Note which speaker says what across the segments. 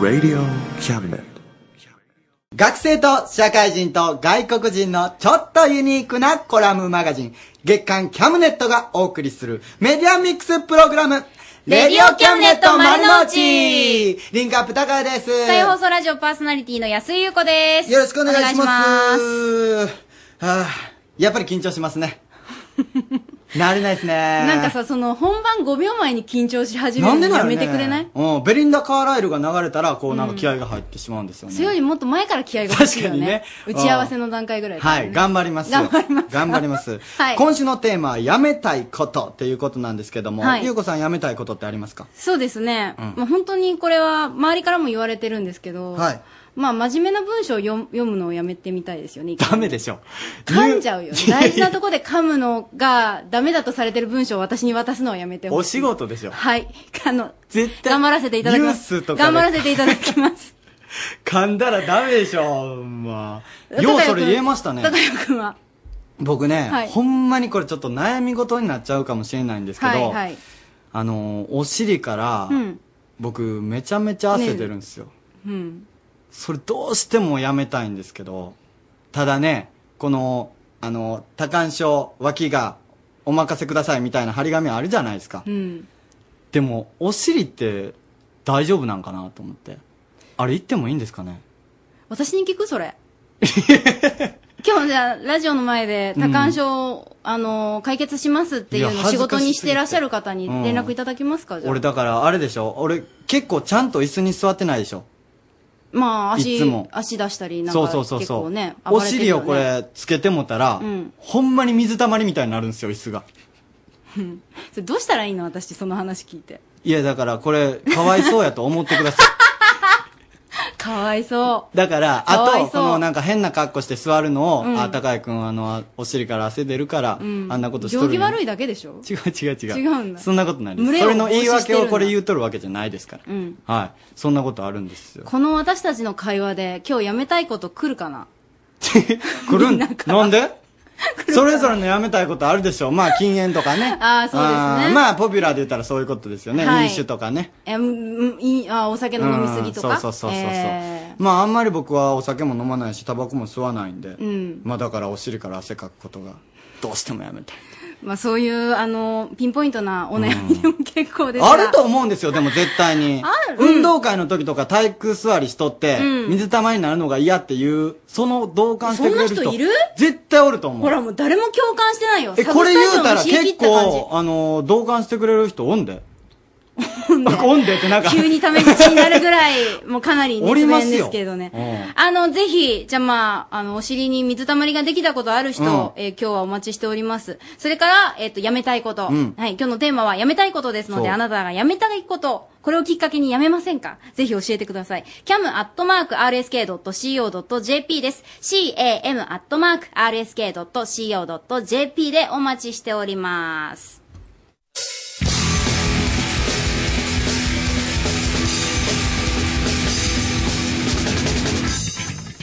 Speaker 1: Radio Cabinet.
Speaker 2: 学生と社会人と外国人のちょっとユニークなコラムマガジン、月刊キャムネットがお送りするメディアミックスプログラム、
Speaker 3: レディオキャムネット丸の
Speaker 2: リ
Speaker 3: 内
Speaker 2: ンクアップ高谷です。
Speaker 3: 再放送ラジオパーソナリティの安井優子です。
Speaker 2: よろしくお願いしま
Speaker 3: お願いし
Speaker 2: す。はあ、やっぱり緊張しま すね。慣れないですね。
Speaker 3: ます
Speaker 2: な
Speaker 3: なんか、さ、その本番5秒前に緊張し始めるのやめてくれない
Speaker 2: うん、ベリンダ・カーライルが流れたら、こうなんか気合が入ってしまうんですよね。
Speaker 3: それよりもっと前から気合が欲しいよ
Speaker 2: 確かにね
Speaker 3: ね。打ち合わせの段階ぐらいだ
Speaker 2: は
Speaker 3: よね
Speaker 2: い、頑張ります。
Speaker 3: 頑張ります。
Speaker 2: 頑張ります。
Speaker 3: はい
Speaker 2: 今週のテーマは、やめたいことっていうことなんですけども、
Speaker 3: はい
Speaker 2: ゆうこさんやめたいことってありますか
Speaker 3: そうですね。
Speaker 2: うん
Speaker 3: まあ本当にこれは周りからも言われてるんですけど、
Speaker 2: はい
Speaker 3: まあ真面目な文章を読む読むのをやめてみたいですよね。一回
Speaker 2: ダメでしょ。
Speaker 3: 噛んじゃうよね。
Speaker 2: ゆ
Speaker 3: 大事なとこで噛むのがダメだとされてる文章を私に渡すのはやめてほ
Speaker 2: お
Speaker 3: しい。
Speaker 2: 仕事でしょ。
Speaker 3: はい。あの、
Speaker 2: 絶対。
Speaker 3: 頑張らせていただきます。
Speaker 2: ニュースとかで
Speaker 3: 頑張らせていただきます。
Speaker 2: 噛んだらダメでしょ。まあ。ようそれ言えましたね
Speaker 3: 高。谷くんは。
Speaker 2: 僕ね、
Speaker 3: はい
Speaker 2: ほんまにこれちょっと悩み事になっちゃうかもしれないんですけど、
Speaker 3: はいはい。
Speaker 2: あの、お尻から、
Speaker 3: うん。
Speaker 2: 僕めちゃめちゃ汗出るんですよ。
Speaker 3: うん。
Speaker 2: それどうしてもやめたいんですけど、ただね、この、あの、多感症、脇がお任せくださいみたいな張り紙あるじゃないですか
Speaker 3: う。ん。
Speaker 2: でも、お尻って大丈夫なんかなと思って。あれ行ってもいいんですかね
Speaker 3: 私に聞くそ れ。今日じゃあ、ラジオの前で、多感症、あの、解決しますっていう
Speaker 2: い
Speaker 3: の
Speaker 2: や
Speaker 3: を
Speaker 2: 恥
Speaker 3: 仕
Speaker 2: ずか
Speaker 3: 事に
Speaker 2: しすぎて
Speaker 3: してらっしゃる方に連絡いただけますか、じゃあ
Speaker 2: 俺だからあれでしょ俺結構ちゃんと椅子に座ってないでしょ
Speaker 3: まあ、
Speaker 2: いつも
Speaker 3: 足、足出したり、なんか、
Speaker 2: そうそう
Speaker 3: 結
Speaker 2: そうそ
Speaker 3: 構
Speaker 2: う、
Speaker 3: ね、
Speaker 2: お
Speaker 3: 暴れてる
Speaker 2: 尻
Speaker 3: よ
Speaker 2: を
Speaker 3: ね
Speaker 2: こ。れつけてもたら、
Speaker 3: うん
Speaker 2: ほんまに水たまりみたいになるんですよ椅子が
Speaker 3: それどうしたらいいの私、その話聞いて。
Speaker 2: いやだからこれかわいそうやと思ってください
Speaker 3: かわいそ
Speaker 2: だから、
Speaker 3: かわ
Speaker 2: あ
Speaker 3: い
Speaker 2: と、
Speaker 3: そう
Speaker 2: このなんか変な格好して座るのを、
Speaker 3: ん
Speaker 2: あ、高井くん、あの、お尻から汗出るから、
Speaker 3: う。うん。
Speaker 2: あんなことしと
Speaker 3: 行
Speaker 2: る
Speaker 3: 儀
Speaker 2: の。
Speaker 3: 悪いだけでしょ
Speaker 2: 違う違う違う。
Speaker 3: 違うんだ
Speaker 2: そんなことないです。そ
Speaker 3: 群れを
Speaker 2: れの言い訳
Speaker 3: 防止してる
Speaker 2: を
Speaker 3: んだ
Speaker 2: これ言うとるわけじゃないですから。
Speaker 3: うん
Speaker 2: はい。そんなことあるんですよ。
Speaker 3: この私たちの会話で、今日やめたいこと来るかな
Speaker 2: 来るんなん でそれぞれのやめたいことあるでしょまあ、禁煙とかね。
Speaker 3: あーそうですね
Speaker 2: あーまあ、ポピュラーで言ったらそういうことですよね。
Speaker 3: はい
Speaker 2: 飲酒とかね。
Speaker 3: え、うん、うんいい、あ、お酒の飲みすぎと
Speaker 2: う
Speaker 3: か。
Speaker 2: んそうそうそうそうそう、
Speaker 3: え
Speaker 2: まああんまり僕はお酒も飲まないしタバコも吸わないんで、
Speaker 3: ん
Speaker 2: まあだからお尻から汗かくことがどうしてもやめたい
Speaker 3: ーまあそういう、あの、ピンポイントなお悩みでも結構ですが
Speaker 2: あると思うんですよでも絶対 に
Speaker 3: ある
Speaker 2: 運動会の時とか体育座りしとって、
Speaker 3: うん
Speaker 2: 水たまりになるのが嫌っていうその同感してくれる人
Speaker 3: そんな人いる
Speaker 2: 絶対おると思う
Speaker 3: ほらもう誰も共感してないよ。
Speaker 2: え
Speaker 3: サ
Speaker 2: こ
Speaker 3: ブ
Speaker 2: れ
Speaker 3: スタジオの
Speaker 2: 言うたら
Speaker 3: 冷え切
Speaker 2: 結
Speaker 3: った感じ
Speaker 2: 構あの同感してくれる人お んで
Speaker 3: ほんで
Speaker 2: なん かおんでってなんか
Speaker 3: 急にタメ口になるぐらい、もうかなり熱弁ですけどね
Speaker 2: おりますよう。
Speaker 3: あの、ぜひ、じゃあまあ、あの、お尻に水たまりができたことある人、
Speaker 2: うん
Speaker 3: えー今日はお待ちしております。それから、えっ、と、やめたいこと、
Speaker 2: うん
Speaker 3: はい、今日のテーマはやめたいことですの
Speaker 2: そ
Speaker 3: で、
Speaker 2: う
Speaker 3: あなたがやめたいこと、これをきっかけにやめませんかぜひ教えてください。cam.rsk.co.jp です。cam.rsk.co.jp でお待ちしております。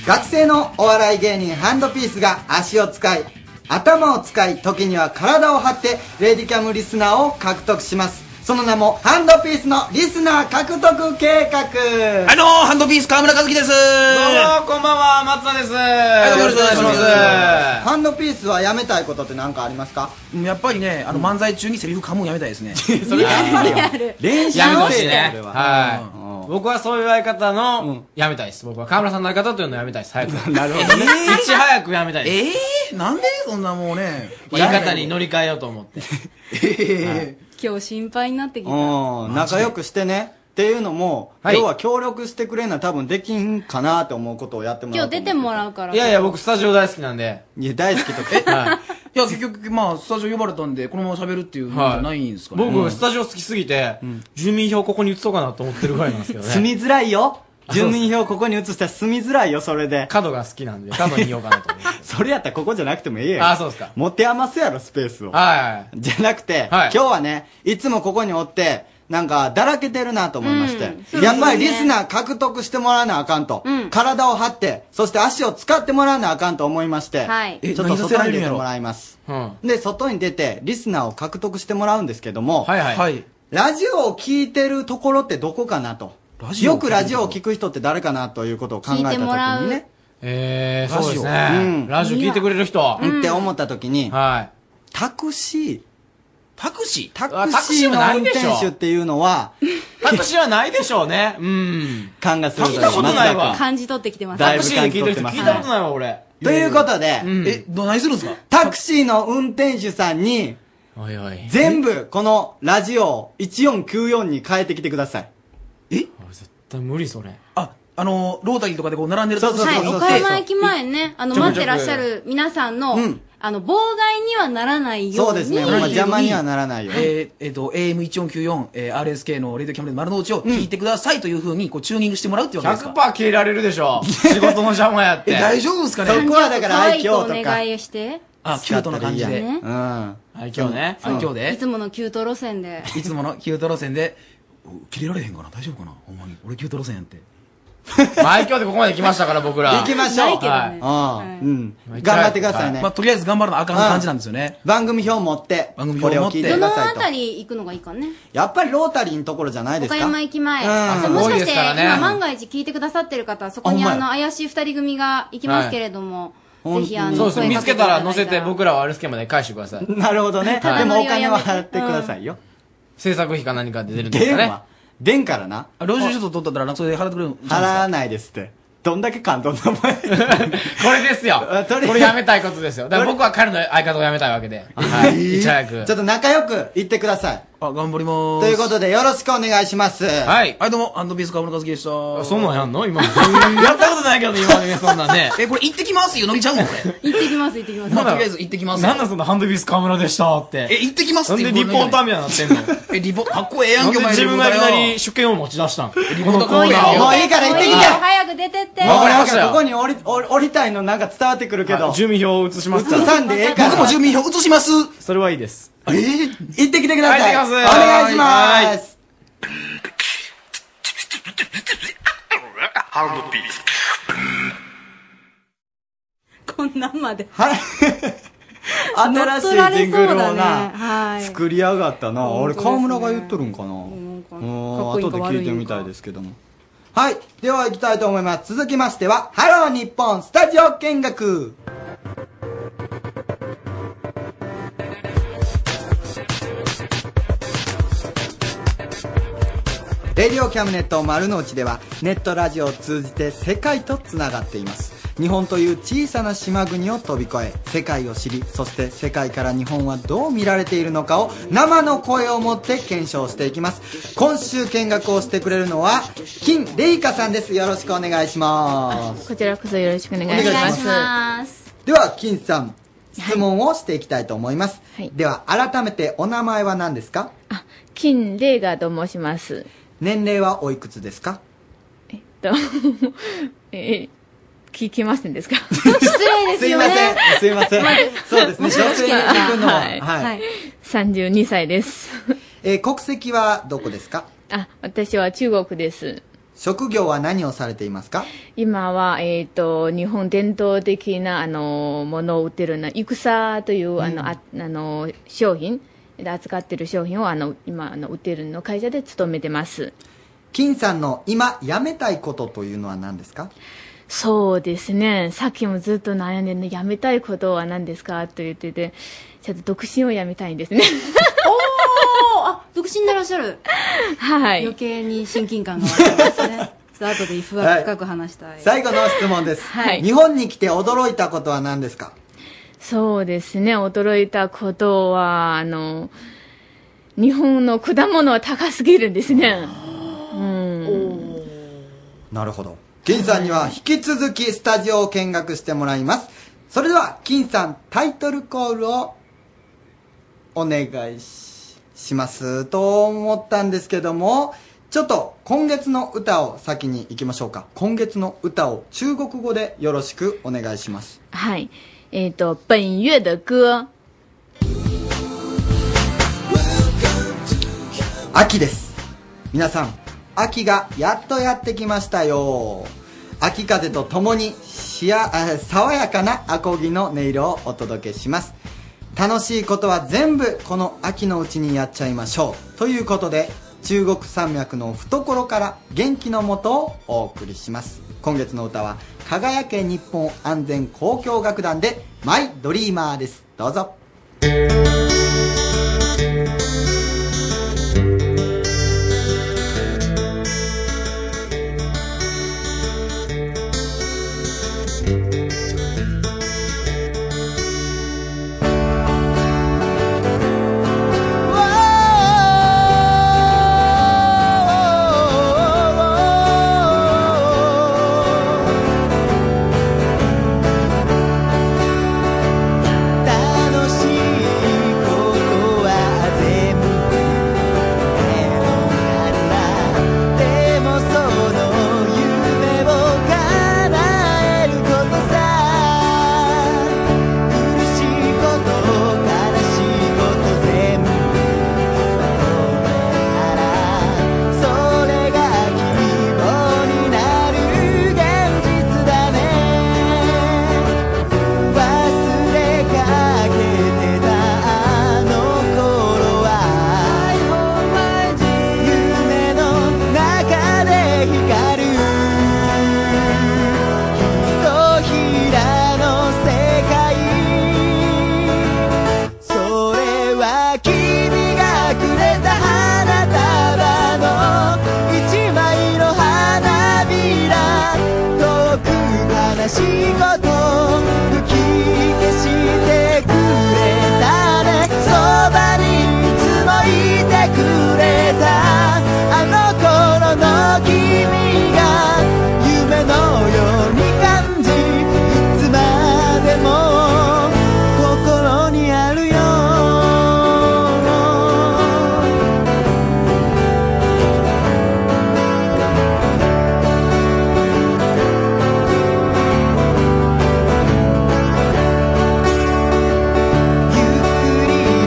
Speaker 2: 学生のお笑い芸人ハンドピースが足を使い頭を使い時には体を張ってレディキャムリスナーを獲得しますその名もハンドピースのリスナー獲得計画
Speaker 4: はい、どうも、ハンドピース河村和樹です。どう
Speaker 5: どうもこんばんは松田です
Speaker 4: いよろしくお願いします
Speaker 2: ハンドピースはやめたいことって何かありますか
Speaker 4: も。やっぱりね、あの漫才中にセリフ噛むんやめたいです ね。
Speaker 2: それやめ
Speaker 3: やる
Speaker 2: 練習
Speaker 5: やめてほし
Speaker 2: せ
Speaker 5: い
Speaker 2: え
Speaker 5: ね
Speaker 2: これは
Speaker 5: はい僕はそういう相方のやめたいです僕は河村さんの相方というのをやめたいです 早くい
Speaker 2: なるほどね
Speaker 5: ち早くやめたいです
Speaker 4: ええー、なんでそんなもうね。
Speaker 5: 言い方に乗り換えようと思って
Speaker 4: え
Speaker 3: 今日心配になってきた。
Speaker 2: うん仲良くしてねっていうのも、
Speaker 5: はい
Speaker 2: 要は協力してくれんな多分できんかなって思うことをやってもら
Speaker 3: 今
Speaker 2: う
Speaker 3: 日出てもらうから。
Speaker 5: いやいや僕スタジオ大好きなんで
Speaker 2: いや大好きとか
Speaker 5: はい
Speaker 4: ーいや、結局、まあ、スタジオ呼ばれたんで、このまま喋るっていうのじゃないんですかね。
Speaker 5: 僕、スタジオ好きすぎて、住民票ここに移そうかなと思ってるぐらいなんですけど
Speaker 2: 住
Speaker 5: ね。
Speaker 2: みづらいよ
Speaker 5: あ
Speaker 2: 住民票ここに移したら住みづらいよそれで
Speaker 5: 角が好きなんで、角にいようかなと思って。
Speaker 2: それやったらここじゃなくてもいいよ
Speaker 5: あそうですか
Speaker 2: 持て余すやろスペースを
Speaker 5: はい。
Speaker 2: じゃなくて、
Speaker 5: はい
Speaker 2: 今日はねいつもここにおってなんかだらけてるなと思いまして、
Speaker 3: うんそうですね
Speaker 2: やっぱりリスナー獲得してもらわなあかんと、
Speaker 3: うん
Speaker 2: 体を張ってそして足を使ってもらわなあかんと思いまして、
Speaker 3: はい
Speaker 2: ちょっ
Speaker 4: え
Speaker 2: と
Speaker 4: 何させら
Speaker 2: 外
Speaker 4: れ
Speaker 2: に
Speaker 4: るん
Speaker 2: 出
Speaker 4: や
Speaker 2: て
Speaker 4: ろ
Speaker 2: もらいます
Speaker 5: うん。
Speaker 2: で外に出てリスナーを獲得してもらうんですけども、
Speaker 5: はいはい。
Speaker 4: はい。
Speaker 2: ラジオを聞いてるところってどこかなと。
Speaker 5: オを聞いてる
Speaker 2: よくラジオを聞く人って誰かなということを考えた時にね。
Speaker 5: えー、そうですね。ラジオ聞いてくれる人。
Speaker 2: うんって思った時に、タクシー。
Speaker 5: タクシー
Speaker 2: タ
Speaker 5: あ
Speaker 2: ク
Speaker 5: タク
Speaker 2: シ
Speaker 5: シ
Speaker 2: ー
Speaker 5: ーは
Speaker 2: の
Speaker 5: な
Speaker 2: 運
Speaker 5: いで
Speaker 2: 転
Speaker 5: しょ
Speaker 2: 手っていうのは、
Speaker 5: タクシーはないでしょうね。うん。
Speaker 2: 勘が鋭い。
Speaker 5: 聞いたことないわ
Speaker 3: 感じ取ってきてます。
Speaker 2: だ
Speaker 5: タ
Speaker 2: い
Speaker 5: ク
Speaker 2: ぶ
Speaker 5: シーで聞いてる人
Speaker 2: 感じ
Speaker 5: 聞
Speaker 2: 取ってます
Speaker 5: いたことないわ、俺。
Speaker 2: ということで、
Speaker 4: え、ど、何するんですか
Speaker 2: タクシーの運転手さんに、
Speaker 5: おいおい。
Speaker 2: 全部、このラジオを1494に変えてきてください。
Speaker 5: 無理それ。
Speaker 4: あ、あの、ロータリーとかでこう並んでる
Speaker 2: そうそうそう
Speaker 3: はい、
Speaker 2: そう
Speaker 3: 岡山駅前ね、あの、
Speaker 2: ちょくち
Speaker 3: 待っ
Speaker 2: ょく
Speaker 3: てらっしゃる皆さんの、あの、妨害にはならないように。
Speaker 2: そうですね、ほんま邪魔にはならないように。
Speaker 4: えーえっと、AM1494、えー RSK のレディオキャンプで丸の内を聞いてくださいというふうに、こう、チューニングしてもらうっていうわけです
Speaker 5: 100%
Speaker 4: か。
Speaker 5: 消えられるでし ょ。仕事の邪魔やって。
Speaker 4: え、大丈夫ですか
Speaker 2: そ
Speaker 4: ね
Speaker 2: こはだから愛嬌と
Speaker 3: 可愛い子お
Speaker 2: か。
Speaker 3: 願いして。
Speaker 4: あ、キュートな感じで。
Speaker 3: ね
Speaker 2: うん。
Speaker 5: はい、今日ね。
Speaker 4: あ今日
Speaker 3: い
Speaker 4: で
Speaker 3: つものキュート路線 で。
Speaker 4: いつものキュート路線で、お切れられへんかな大丈夫かなほんまに。俺キュート路線やっ て。
Speaker 5: まあ、今日でここまで来ましたから、僕ら。
Speaker 2: 行きましょう。
Speaker 3: ないけどね
Speaker 2: はいああうん。頑張ってくださいね
Speaker 4: まあ、。とりあえず頑張らなあかん感じなんですよね。
Speaker 2: 番組表持って、
Speaker 4: 番組
Speaker 2: こ
Speaker 4: 表
Speaker 2: れを
Speaker 4: 持っ
Speaker 2: 聞
Speaker 4: て
Speaker 2: いて
Speaker 3: ど
Speaker 2: くだ
Speaker 3: の
Speaker 2: さい
Speaker 3: あ
Speaker 2: と
Speaker 3: た。り行くのがいいかね。
Speaker 2: やっぱりロータリーのところじゃないです
Speaker 3: 岡
Speaker 2: か
Speaker 3: 山駅前。
Speaker 2: うん
Speaker 3: そうもしかし
Speaker 5: 多いです
Speaker 3: て、
Speaker 5: からね
Speaker 3: 今万が一聞いてくださってる方は、そこに
Speaker 2: あほ
Speaker 3: あ
Speaker 2: んま
Speaker 3: の、
Speaker 2: や
Speaker 3: 怪しい二人組が行きますけれども、
Speaker 2: はい
Speaker 3: ぜひあの、
Speaker 5: そうですね。
Speaker 3: 声
Speaker 5: 見
Speaker 3: か
Speaker 5: つ
Speaker 3: け
Speaker 5: け
Speaker 3: ていた
Speaker 5: た
Speaker 3: だい
Speaker 5: ら乗せて、僕らは RSK まで返してください。
Speaker 2: なるほどね。
Speaker 3: ただ
Speaker 2: でもお
Speaker 3: 乗り
Speaker 2: 金
Speaker 3: はやめて
Speaker 2: は払ってくださいよ。
Speaker 5: 制作費か何かで出るんです
Speaker 2: 電
Speaker 5: かね。
Speaker 2: 話。電からな。
Speaker 4: あ領収書と取ったら、なんかそれで払ってくれるんです
Speaker 2: 払
Speaker 4: か
Speaker 2: わないですって。どんだけ感動の名前。
Speaker 5: これですよ。
Speaker 2: あとりあえず
Speaker 5: これやめたいことですよ。だから僕は彼の相方をやめたいわけで。はい。いち早く
Speaker 2: ちょ。っと仲良く言ってください。
Speaker 4: あ、頑張ります。
Speaker 2: ということでよろしくお願いします。
Speaker 5: はい。
Speaker 4: はい、どうも、ハンドピース川村和樹でした。
Speaker 5: あそんなんやんの 今。やったことないけどね、今までね、そんなんね。
Speaker 4: え、これ行ってきますよ、のびちゃんこれ。
Speaker 3: 行ってきます、行ってきます。
Speaker 4: まあ、とりあえず行ってきます。
Speaker 5: なんだそのハンドビス河村でしたって。
Speaker 4: え、行ってきます
Speaker 5: な
Speaker 4: っ
Speaker 5: ん
Speaker 4: て
Speaker 5: でリポーター
Speaker 4: ー
Speaker 5: みたいになってんの
Speaker 4: え、リポ、かっこええやん
Speaker 5: なん
Speaker 4: け、
Speaker 5: で
Speaker 4: お前
Speaker 5: 自分がいきなり
Speaker 4: リ
Speaker 5: 主権を持ち出したんこ
Speaker 4: ポー
Speaker 5: の
Speaker 4: ター
Speaker 5: コーナ
Speaker 4: よ
Speaker 5: ーを
Speaker 2: もういいから行ってきて
Speaker 3: もう早く出てって。
Speaker 5: わかりましたよ
Speaker 2: ここに降り、降り降りたいのなんか伝わってくるけど。
Speaker 5: あ。住民票を移します
Speaker 2: 映
Speaker 5: から。
Speaker 2: さんでええから。
Speaker 4: 僕も住民票移します。
Speaker 5: それはいいです。
Speaker 2: えー行ってきてください。
Speaker 5: はい行ってき
Speaker 2: お
Speaker 5: ます
Speaker 2: 願いします。
Speaker 3: こんなんまで。
Speaker 2: はい。 新しいジングルをな、
Speaker 3: はい。
Speaker 2: 作り上がったな。あ
Speaker 3: 本当
Speaker 2: れ、
Speaker 3: ですね
Speaker 2: 川村が言っとるんかな。
Speaker 3: んか
Speaker 2: も
Speaker 3: か
Speaker 2: う
Speaker 3: っこい
Speaker 2: 後
Speaker 3: いか
Speaker 2: で
Speaker 3: 悪いん
Speaker 2: 聞
Speaker 3: か
Speaker 2: いてみたいですけども。はい。では行きたいと思います。続きましては、ハロー日本スタジオ見学。レディオキャムネット丸の内ではネットラジオを通じて世界とつながっています日本という小さな島国を飛び越え世界を知りそして世界から日本はどう見られているのかを生の声を持って検証していきます今週見学をしてくれるのは金レイカさんですよろしくお願いします
Speaker 6: こちらこそよろしくお願い
Speaker 3: お
Speaker 6: します。
Speaker 3: 願いします。
Speaker 2: では金さん質問をしていきたいと思います、
Speaker 6: はい
Speaker 2: では改めてお名前は何ですか
Speaker 6: あ、金レーガーと申します。
Speaker 2: 年齢はおいくつですか
Speaker 6: えっと、え、聞きませんですか
Speaker 3: 失礼です
Speaker 2: すい
Speaker 3: よ
Speaker 2: ません
Speaker 3: ね。。
Speaker 2: すいません。そうですね。女性に聞くのは。
Speaker 6: はい
Speaker 2: は
Speaker 3: はいい。。
Speaker 6: ?32 歳です。
Speaker 2: えー国籍はどこですか
Speaker 6: あ、私は中国です。
Speaker 2: 職業は何をされていますか
Speaker 6: 今は、えっ、と、日本伝統的な、あの、ものを売ってるな、戦という、あの、ああの、商品、扱ってる商品を、あの、今、あの、売ってるの会社で勤めてます。
Speaker 2: 金さんの今やめたいことというのは何ですか
Speaker 6: そうですね。さっきもずっと悩んでね、やめたいことは何ですかと言ってて、ちょっと独身をやめたいんですね。
Speaker 3: おーあ、独身でいらっしゃる。
Speaker 6: は
Speaker 3: 余
Speaker 6: い。
Speaker 3: 計に親近感が湧きますね。ちょっと後で深く話したい。
Speaker 2: 最後の質問です。
Speaker 6: はい
Speaker 2: 日本に来て驚いたことは何ですか
Speaker 6: そうですね。驚いたことは、あの、日本の果物は高すぎるんですね。
Speaker 2: なるほど。金さんには引き続きスタジオを見学してもらいます。それでは、金さんタイトルコールをお願いししますと思ったんですけども、ちょっと今月の歌を先に行きましょうか。今月の歌を中国語でよろしくお願いします。
Speaker 6: はい。えっ、と、本月的歌。
Speaker 2: 秋です皆さん秋がやっとやってきましたよ秋風とともにしやあ爽やかなアコギの音色をお届けします楽しいことは全部この秋のうちにやっちゃいましょうということで中国山脈の懐から元気のもとをお送りします今月の歌は香川県日本安全交響楽団で「マイ・ドリーマー」ですどうぞ
Speaker 7: 楽しいことは全部目のはずだでもその夢を叶えることさ苦しいこと悲しいこと全部それが希望になる現実だね忘れかけてたあの頃は夢の中で光るひとひらの世界それは君がくれた花束の一枚の花びら遠く悲しいこと吹き消してくれたねそばにいつもいてくれたあの頃の君が夢のように感じいつまでも心にあるよゆっくり前を見て歩くその姿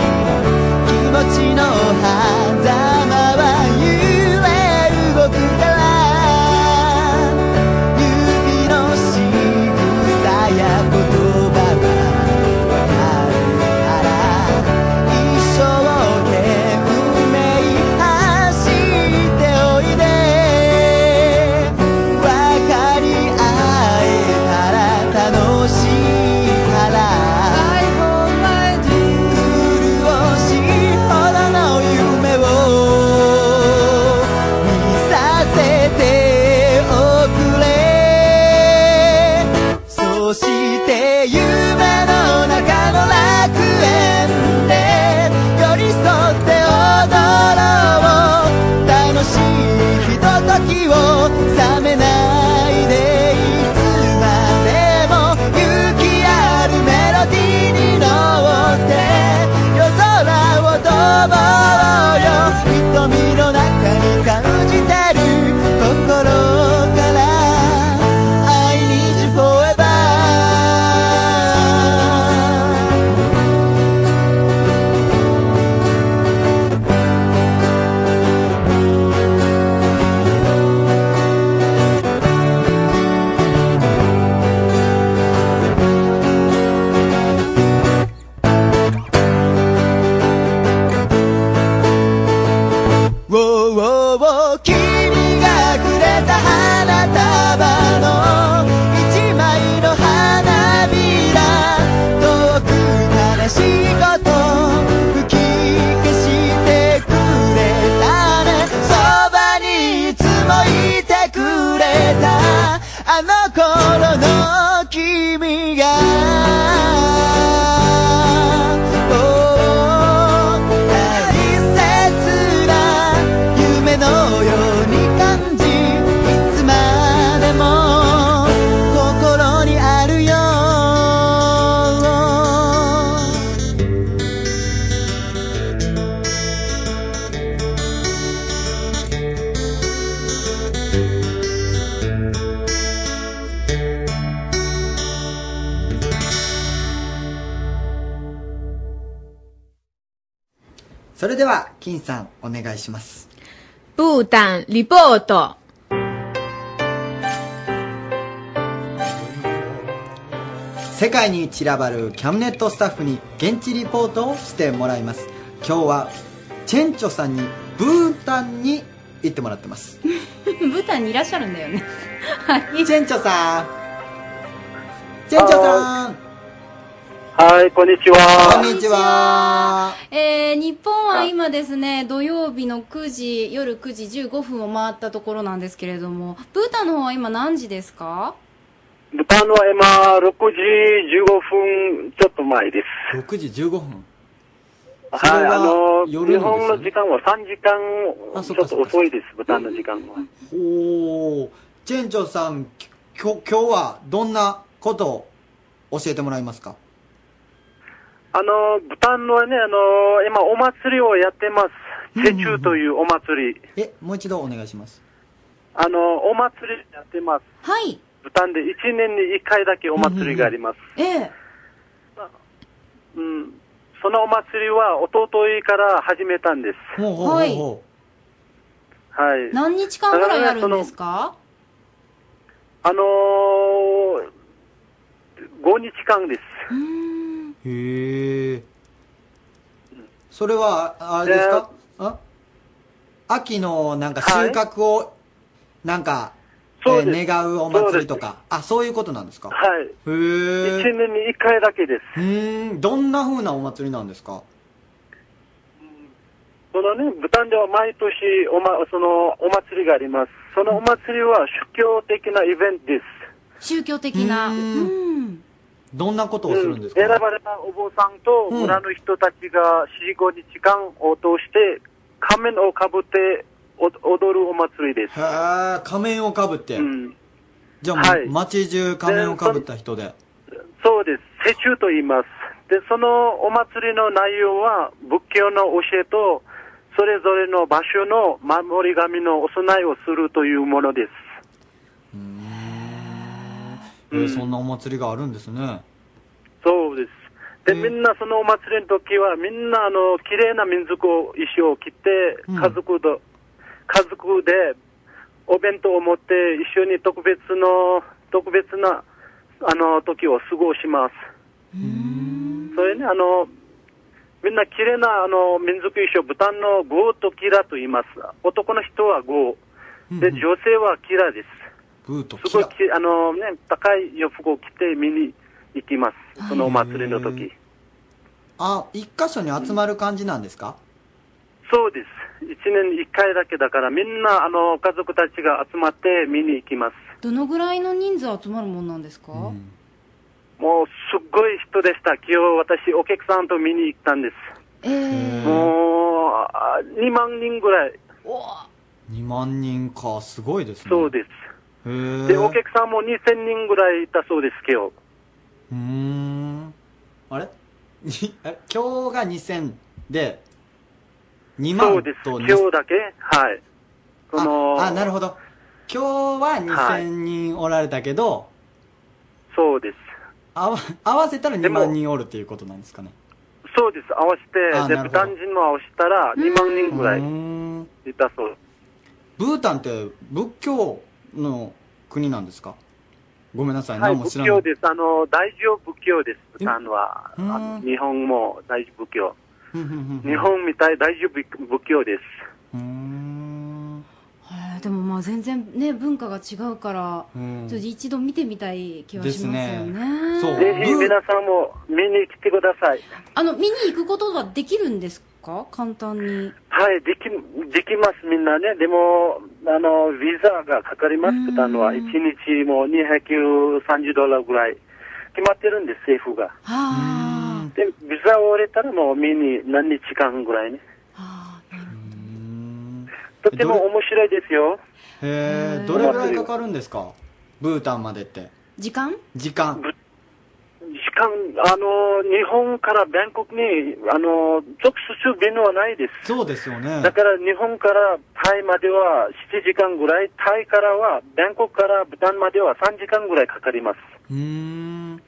Speaker 7: に気持ちの狭間は揺れ動くから指の仕草や言葉はわかるから一生懸命走っておいで「分かり合えたら楽しいから」「潤しほどの夢を見させておくれ」「そして夢の中の楽園で寄り添って踊ろう」楽しいひとときを冷めないでいつまでも勇気あるメロディーに乗って夜空を飛ぼうよ瞳の中に感じてる心から I need you forever 君がくれた花束の一枚の花びら遠く悲しいこと吹き消してくれたねそばにいつもいてくれたあの頃の君が大切な夢のように感じいつまでも心にあるよ
Speaker 2: それでは金さんお願いします
Speaker 6: ブータンリポート
Speaker 2: 世界に散らばるキャムネットスタッフに現地リポートをしてもらいます今日はチェンチョさんにブータンに行ってもらってます
Speaker 3: 舞台にいらっしゃるんだよね。
Speaker 2: チェンチョさんチェンチョさん
Speaker 8: はい、こんにち
Speaker 2: こ
Speaker 8: は。
Speaker 2: んにちは
Speaker 3: えー、日本は今ですね、土曜日の9時、夜9時15分を回ったところなんですけれども、ブータンの方は今何時ですか
Speaker 8: ブタの今、6時15分ちょっと前です。
Speaker 2: 6時15分そ
Speaker 8: はい、
Speaker 2: れは
Speaker 8: あの、
Speaker 2: 夜ので
Speaker 8: 日
Speaker 2: す
Speaker 8: 本
Speaker 2: よ
Speaker 8: の
Speaker 2: ね
Speaker 8: 時間は3時間、
Speaker 2: あそっ
Speaker 8: ちょ
Speaker 2: か
Speaker 8: っと遅いです、ブタの時間は。
Speaker 2: おおチェンチョさんききょ今日はどんなことを教えてもらえますか
Speaker 8: あの、ブタのね、あの、今、お祭りをやってます。チェチューというお祭り。
Speaker 2: えもう一度お願いします
Speaker 8: あの、お祭りやってます。
Speaker 3: はい。
Speaker 8: ブタで1年に1回だけお祭りがあります。
Speaker 3: ええ
Speaker 8: うん。そのお祭りは、おとといから始めたんです。
Speaker 2: ほうほう
Speaker 3: はい
Speaker 2: ほ
Speaker 8: はい。
Speaker 3: 何日間ぐらいあるんですか
Speaker 8: あのー、5日間です。
Speaker 3: うーん。
Speaker 2: うへえそれはああれですか、あ秋のなんか収穫をなんか、
Speaker 8: そう
Speaker 2: え
Speaker 8: です
Speaker 2: ー願うお祭りとかあそういうことなんですか
Speaker 8: はい。
Speaker 2: へ
Speaker 8: 1
Speaker 2: え
Speaker 8: 年に1回だけです。
Speaker 2: うーんどんな風なお祭りなんですか
Speaker 8: そのね、ブタンでは毎年お、ま、そのお祭りがあります。そのお祭りは宗教的なイベントです。
Speaker 3: 宗教的な。う
Speaker 2: うー
Speaker 3: ん。
Speaker 2: どんなことをするんですか、
Speaker 8: 選ばれたお坊さんと
Speaker 2: うん
Speaker 8: 村の人たちが4、5日間を通して仮面をかぶってお踊るお祭りです。
Speaker 2: へえ仮面をかぶって、
Speaker 8: うん、
Speaker 2: じゃあもう、
Speaker 8: はい
Speaker 2: 街中仮面をかぶった人で
Speaker 8: そうです。世中と言います。で、そのお祭りの内容は仏教の教えとそれぞれの場所の守り神のお供えをするというものです。
Speaker 2: うーん、え
Speaker 8: うん
Speaker 2: ーそんなお祭りがあるんですね
Speaker 8: そうです。で、
Speaker 2: うん
Speaker 8: みんなそのお祭りの時は、みんなあの、綺麗な民族衣装を着て、
Speaker 2: うん
Speaker 8: 家族と、家族で、お弁当を持って一緒に特別の、特別な、あの、時を過ごします。それね、あの、みんな綺麗な、あの、民族衣装、豚のゴーとキラと言います。男の人はゴー。で、
Speaker 2: うんうん
Speaker 8: 女性はキラです。
Speaker 2: ブーと
Speaker 8: す
Speaker 2: キ
Speaker 8: ごい
Speaker 2: ラ
Speaker 8: き、あのね、高い洋服を着て見に行きます。そのお祭りの時。
Speaker 2: あ一箇所に集まる感じなんですか、
Speaker 8: そうです。一年に一回だけだから、みんな、あの、家族たちが集まって見に行きます。
Speaker 3: どのぐらいの人数集まるもんなんですか、
Speaker 2: うん
Speaker 8: もう、すっごい人でした。今日、私、お客さんと見に行ったんです。
Speaker 3: ええ
Speaker 8: もう、あ2万人ぐらい。
Speaker 2: 2万人かすごいですね
Speaker 8: そうですす。
Speaker 2: へえ
Speaker 8: で、お客さんも2000人ぐらいいたそうです、今日。
Speaker 2: うーんあれ にあれ今日が2000で2万
Speaker 8: そう
Speaker 2: と
Speaker 8: です。今
Speaker 2: に
Speaker 8: 日だけはい。その、
Speaker 2: ああなるほど今日は2000人おられたけど、
Speaker 8: そうです。
Speaker 2: あわ合わせたら2
Speaker 8: でも
Speaker 2: 万人おるっていうことなんですかね
Speaker 8: そうです。合わ
Speaker 2: あ
Speaker 8: せて、
Speaker 2: な
Speaker 8: で、
Speaker 2: るほ
Speaker 8: ブ
Speaker 2: ど
Speaker 8: タン人も合わせたら、2万人ぐら
Speaker 2: うー
Speaker 8: い
Speaker 2: ん
Speaker 8: いたそう。
Speaker 2: ブータンって仏教の国なんですかごめんなさい、
Speaker 8: はい、
Speaker 2: 何も知ら
Speaker 8: 仏
Speaker 2: ない
Speaker 8: 教です。あの、大乗仏教です。
Speaker 2: え
Speaker 8: ブタンは。
Speaker 2: うん
Speaker 8: あの日本も大乗仏教。
Speaker 2: ふんふんふんふん
Speaker 8: 日本みたい大乗仏仏教です。
Speaker 2: うーん
Speaker 3: へえでもまあ全然ね、文化が違うから、
Speaker 2: うん
Speaker 3: ちょっと一度見てみたい気はしますよ
Speaker 2: で
Speaker 3: ね。
Speaker 2: すねそう
Speaker 8: ぜ
Speaker 2: う
Speaker 8: ひ
Speaker 2: ん
Speaker 8: 皆さんも見に来てください。
Speaker 3: あの、見に行くことはできるんですか簡単に。
Speaker 8: はい、でき、できます、みんなね。でも、あの、ビザがかかります、ブタンは。1日も230ドルぐらい。決まってるんです、政府が。
Speaker 3: は
Speaker 8: で、ビザを折れたらもう見に何日間ぐらいね。
Speaker 3: あ。はあ。
Speaker 8: とても面白いですよ。
Speaker 2: へえどれぐらいかかるんですかブータンまでって
Speaker 3: 時間
Speaker 2: 時間
Speaker 8: しかも、あの、日本からバンコクに、あの、直接便はないです。
Speaker 2: そうですよね
Speaker 8: だから日本からタイまでは7時間ぐらい、タイからは、バンコクからブタンまでは3時間ぐらいかかります。
Speaker 2: うーん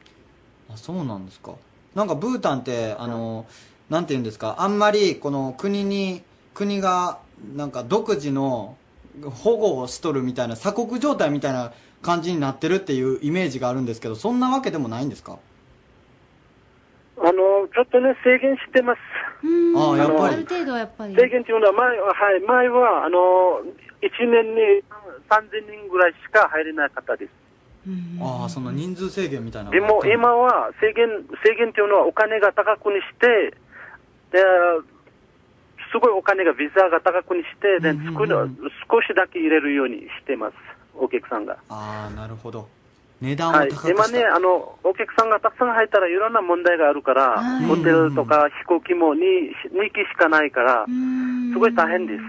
Speaker 2: あそうなんですかなんかブータンってあの、なんて言うんですかあんまりこの国に国がなんか独自の保護をしとるみたいな鎖国状態みたいな感じになってるっていうイメージがあるんですけどそんなわけでもないんですか
Speaker 8: ちょっとね、制限してます。
Speaker 2: ああやっぱ
Speaker 3: ある
Speaker 2: り
Speaker 3: 程度はやっぱり
Speaker 8: 制限というのは前は、はい、前は、あの、1年に3000人ぐらいしか入れない方です。
Speaker 2: ああその人数制限みたいなの
Speaker 8: で
Speaker 2: があっ
Speaker 8: も
Speaker 2: たの
Speaker 8: 今は制限、制限というのはお金が高くにして、ですごいお金が、ビザが高くにして、で少少しだけ入れるようにしてます、お客さんが。
Speaker 2: ああなるほど値段を
Speaker 8: はい、
Speaker 2: 高く
Speaker 8: 今
Speaker 2: し
Speaker 8: ね
Speaker 2: た
Speaker 8: あの、お客さんがたくさん入ったらいろんな問題があるから、
Speaker 3: はい
Speaker 8: ホテルとか飛行機も 2, 2機しかないから、すごい大変です。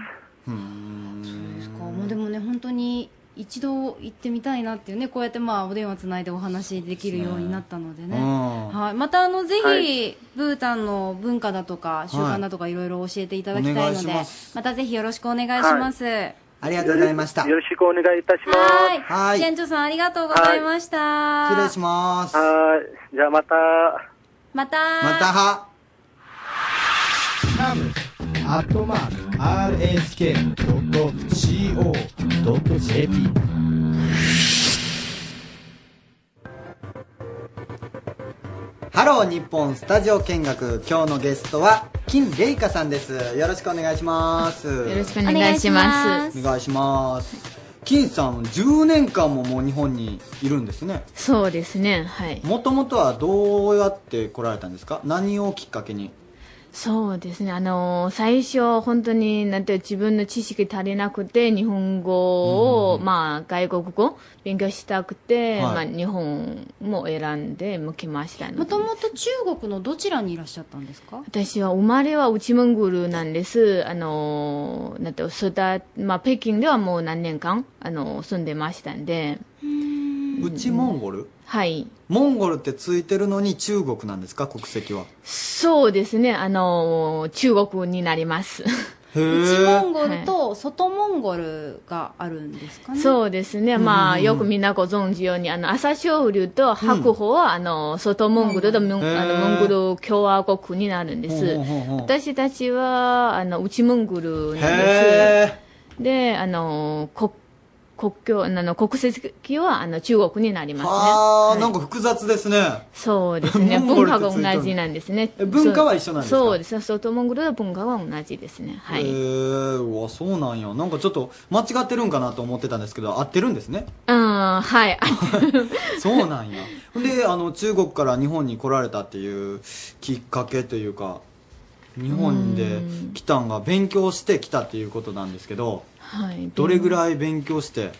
Speaker 2: うーん
Speaker 3: ですかもうでもね本当に一度行ってみたいなっていうねこうやってまあお電話つないでお話できるようになったのでね
Speaker 2: うん
Speaker 3: はい、またあのぜひ、
Speaker 8: はい
Speaker 3: ブータンの文化だとか習慣だとかいろいろ教えていただきたいので、
Speaker 2: お願いしま
Speaker 3: ますたぜひよろしくお願いします。はい
Speaker 2: ありがとうございました
Speaker 8: よろしくお願いいたします。
Speaker 3: はい
Speaker 2: はい
Speaker 3: 店長さんありがとうございました。
Speaker 2: 失礼しますま
Speaker 8: はい、じゃあまた。
Speaker 3: また。
Speaker 2: たは
Speaker 7: アットマーク RSK.CO.JP
Speaker 2: ハロー日本スタジオ見学今日のゲストは金玲香さんですよろしくお願いします
Speaker 6: よろしくお願いします
Speaker 2: お願いします金さん10年間ももう日本にいるんですね
Speaker 6: そうですねはい
Speaker 2: もともとはどうやって来られたんですか何をきっかけに
Speaker 6: そうですね、あの最初、本当になんていう自分の知識足りなくて、日本語を、まあ、外国語勉強したくて、
Speaker 2: はい
Speaker 6: まあ、日本も選んで、向きましたね
Speaker 3: もともと中国のどちらにいらっしゃったんですか
Speaker 6: 私は生まれは内モンゴルなんです、あのなんていう育まあ、北京ではもう何年間あの住んでましたんで、
Speaker 2: 内モンゴル
Speaker 6: はい、
Speaker 2: モンゴルってついてるのに中国なんですか国籍は
Speaker 6: そうですね、あの中国になります。
Speaker 2: へ
Speaker 3: 内モンゴ
Speaker 2: え
Speaker 3: ルと外モンゴルがあるんですかね。
Speaker 6: そうですね、まあ、よくみんなご存知ように、あの朝青龍と白鵬は、あの外モンゴルとモン,、
Speaker 2: へー
Speaker 6: あのモンゴル共和国になるんです
Speaker 2: ほうほうほう。
Speaker 6: 私たちはあの内モンゴルなんで
Speaker 2: へ
Speaker 6: す。で、あの国国境あの国籍はあの中国になり
Speaker 2: え
Speaker 6: ますね。
Speaker 2: あ
Speaker 6: はい
Speaker 2: ーなんか複雑ですね
Speaker 6: そうですね。
Speaker 2: モンゴ
Speaker 6: 文
Speaker 2: ル
Speaker 6: 化
Speaker 2: と
Speaker 6: が
Speaker 2: ついてる
Speaker 6: 同じなんですね
Speaker 2: え。文化は一緒なんですか
Speaker 6: そうですね。外モンゴルと文化は同じですね。は
Speaker 2: へえ
Speaker 6: い。
Speaker 2: うわそうなんやなんかちょっと間違ってるんかなと思ってたんですけど合ってるんですね
Speaker 6: うん、はい。
Speaker 2: そうな んやであの中国から日本に来られたっていうきっかけというか日本で来たんが勉強して来たっていうことなんですけど
Speaker 6: はい。
Speaker 2: どれぐらい勉強して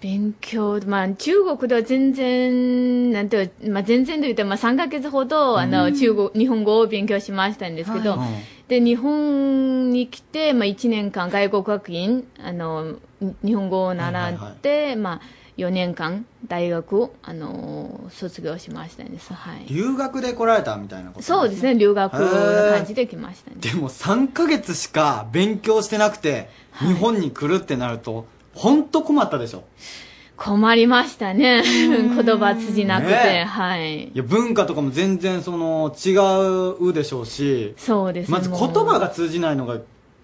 Speaker 6: 勉強、まあ、中国では全然、なんていう、まあ、全然というと、まあ、3ヶ月ほど、あの、中国、日本語を勉強しましたんですけど、
Speaker 2: はいうん
Speaker 6: で、日本に来て、まあ、1年間外国学院、あの、に日本語を習って、まあ、4年間大学を、あの、卒業しましたんです。はい。
Speaker 2: 留学で来られたみたいなこと
Speaker 6: そうですね、留学の感じで来ましたね。
Speaker 2: でも3ヶ月しか勉強してなくて日本に来るってなると本当困ったでしょ
Speaker 6: 困りましたね。 言葉筋なくて、
Speaker 2: ねえ
Speaker 6: はい。
Speaker 2: いや文化とかも全然その違うでしょうし
Speaker 6: そうですね。
Speaker 2: まず言
Speaker 6: もう
Speaker 2: 葉が通じないのが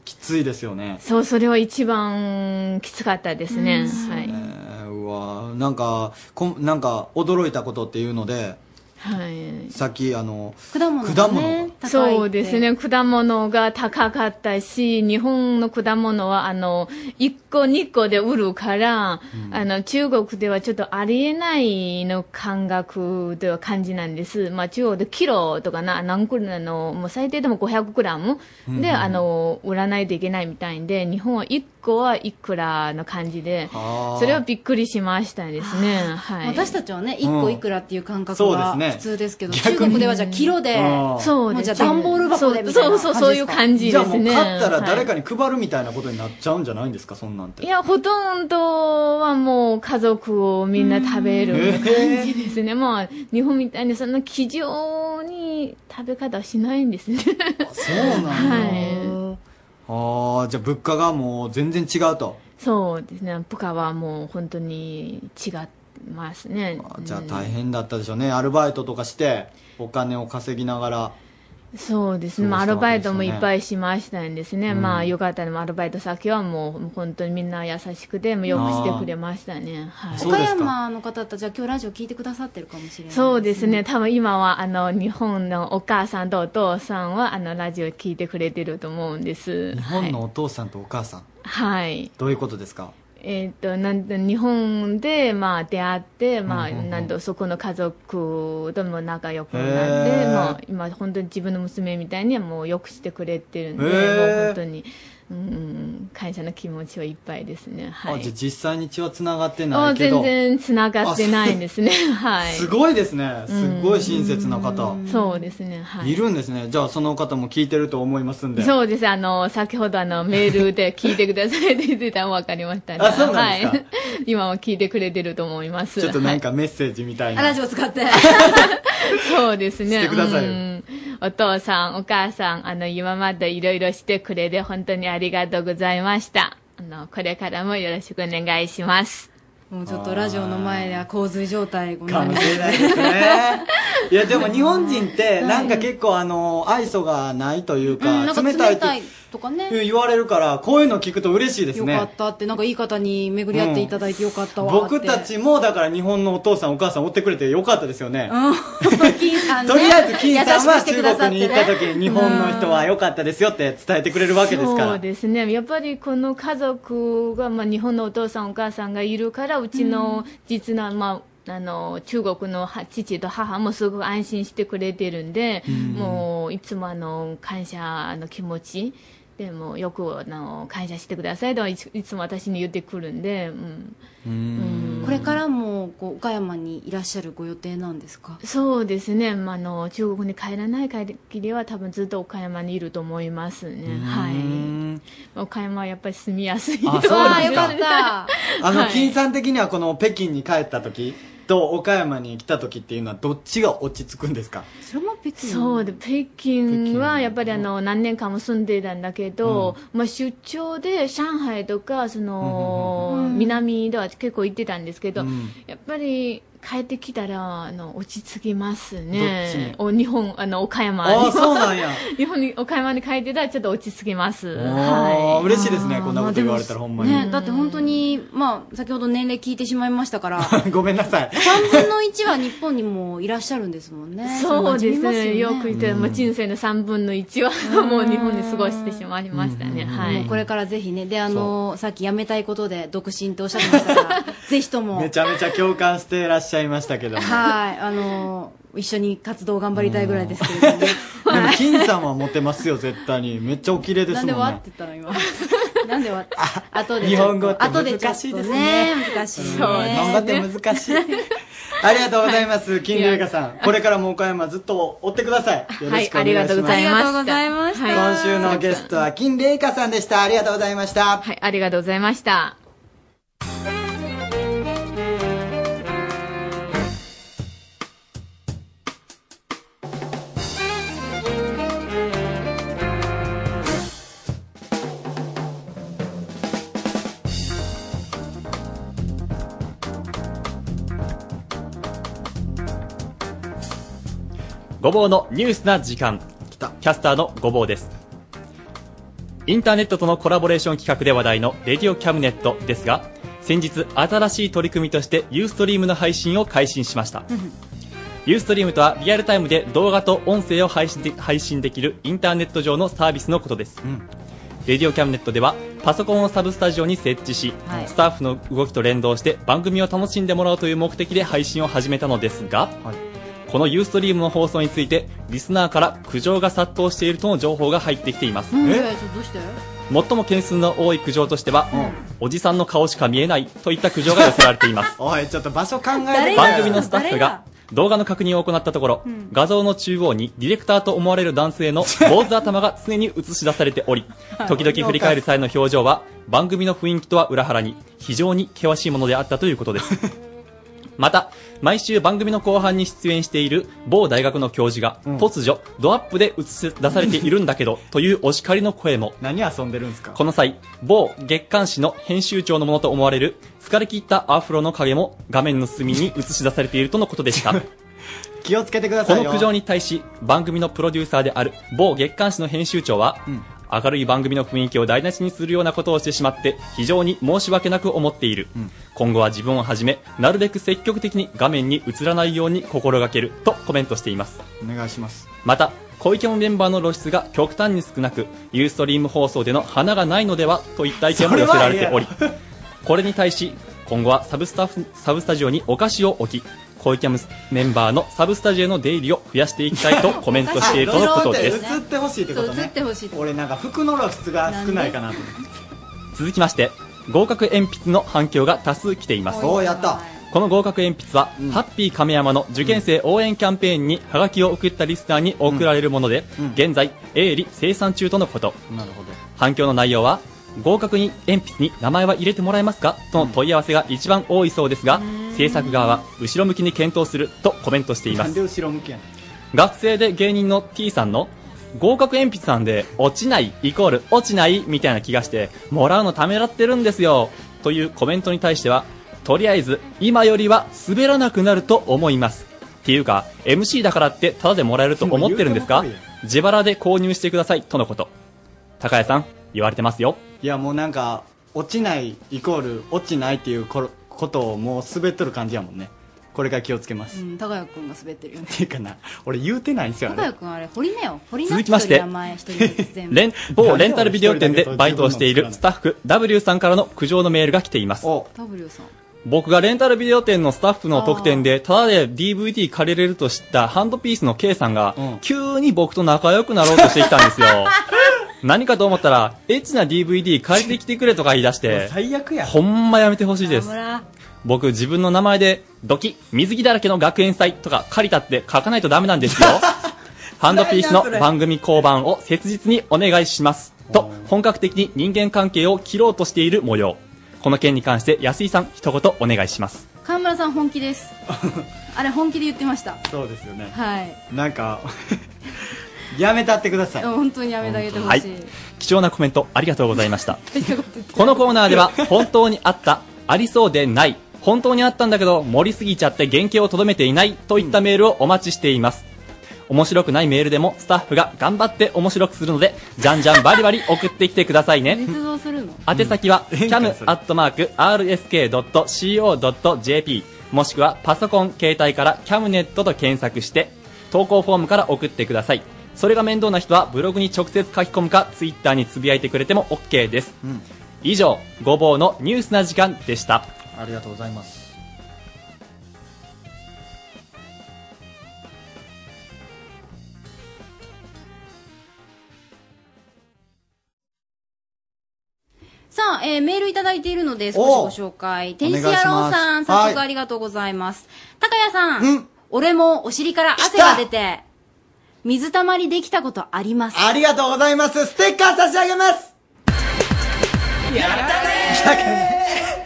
Speaker 2: きついですよね
Speaker 6: そう、それは一番きつかったですね。はい。
Speaker 2: えーうわなんかこんなんか驚いたことっていうので
Speaker 6: はい。
Speaker 2: さっきあの
Speaker 3: 果物
Speaker 2: 果
Speaker 3: が
Speaker 2: 物
Speaker 3: ね
Speaker 2: が。
Speaker 3: 高いって
Speaker 6: そうです。ね。果物が高かったし、日本の果物は、あの、1個2個で売るから、あの、中国ではちょっとありえないの感覚では感じなんです。まあ、中国でキロとかな、何グラムの、もう最低でも500グラムで、あの、売らないといけないみたいんで、日本は1個はいくらの感じで、
Speaker 2: あー
Speaker 6: それはびっくりしましたですね。はい。
Speaker 3: 私たちはね、一個いくらっていう感覚
Speaker 2: そうで
Speaker 3: が
Speaker 2: すね
Speaker 3: 普通ですけど、
Speaker 2: 逆に
Speaker 3: 中国ではじゃあキロで、
Speaker 2: あー
Speaker 6: そう
Speaker 3: も
Speaker 6: で
Speaker 3: う
Speaker 6: す
Speaker 3: じゃあ段ボール箱でみたいな
Speaker 6: そうそうそうそういう感じ
Speaker 2: じゃ
Speaker 6: で
Speaker 2: あ
Speaker 6: す
Speaker 2: もう
Speaker 6: ね
Speaker 2: 買ったら誰か
Speaker 6: は
Speaker 2: に配るみたいなことになっちゃうんじゃないんですかそんなん
Speaker 6: い、い
Speaker 2: て
Speaker 6: やほとんどはもう家族をみんな食べる感じですね、まあ日本みたいにそんな気丈に食べ方はしないんですね
Speaker 2: そうなんだ、ああじゃあ物価がもう全然違うと
Speaker 6: そうですね部下はもう本当に違ってますね
Speaker 2: あじゃあ大変だったでしょうねアルバイトとかしてお金を稼ぎながら
Speaker 6: そうですね、まあ、アルバイトもいっぱいしましたんですね、まあよかったね、アルバイト先はもうもう本当にみんな優しくて、もうよくしてくれましたね、はい、
Speaker 3: 岡山の方だったらじゃあ今日ラジオ聞いてくださってるかもしれない
Speaker 6: そうですね、多分今はあの日本のお母さんとお父さんはあのラジオ聞いてくれてると思うんです。
Speaker 2: 日本のお父さんとお母さん、
Speaker 6: はい
Speaker 2: どういうことですか
Speaker 6: えー、となんと日本で、まあ、出会って、まあ
Speaker 2: うんうんうん
Speaker 6: なんとそこの家族とも仲良くなって、
Speaker 2: へー
Speaker 6: まあ、今、本当に自分の娘みたいにはもうよくしてくれてるんで、
Speaker 2: へ
Speaker 6: も
Speaker 2: ー
Speaker 6: う本当に、うんうん、感謝の気持ちはいっぱいですね、は
Speaker 2: あじゃあ
Speaker 6: い、
Speaker 2: 実際に血はつながってな
Speaker 6: あ
Speaker 2: いけど
Speaker 6: 全然つながってないんですね、はい、
Speaker 2: すごいですねすごい親切な方
Speaker 6: そうですね、はい
Speaker 2: いるんですねじゃあその方も聞いてると思いますんで
Speaker 6: そうですあの先ほどあのメールで聞いてくださいって言ってたの分かりましたね
Speaker 2: あそうなんですか
Speaker 6: はい、 今は聞いてくれてると思います
Speaker 2: ちょっとなんかメッセージみたい
Speaker 3: あ
Speaker 2: な
Speaker 3: ラジオ使って
Speaker 6: そうですね。
Speaker 2: してくださいよ
Speaker 6: うんお父さん、お母さん、あの、今までいろいろしてくれて、本当にありがとうございました。あの、これからもよろしくお願いします。
Speaker 3: もうちょっとラジオの前では洪水状態ごめん
Speaker 2: か
Speaker 3: な
Speaker 2: も
Speaker 3: さい
Speaker 2: しれないですねいやでも日本人ってなんか結構あの愛想がないという
Speaker 3: うん
Speaker 2: か
Speaker 3: なんか
Speaker 2: 冷たい
Speaker 3: 冷
Speaker 2: った
Speaker 3: い
Speaker 2: て
Speaker 3: とかね
Speaker 2: 言われるからこういうの聞くと嬉しいです
Speaker 3: よか
Speaker 2: ね
Speaker 3: ったってなんかいい方に巡り合っていただいてよかったわって、
Speaker 2: 僕たちもだから日本のお父さんお母さん追ってくれてよかったですよね
Speaker 3: 金さんね
Speaker 2: とりあえず金さんは
Speaker 3: 優しくしてくだ
Speaker 2: 中
Speaker 3: さって
Speaker 2: 国
Speaker 3: ね
Speaker 2: に行った時に日本の人は良かったですよって伝えてくれるわけですか
Speaker 6: そう
Speaker 2: ら
Speaker 6: ですね。やっぱりこの家族が、まあ、日本のお父さんお母さんがいるから、うちの実の、まあ、あの、中国のは父と母もすごく安心してくれてるんで、もう、いつもあの、感謝の気持ち、でも、よく、あの、感謝してくださいといついつも私に言ってくるんで、うん。
Speaker 3: これからもこう岡山にいらっしゃるご予定なんですか
Speaker 6: そうですね、まあ、あの中国に帰らない限りは、多分ずっと岡山にいると思いますね、はい、まあ岡山はやっぱり住みやすいと
Speaker 2: あそうなんですか
Speaker 6: 思います
Speaker 3: た
Speaker 2: あ
Speaker 6: は
Speaker 2: の
Speaker 6: い
Speaker 2: 金さん的にはこの北京に帰った時と岡山に来た時っていうのはどっちが落ち着くんですか
Speaker 3: それも別に
Speaker 6: そうで北京はやっぱりあの何年間も住んでいたんだけど、まあ、出張で上海とかその、南では結構行ってたんですけど、
Speaker 2: ん
Speaker 6: やっぱり帰ってきたらあの落ち着きます
Speaker 2: どっ
Speaker 6: ね
Speaker 2: ち
Speaker 6: お日本あの岡山
Speaker 2: ああ
Speaker 6: に
Speaker 2: そうなんや
Speaker 6: 日本に岡山に帰ってたらちょっと落ち着きます、
Speaker 2: あ
Speaker 6: は
Speaker 2: ー
Speaker 6: い、
Speaker 2: 嬉しいですね
Speaker 3: あー
Speaker 2: こんなこと言われたらほんまに、
Speaker 3: あでも ね、だって本当に、まあ、先ほど年齢聞いてしまいました から、3
Speaker 2: ごめんなさい
Speaker 3: 分の1は日本にもいらっしゃるんですもんね。
Speaker 6: そうです
Speaker 3: れ馴染
Speaker 6: ね。
Speaker 3: み
Speaker 6: よ
Speaker 3: ます
Speaker 6: く
Speaker 3: よね
Speaker 6: 言って、まあ、人生の3分の1は もう日本で過ごしてしまいましたね。は
Speaker 3: もう
Speaker 6: い。
Speaker 3: これからぜひね、で、あの、さっき辞めたいことで独身とおっしゃってました から、ぜひとも、は
Speaker 2: め
Speaker 3: い、
Speaker 2: ちゃめちゃ共感してらっしゃいまし たけども
Speaker 3: あの、一緒に活動頑張りたいぐらい ですけれども、
Speaker 2: でも金さんはモテますよ絶対にめっちゃお綺麗で
Speaker 3: なん
Speaker 2: すもん
Speaker 3: で
Speaker 2: ね
Speaker 3: わって言ったの今。なんでわって。後でちょ
Speaker 2: 日
Speaker 3: っと。
Speaker 2: 本語って
Speaker 3: 後でちょ
Speaker 2: 難
Speaker 3: っ
Speaker 2: しい
Speaker 3: と
Speaker 2: です
Speaker 3: ね
Speaker 2: ね。
Speaker 3: 難しいね。
Speaker 6: そうね
Speaker 2: 頑張って難しいありがとうございます金龍香さんこれからも岡山ずっと追ってくださいよろ
Speaker 6: は
Speaker 2: し
Speaker 6: い、
Speaker 2: くお
Speaker 6: あ
Speaker 2: 願
Speaker 6: り
Speaker 2: いし
Speaker 6: が
Speaker 2: ます
Speaker 6: とうございました。
Speaker 3: ありがとうございました
Speaker 6: はい
Speaker 2: 今週のゲストは金麗華さんでしたありがとうございました
Speaker 6: はい、ありがとうございました。
Speaker 9: ごぼうのニュースな時間。キャスターのごぼうです。インターネットとのコラボレーション企画で話題のレディオキャムネットですが、先日新しい取り組みとしてユーストリームの配信を開始しました。ユーストリームとはリアルタイムで動画と音声を配信で配信できるインターネット上のサービスのことです。レディオキャムネットではパソコンをサブスタジオに設置し、
Speaker 3: はい
Speaker 9: スタッフの動きと連動して番組を楽しんでもらおうという目的で配信を始めたのですが、このユーストリームの放送についてリスナーから苦情が殺到しているとの情報が入ってきています、
Speaker 3: なんでちょっとどうして
Speaker 9: 最も件数の多い苦情としては、おじさんの顔しか見えないといった苦情が寄せられています
Speaker 2: おいちょっと場所考
Speaker 3: 誰
Speaker 2: えて
Speaker 3: が
Speaker 9: 番組のスタッフ
Speaker 3: 誰が
Speaker 9: が動画の確認を行ったところ、画像の中央にディレクターと思われる男性の坊主頭が常に映し出されてお り時々振り返る際の表情は番組の雰囲気とは裏腹に非常に険しいものであったということですまた、毎週番組の後半に出演している某大学の教授が、突如、ドアップで映し出されているんだけ ど、というお叱りの声も、
Speaker 2: 何遊んでるんですか
Speaker 9: この際、某月刊誌の編集長のものと思われる、疲れ切ったアフロの影も画面の隅に映し出されているとのことでした。
Speaker 2: 気をつけてくださいよ
Speaker 9: この苦情に対し番組のプロデューサーである某月刊誌の編集長は、明るい番組の雰囲気を台無しにするようなことをしてしまって非常に申し訳なく思っている、今後は自分をはじめなるべく積極的に画面に映らないように心がけるとコメントしています
Speaker 2: お願いします
Speaker 9: また小池もメンバーの露出が極端に少なくユーストリーム放送での花がないのではといった意見も寄せられており これに対し今後はサブスタフサブスタジオにお菓子を置き小池メンバーのサブスタジオへの出入りを増やしていきたいとコメントしているとのことです
Speaker 2: 映ってほしいってことね
Speaker 3: ってほしい
Speaker 2: 俺なんか服の露出が少ないかなと思って
Speaker 9: 続きまして合格鉛筆の反響が多数来ています
Speaker 2: おーやった
Speaker 9: この合格鉛筆は、ハッピー亀山の受験生応援キャンペーンにハガキを送ったリスナーに送られるもので、現在鋭利生産中とのこと
Speaker 2: なるほど
Speaker 9: 反響の内容は合格に鉛筆に名前は入れてもらえますかとの問い合わせが一番多いそうですが、制作側は後ろ向きに検討するとコメントしてい
Speaker 2: な
Speaker 9: ま
Speaker 2: ん
Speaker 9: す
Speaker 2: で後ろ向きやね
Speaker 9: 学生で芸人の T さんの合格鉛筆なんで落ちないイコール落ちないみたいな気がしてもらうのためらってるんですよというコメントに対してはとりあえず今よりは滑らなくなると思いますっていうか MC だからってただでもらえると思ってるんですか自腹で購入してくださいとのこと高谷さん言われてますよ
Speaker 2: んいやもうなんか落ちないイコール落ちないっていうこことをもう滑っとる感じやもんねこれから気をつけます、
Speaker 3: う
Speaker 2: っ
Speaker 3: ん、高谷君が滑ってるよね
Speaker 2: ていうかな俺言うてないんですよあ
Speaker 3: 高
Speaker 2: れ
Speaker 3: 谷君あれ堀目よ堀目
Speaker 9: 続きまして
Speaker 3: 名前一人ずつ 全部
Speaker 9: レン某レンタルビデオ店でバイトをしているスタッフ W さんからの苦情のメールが来ています
Speaker 3: W さん
Speaker 9: 僕がレンタルビデオ店のスタッフの特典で、ただで DVD 借りれると知ったハンドピースの K さんが、急に僕と仲良くなろうとしてきたんです よ。何かと思ったら、エッチな DVD 借りてきてくれとか言い出して、
Speaker 2: 最悪や
Speaker 9: ほんまやめてほしいです。僕自分の名前で、ドキ、水着だらけの学園祭とか借りたって書かないとダメな んですよ。ハンドピースの番組交番を切実にお願いします。と、本格的に人間関係を切ろうとしている模様。この件に関して安井さん一言お願いします。
Speaker 3: 川村さん本気です あれ本気で言ってました
Speaker 2: そうですよね
Speaker 3: はい
Speaker 2: なんか やめたってください
Speaker 3: 本当にやめてあげてほ
Speaker 9: はい
Speaker 3: しい、。
Speaker 9: 貴重なコメントありがとうございました。このコーナーでは本当にあった、ありそうでない、本当にあったんだけど盛りすぎちゃって原型をとどめていないといったメールをお待ちしています。面白くないメールでもスタッフが頑張って面白くするので、じゃんじゃんバリバリ送ってきてくださいね。
Speaker 3: 捏造するの
Speaker 9: 宛先は cam.rsk.co.jp もしくはパソコン、携帯から camnet と検索して投稿フォームから送ってくださいそれが面倒な人はブログに直接書き込むかツイッターにつぶやいてくれても OK です、以上ごぼうのニュースな時間でした
Speaker 2: ありがとうございます
Speaker 3: さあ、えーメールいただいているので少しご紹介天使野郎さん
Speaker 10: お願いします
Speaker 3: 早速ありがとうございます高谷さん、俺もお尻から汗が出て水たまりできたことあります
Speaker 2: ありがとうございますステッカー差し上げます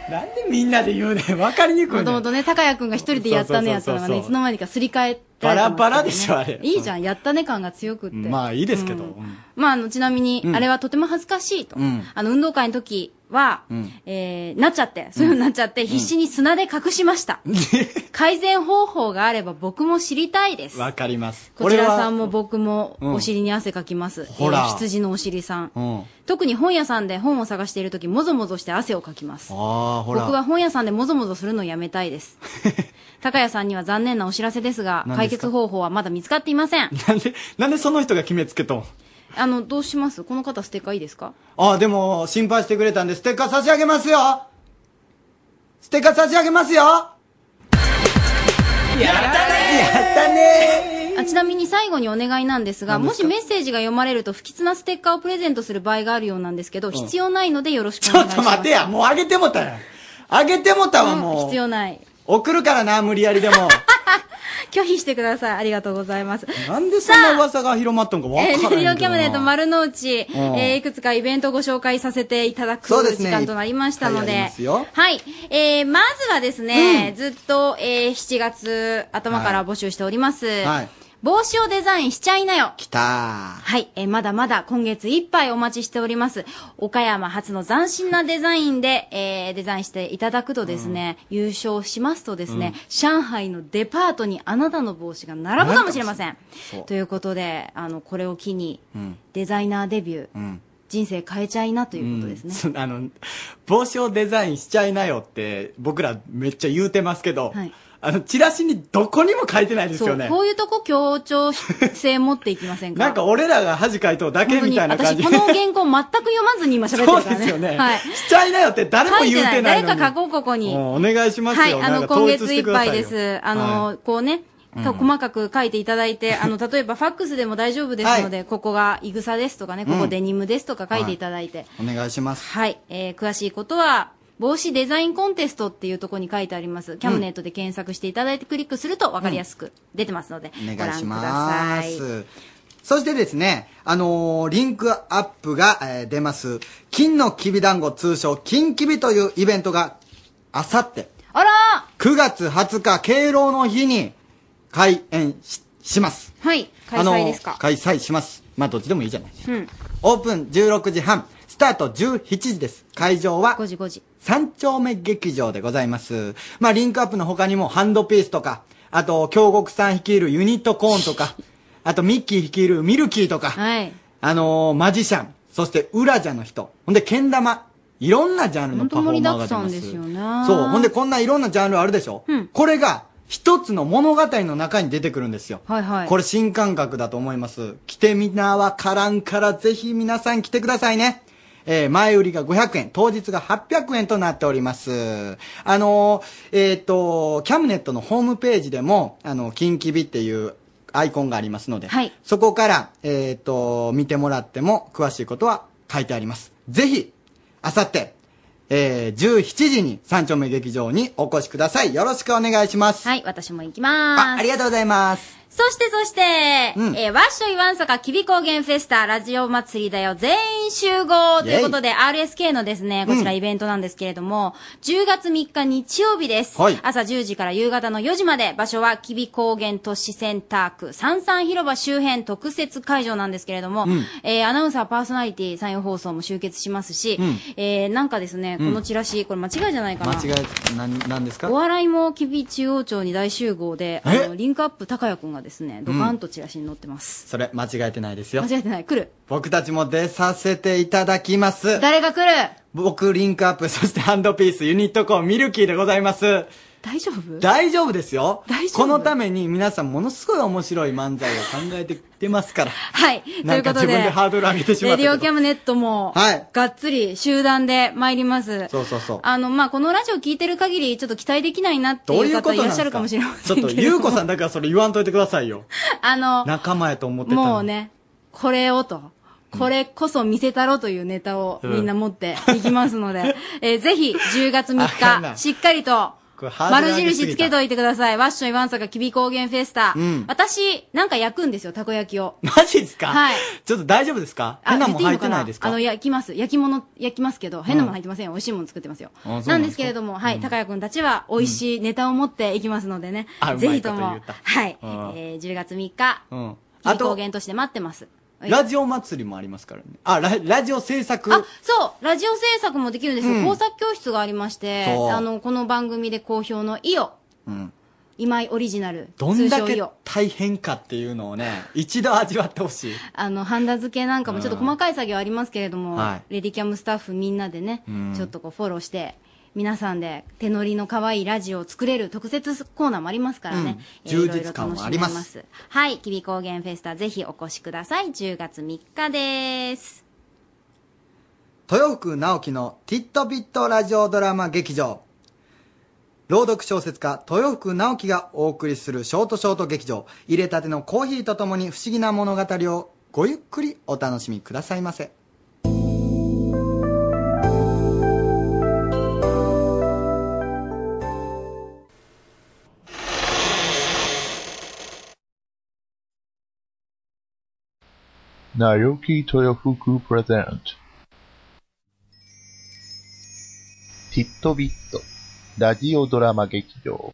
Speaker 2: なんでみんなで言うねん分かりにく
Speaker 3: も
Speaker 2: い
Speaker 3: と
Speaker 2: ね
Speaker 3: も
Speaker 2: ん
Speaker 3: とね、高谷くんが一人でやったねやったのが
Speaker 2: そうそうそうそう
Speaker 3: ね、いつの間にかすり替え
Speaker 2: バ
Speaker 3: られてま
Speaker 2: ラ
Speaker 3: す
Speaker 2: バラでしょあれ
Speaker 3: いいじゃん、やったね感が強くって。
Speaker 2: まあいいですけど、
Speaker 3: まあ、あの、ちなみに
Speaker 2: う、ん
Speaker 3: あれはとても恥ずかしいと。
Speaker 2: うん
Speaker 3: あの、運動会の時は、
Speaker 2: うん
Speaker 3: えー、なっちゃって、そういうのになっちゃって、必死に砂で隠しました。改善方法があれば僕も知りたいです。
Speaker 2: わかります
Speaker 3: こちらさん
Speaker 2: も
Speaker 3: も僕も
Speaker 2: うん
Speaker 3: お尻に汗かきます。
Speaker 2: ほら
Speaker 3: えー羊のお尻さん。
Speaker 2: うんあ
Speaker 3: 特に本屋さんで本を探している時、もぞもぞして汗をかきます。
Speaker 2: あほら
Speaker 3: 僕は本屋さんでもぞもぞするのをやめたい です。高谷さんには残念なお知らせですが、
Speaker 2: 何ですか
Speaker 3: 解決方法はまだ見つかっていません。
Speaker 2: なんでなんでその人が決めつけとん
Speaker 3: あの、どうしますこの方ステッカーいいですか
Speaker 2: ああでも心配してくれたんでステッカー差し上げますよステッカー差し上げますよ
Speaker 3: あちなみに最後にお願いなんですが、
Speaker 2: 何で
Speaker 3: も
Speaker 2: す
Speaker 3: し
Speaker 2: か
Speaker 3: メッセージが読まれると不吉なステッカーをプレゼントする場合があるようなんですけど、
Speaker 2: ん
Speaker 3: 必要ないのでよろしくお
Speaker 2: ちょ
Speaker 3: 願い
Speaker 2: っ
Speaker 3: し
Speaker 2: と
Speaker 3: ます。
Speaker 2: 待てやもうあげてもたやあげてもたわもう、
Speaker 3: 必要ない。
Speaker 2: 送るからな無理やりで も
Speaker 3: 拒否してください。ありがとうございます。
Speaker 2: なんでそんな噂が広まったんかわから
Speaker 3: え
Speaker 2: んけ
Speaker 3: ー、
Speaker 2: ど
Speaker 3: レディ
Speaker 2: な
Speaker 3: オキャムネット丸の内、え
Speaker 2: ん
Speaker 3: ーいくつかイベントをご紹介させていただく
Speaker 2: そうです
Speaker 3: 時
Speaker 2: ね
Speaker 3: 間となりましたの
Speaker 2: いっぱいあり
Speaker 3: で
Speaker 2: ますよ、
Speaker 3: はい、えーまずはですね、ずっと、えー7月頭から募集しております、
Speaker 2: はい
Speaker 3: 帽子をデザインしちゃいなよ。
Speaker 2: きた
Speaker 3: はい、えーまだまだ今月いっぱいお待ちしております。岡山発の斬新なデザインで、えーデザインしていただくとですね、優勝しますとですね、
Speaker 10: うん
Speaker 3: 上海のデパートにあなたの帽子が並ぶかもしれません。
Speaker 10: そう
Speaker 3: ということで、あの、これを機に、
Speaker 11: うん
Speaker 3: デザイナーデビュー、
Speaker 11: うん
Speaker 3: 人生変えちゃいなということですね。
Speaker 11: そあの帽子をデザインしちゃいなよって僕らめっちゃ言うてますけど、
Speaker 3: はい
Speaker 11: あのチラシにどこにも書いてないですよね
Speaker 3: こういうとこ強調性持っていきませんか
Speaker 11: なんか俺らが恥かいとうだけみたいな感じ
Speaker 3: 本当に私この原稿全く読まずに今喋ってる
Speaker 11: そう
Speaker 3: からね。
Speaker 11: ですよね、
Speaker 3: はい。
Speaker 11: しちゃいなよって誰も言うてないのに
Speaker 3: 書誰か書こう、ここに。
Speaker 11: うんお願いします
Speaker 3: は
Speaker 11: よ、
Speaker 3: い、あ
Speaker 11: なん
Speaker 3: の、
Speaker 11: か
Speaker 3: 今
Speaker 11: 統一
Speaker 3: 月
Speaker 11: し
Speaker 3: い
Speaker 11: て
Speaker 3: っ
Speaker 11: く
Speaker 3: ぱ
Speaker 11: ださ
Speaker 3: い
Speaker 11: よ
Speaker 3: です。あ
Speaker 11: はい
Speaker 3: の、こうね、
Speaker 11: うん
Speaker 3: 細かく書いていただいて、あの、例えばファックスでも大丈夫ですので、ここがイグサですとかね、こ
Speaker 2: う
Speaker 3: こ
Speaker 2: ん
Speaker 3: デニムですとか書いていただいて。
Speaker 2: お願いします
Speaker 3: はい、えー詳しいことは、帽子デザインコンテストっていうところに書いてあります。キャムネットで検索していただいてクリックすると分かりやすく出てますので、
Speaker 2: お
Speaker 3: ご覧
Speaker 2: 願いし
Speaker 3: くださ
Speaker 2: ま
Speaker 3: い。
Speaker 2: す。そしてですね、あのーリンクアップが、えー出ます。金のきび団子通称金きびというイベントがあさって、
Speaker 3: あらー
Speaker 2: 9月20日敬老の日に開演しします。
Speaker 3: はい、開
Speaker 2: あのー
Speaker 3: 催ですか。
Speaker 2: 開催します。まあ、どっちでもいいじゃない。
Speaker 3: うん。
Speaker 2: オープン16時半、スタート17時です。会場は、5
Speaker 3: 時5時。
Speaker 2: 三丁目劇場でございます。まあ、リンクアップの他にも、ハンドピースとか、あと、京極さん率いるユニットコーンと か、あと、ミッキー率いるミルキーとか、
Speaker 3: はい。
Speaker 2: あのーマジシャン、そして、ウラジャの人、ほんで、けん玉、いろんなジャンルの
Speaker 3: 本
Speaker 2: パ
Speaker 3: 当
Speaker 2: フォ
Speaker 3: 盛
Speaker 2: ー
Speaker 3: り
Speaker 2: マ
Speaker 3: だ
Speaker 2: ーが
Speaker 3: く
Speaker 2: 出
Speaker 3: さ
Speaker 2: ま
Speaker 3: んで。
Speaker 2: す
Speaker 3: すよね。
Speaker 2: そう。ほんで、こんないろんなジャンルあるでしょ、
Speaker 3: うん
Speaker 2: これが、一つの物語の中に出てくるんですよ。
Speaker 3: はいはい。
Speaker 2: これ新感覚だと思います。来てみなわからんからぜひ皆さん来てくださいね。えー前売りが500円、当日が800円となっております。あのーえっ、と、キャムネットのホームページでも、あの、キンキビっていうアイコンがありますので、そこから、えっ、と、見てもらっても詳しいことは書いてあります。ぜひ、あさって、えー17時に三丁目劇場にお越しください。よろしくお願いします。
Speaker 3: はい、私も行きま
Speaker 2: あ、ありがとうございます。
Speaker 3: そしてそして、
Speaker 2: うん
Speaker 3: えー、わっしょいわんさかきび高原フェスタラジオ祭りだよ全員集合
Speaker 10: イェイ
Speaker 3: ということで RSK のですね、こちら
Speaker 10: うん
Speaker 3: イベントなんですけれども、10月3日日曜日です、
Speaker 10: はい
Speaker 3: 朝10時から夕方の4時まで、場所はきび高原都市センター区三三広場周辺特設会場なんですけれども、
Speaker 10: うん
Speaker 3: えーアナウンサーパーソナリティ採用放送も集結しますし、
Speaker 2: うん
Speaker 3: えー、なんかですね、
Speaker 2: うん
Speaker 3: このチラシ、これ間違いじゃないかな。
Speaker 2: 間違え、なん、なんですか
Speaker 3: お笑いも吉備中央町に大集合で、あのリンクアップ高谷くんがですね、ドカンとチラシに載ってます。
Speaker 2: それ、間違えてないですよ。
Speaker 3: 間違えてない。来る。
Speaker 2: 僕たちも出させていただきます。
Speaker 3: 誰が来る
Speaker 2: 僕、リンクアップ、 そしてハンドピース、ユニットコーン、ミルキーでございます。
Speaker 3: 大丈夫
Speaker 2: 大丈夫ですよ。
Speaker 3: 大丈夫
Speaker 2: このために皆さんものすごい面白い漫才を考えてきてま すから。
Speaker 3: はい。と
Speaker 2: ない
Speaker 3: うん
Speaker 2: か
Speaker 3: こと
Speaker 2: 自
Speaker 3: で、
Speaker 2: 分でハードル上げてしま
Speaker 3: レ
Speaker 2: っ
Speaker 3: デ
Speaker 2: たけ
Speaker 3: ィ
Speaker 2: ど
Speaker 3: オキャムネットも、
Speaker 2: はい
Speaker 3: がっつり集団で参ります。
Speaker 2: そうそうそう。
Speaker 3: あの、まあ、このラジオ聞いてる限り、ちょっと期待できないなって
Speaker 2: どう
Speaker 3: い
Speaker 2: いううこ
Speaker 3: 方
Speaker 2: と
Speaker 3: いらっ
Speaker 2: なんです
Speaker 3: しゃ
Speaker 2: か
Speaker 3: るかもしれま
Speaker 2: ち
Speaker 3: せ
Speaker 2: ょ
Speaker 3: んけ
Speaker 2: っと、
Speaker 3: ど。
Speaker 2: ゆうこさんだからそれ言わんといてくださいよ。
Speaker 3: あの、
Speaker 2: 仲間やと思ってたのに
Speaker 3: もう。ね、これをと、これこそ見せたろというネタをみんな持っていきますので、えーぜひ10月
Speaker 2: あかん
Speaker 3: 3日、
Speaker 2: な
Speaker 3: しっかりと、
Speaker 2: これハードル
Speaker 3: 丸
Speaker 2: 上げす
Speaker 3: 印
Speaker 2: ぎ
Speaker 3: つ
Speaker 2: た
Speaker 3: けといてください。ワッショイワンサカキビ高原フェスタ。
Speaker 2: うん
Speaker 3: 私、なんか焼くんですよ、たこ焼きを。
Speaker 2: マジですか
Speaker 3: はい。
Speaker 2: ちょっと大丈夫ですか
Speaker 3: あ
Speaker 2: 変な
Speaker 3: 言っ
Speaker 2: もん
Speaker 3: ていい
Speaker 2: 入
Speaker 3: の
Speaker 2: っ
Speaker 3: か
Speaker 2: てないですか
Speaker 3: あの、焼きます。焼き物、焼きますけど、変なもん入ってませんよ。美味しいもの作ってますよ。
Speaker 2: あそうなんですか
Speaker 3: なんですけれども、はい、高谷くんたちは美味しいネタを持っていきますのでね
Speaker 2: あ。うま
Speaker 3: ぜ
Speaker 2: い
Speaker 3: ひ
Speaker 2: ことと
Speaker 3: も
Speaker 2: 言った、
Speaker 3: はい、え
Speaker 2: うん
Speaker 3: ー10月3日、
Speaker 2: うん。
Speaker 3: キビ高原として待ってます。
Speaker 2: ラジオ祭りもありますからね。あ、ララジオ制作。
Speaker 3: そう、ラジオ制作もできるんですよ。
Speaker 2: うん
Speaker 3: 工作教室がありまして、
Speaker 2: そう
Speaker 3: あの、この番組で好評のイオ、
Speaker 2: うん。
Speaker 3: 今井オリジナル、
Speaker 2: どんだ
Speaker 3: 通称イ
Speaker 2: け
Speaker 3: オ。
Speaker 2: 大変かっていうのをね、一度味わってほしい。
Speaker 3: あの、ハンダ付けなんかもちょっと
Speaker 2: うん
Speaker 3: 細かい作業ありますけれども、
Speaker 2: は
Speaker 3: レディキャムスタッフみんなでね、
Speaker 2: うん
Speaker 3: ちょっとこうフォローして、皆さんで手乗りの可愛いラジオを作れる特設コーナーもありますからね。
Speaker 2: うん
Speaker 3: えー
Speaker 2: 充実感もありま
Speaker 3: いろいろ楽し
Speaker 2: す
Speaker 3: めますはい、キビ高原フェスタぜひお越しください。10月3日です。
Speaker 2: 豊福直樹のティットビットラジオドラマ劇場。朗読小説家、豊福直樹がお送りするショートショート劇場。入れたてのコーヒーとともに不思議な物語をごゆっくりお楽しみくださいませ。
Speaker 12: Naoki Toyofuku present ティットビットラジオドラマ劇場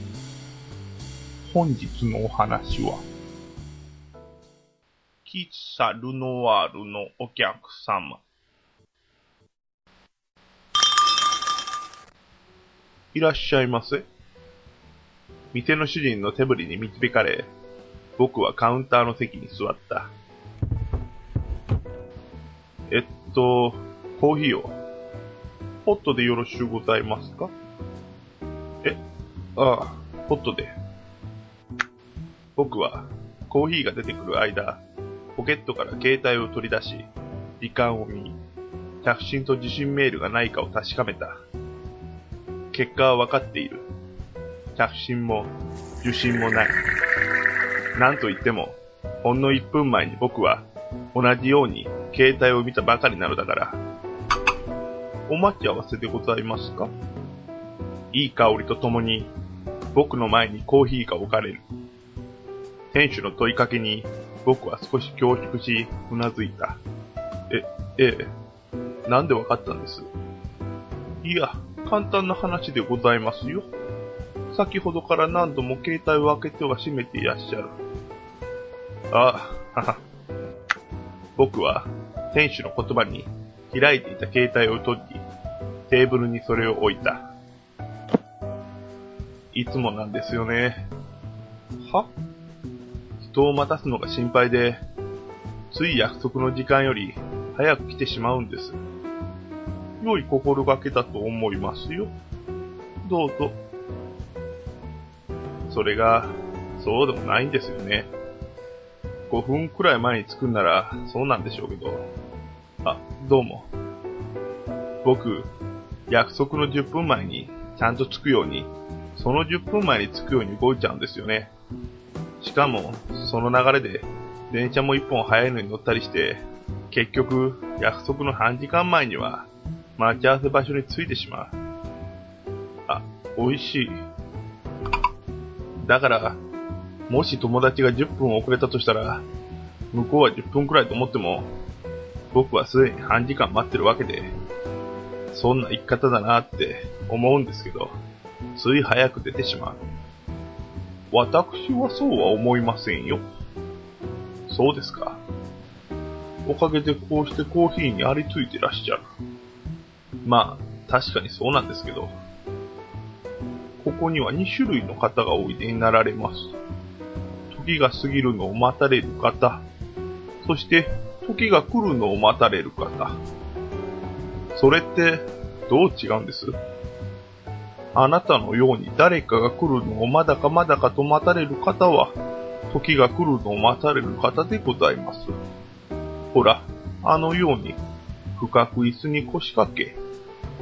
Speaker 12: 本日のお話は、喫茶ルノワールのお客様。いらっしゃいませ。店の主人の手振りに導かれ、僕はカウンターの席に座った。えっと、コーヒーを。ホットでよろしゅうございますかえああ、ホットで。僕は、コーヒーが出てくる間、ポケットから携帯を取り出し、時間を見、着信と受信メールがないかを確かめた。結果は分かっている。着信も受信もない。なんといっても、ほんの1分前に僕は同じように携帯を見たばかりなのだから。お待ち合わせでございますかいい香りとともに僕の前にコーヒーが置かれる。店主の問いかけに僕は少し恐縮し、うなずいた。え、ええ、なんでわかったんですいや、簡単な話でございますよ。先ほどから何度も携帯を開けては閉めていらっしゃる。あ、はは。僕は、店主の言葉に、開いていた携帯を閉じ、テーブルにそれを置いた。いつもなんですよね。は人を待たすのが心配で、つい約束の時間より早く来てしまうんです。良い心がけだと思いますよ。どうぞ。それが、そうでもないんですよね。5分くらい前に着くんなら、そうなんでしょうけど。あ、どうも。僕、約束の10分前にちゃんと着くように、その10分前に着くように動いちゃうんですよね。しかも、その流れで、電車も一本早いのに乗ったりして、結局、約束の半時間前には、待ち合わせ場所に着いてしまう。あ、美味しい。だから、もし友達が10分遅れたとしたら、向こうは10分くらいと思っても、僕はすでに半時間待ってるわけで、そんな生き方だなって思うんですけど、つい早く出てしまう。私はそうは思いませんよ。そうですか。おかげでこうしてコーヒーにありついてらっしゃる。まあ、確かにそうなんですけど、ここには2種類の方がおいでになられます。時が過ぎるのを待たれる方、そして時が来るのを待たれる方。それってどう違うんですあなたのように誰かが来るのをまだかまだかと待たれる方は、時が来るのを待たれる方でございます。ほら、あのように、深く椅子に腰掛け、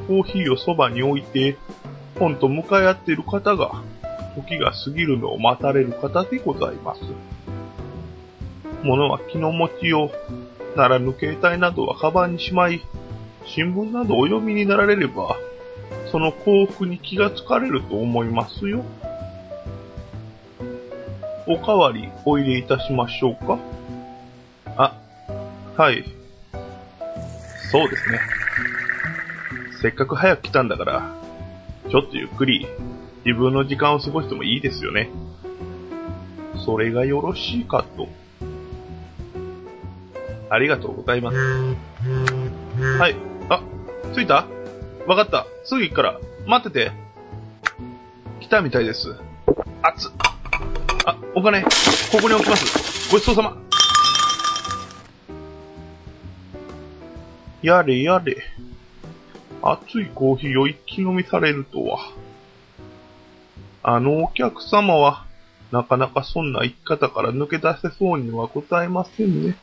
Speaker 12: コーヒーをそばに置いて、本と向かい合っている方が、時が過ぎるのを待たれる方でございます。物は気の持ちよう、ならぬ携帯などはカバンにしまい、新聞などお読みになられれば、その幸福に気がつかれると思いますよ。おかわりお入れいたしましょうかあ、はい。そうですね。せっかく早く来たんだから、ちょっとゆっくり自分の時間を過ごしてもいいですよね。それがよろしいかと。ありがとうございます。はい。あ、着いたわかった。すぐ行くから。待ってて。来たみたいです。あつ。あ、お金、ここに置きます。ごちそうさま。やれやれ。熱いコーヒーを一気飲みされるとは。あのお客様は、なかなかそんな生き方から抜け出せそうにはございませんね。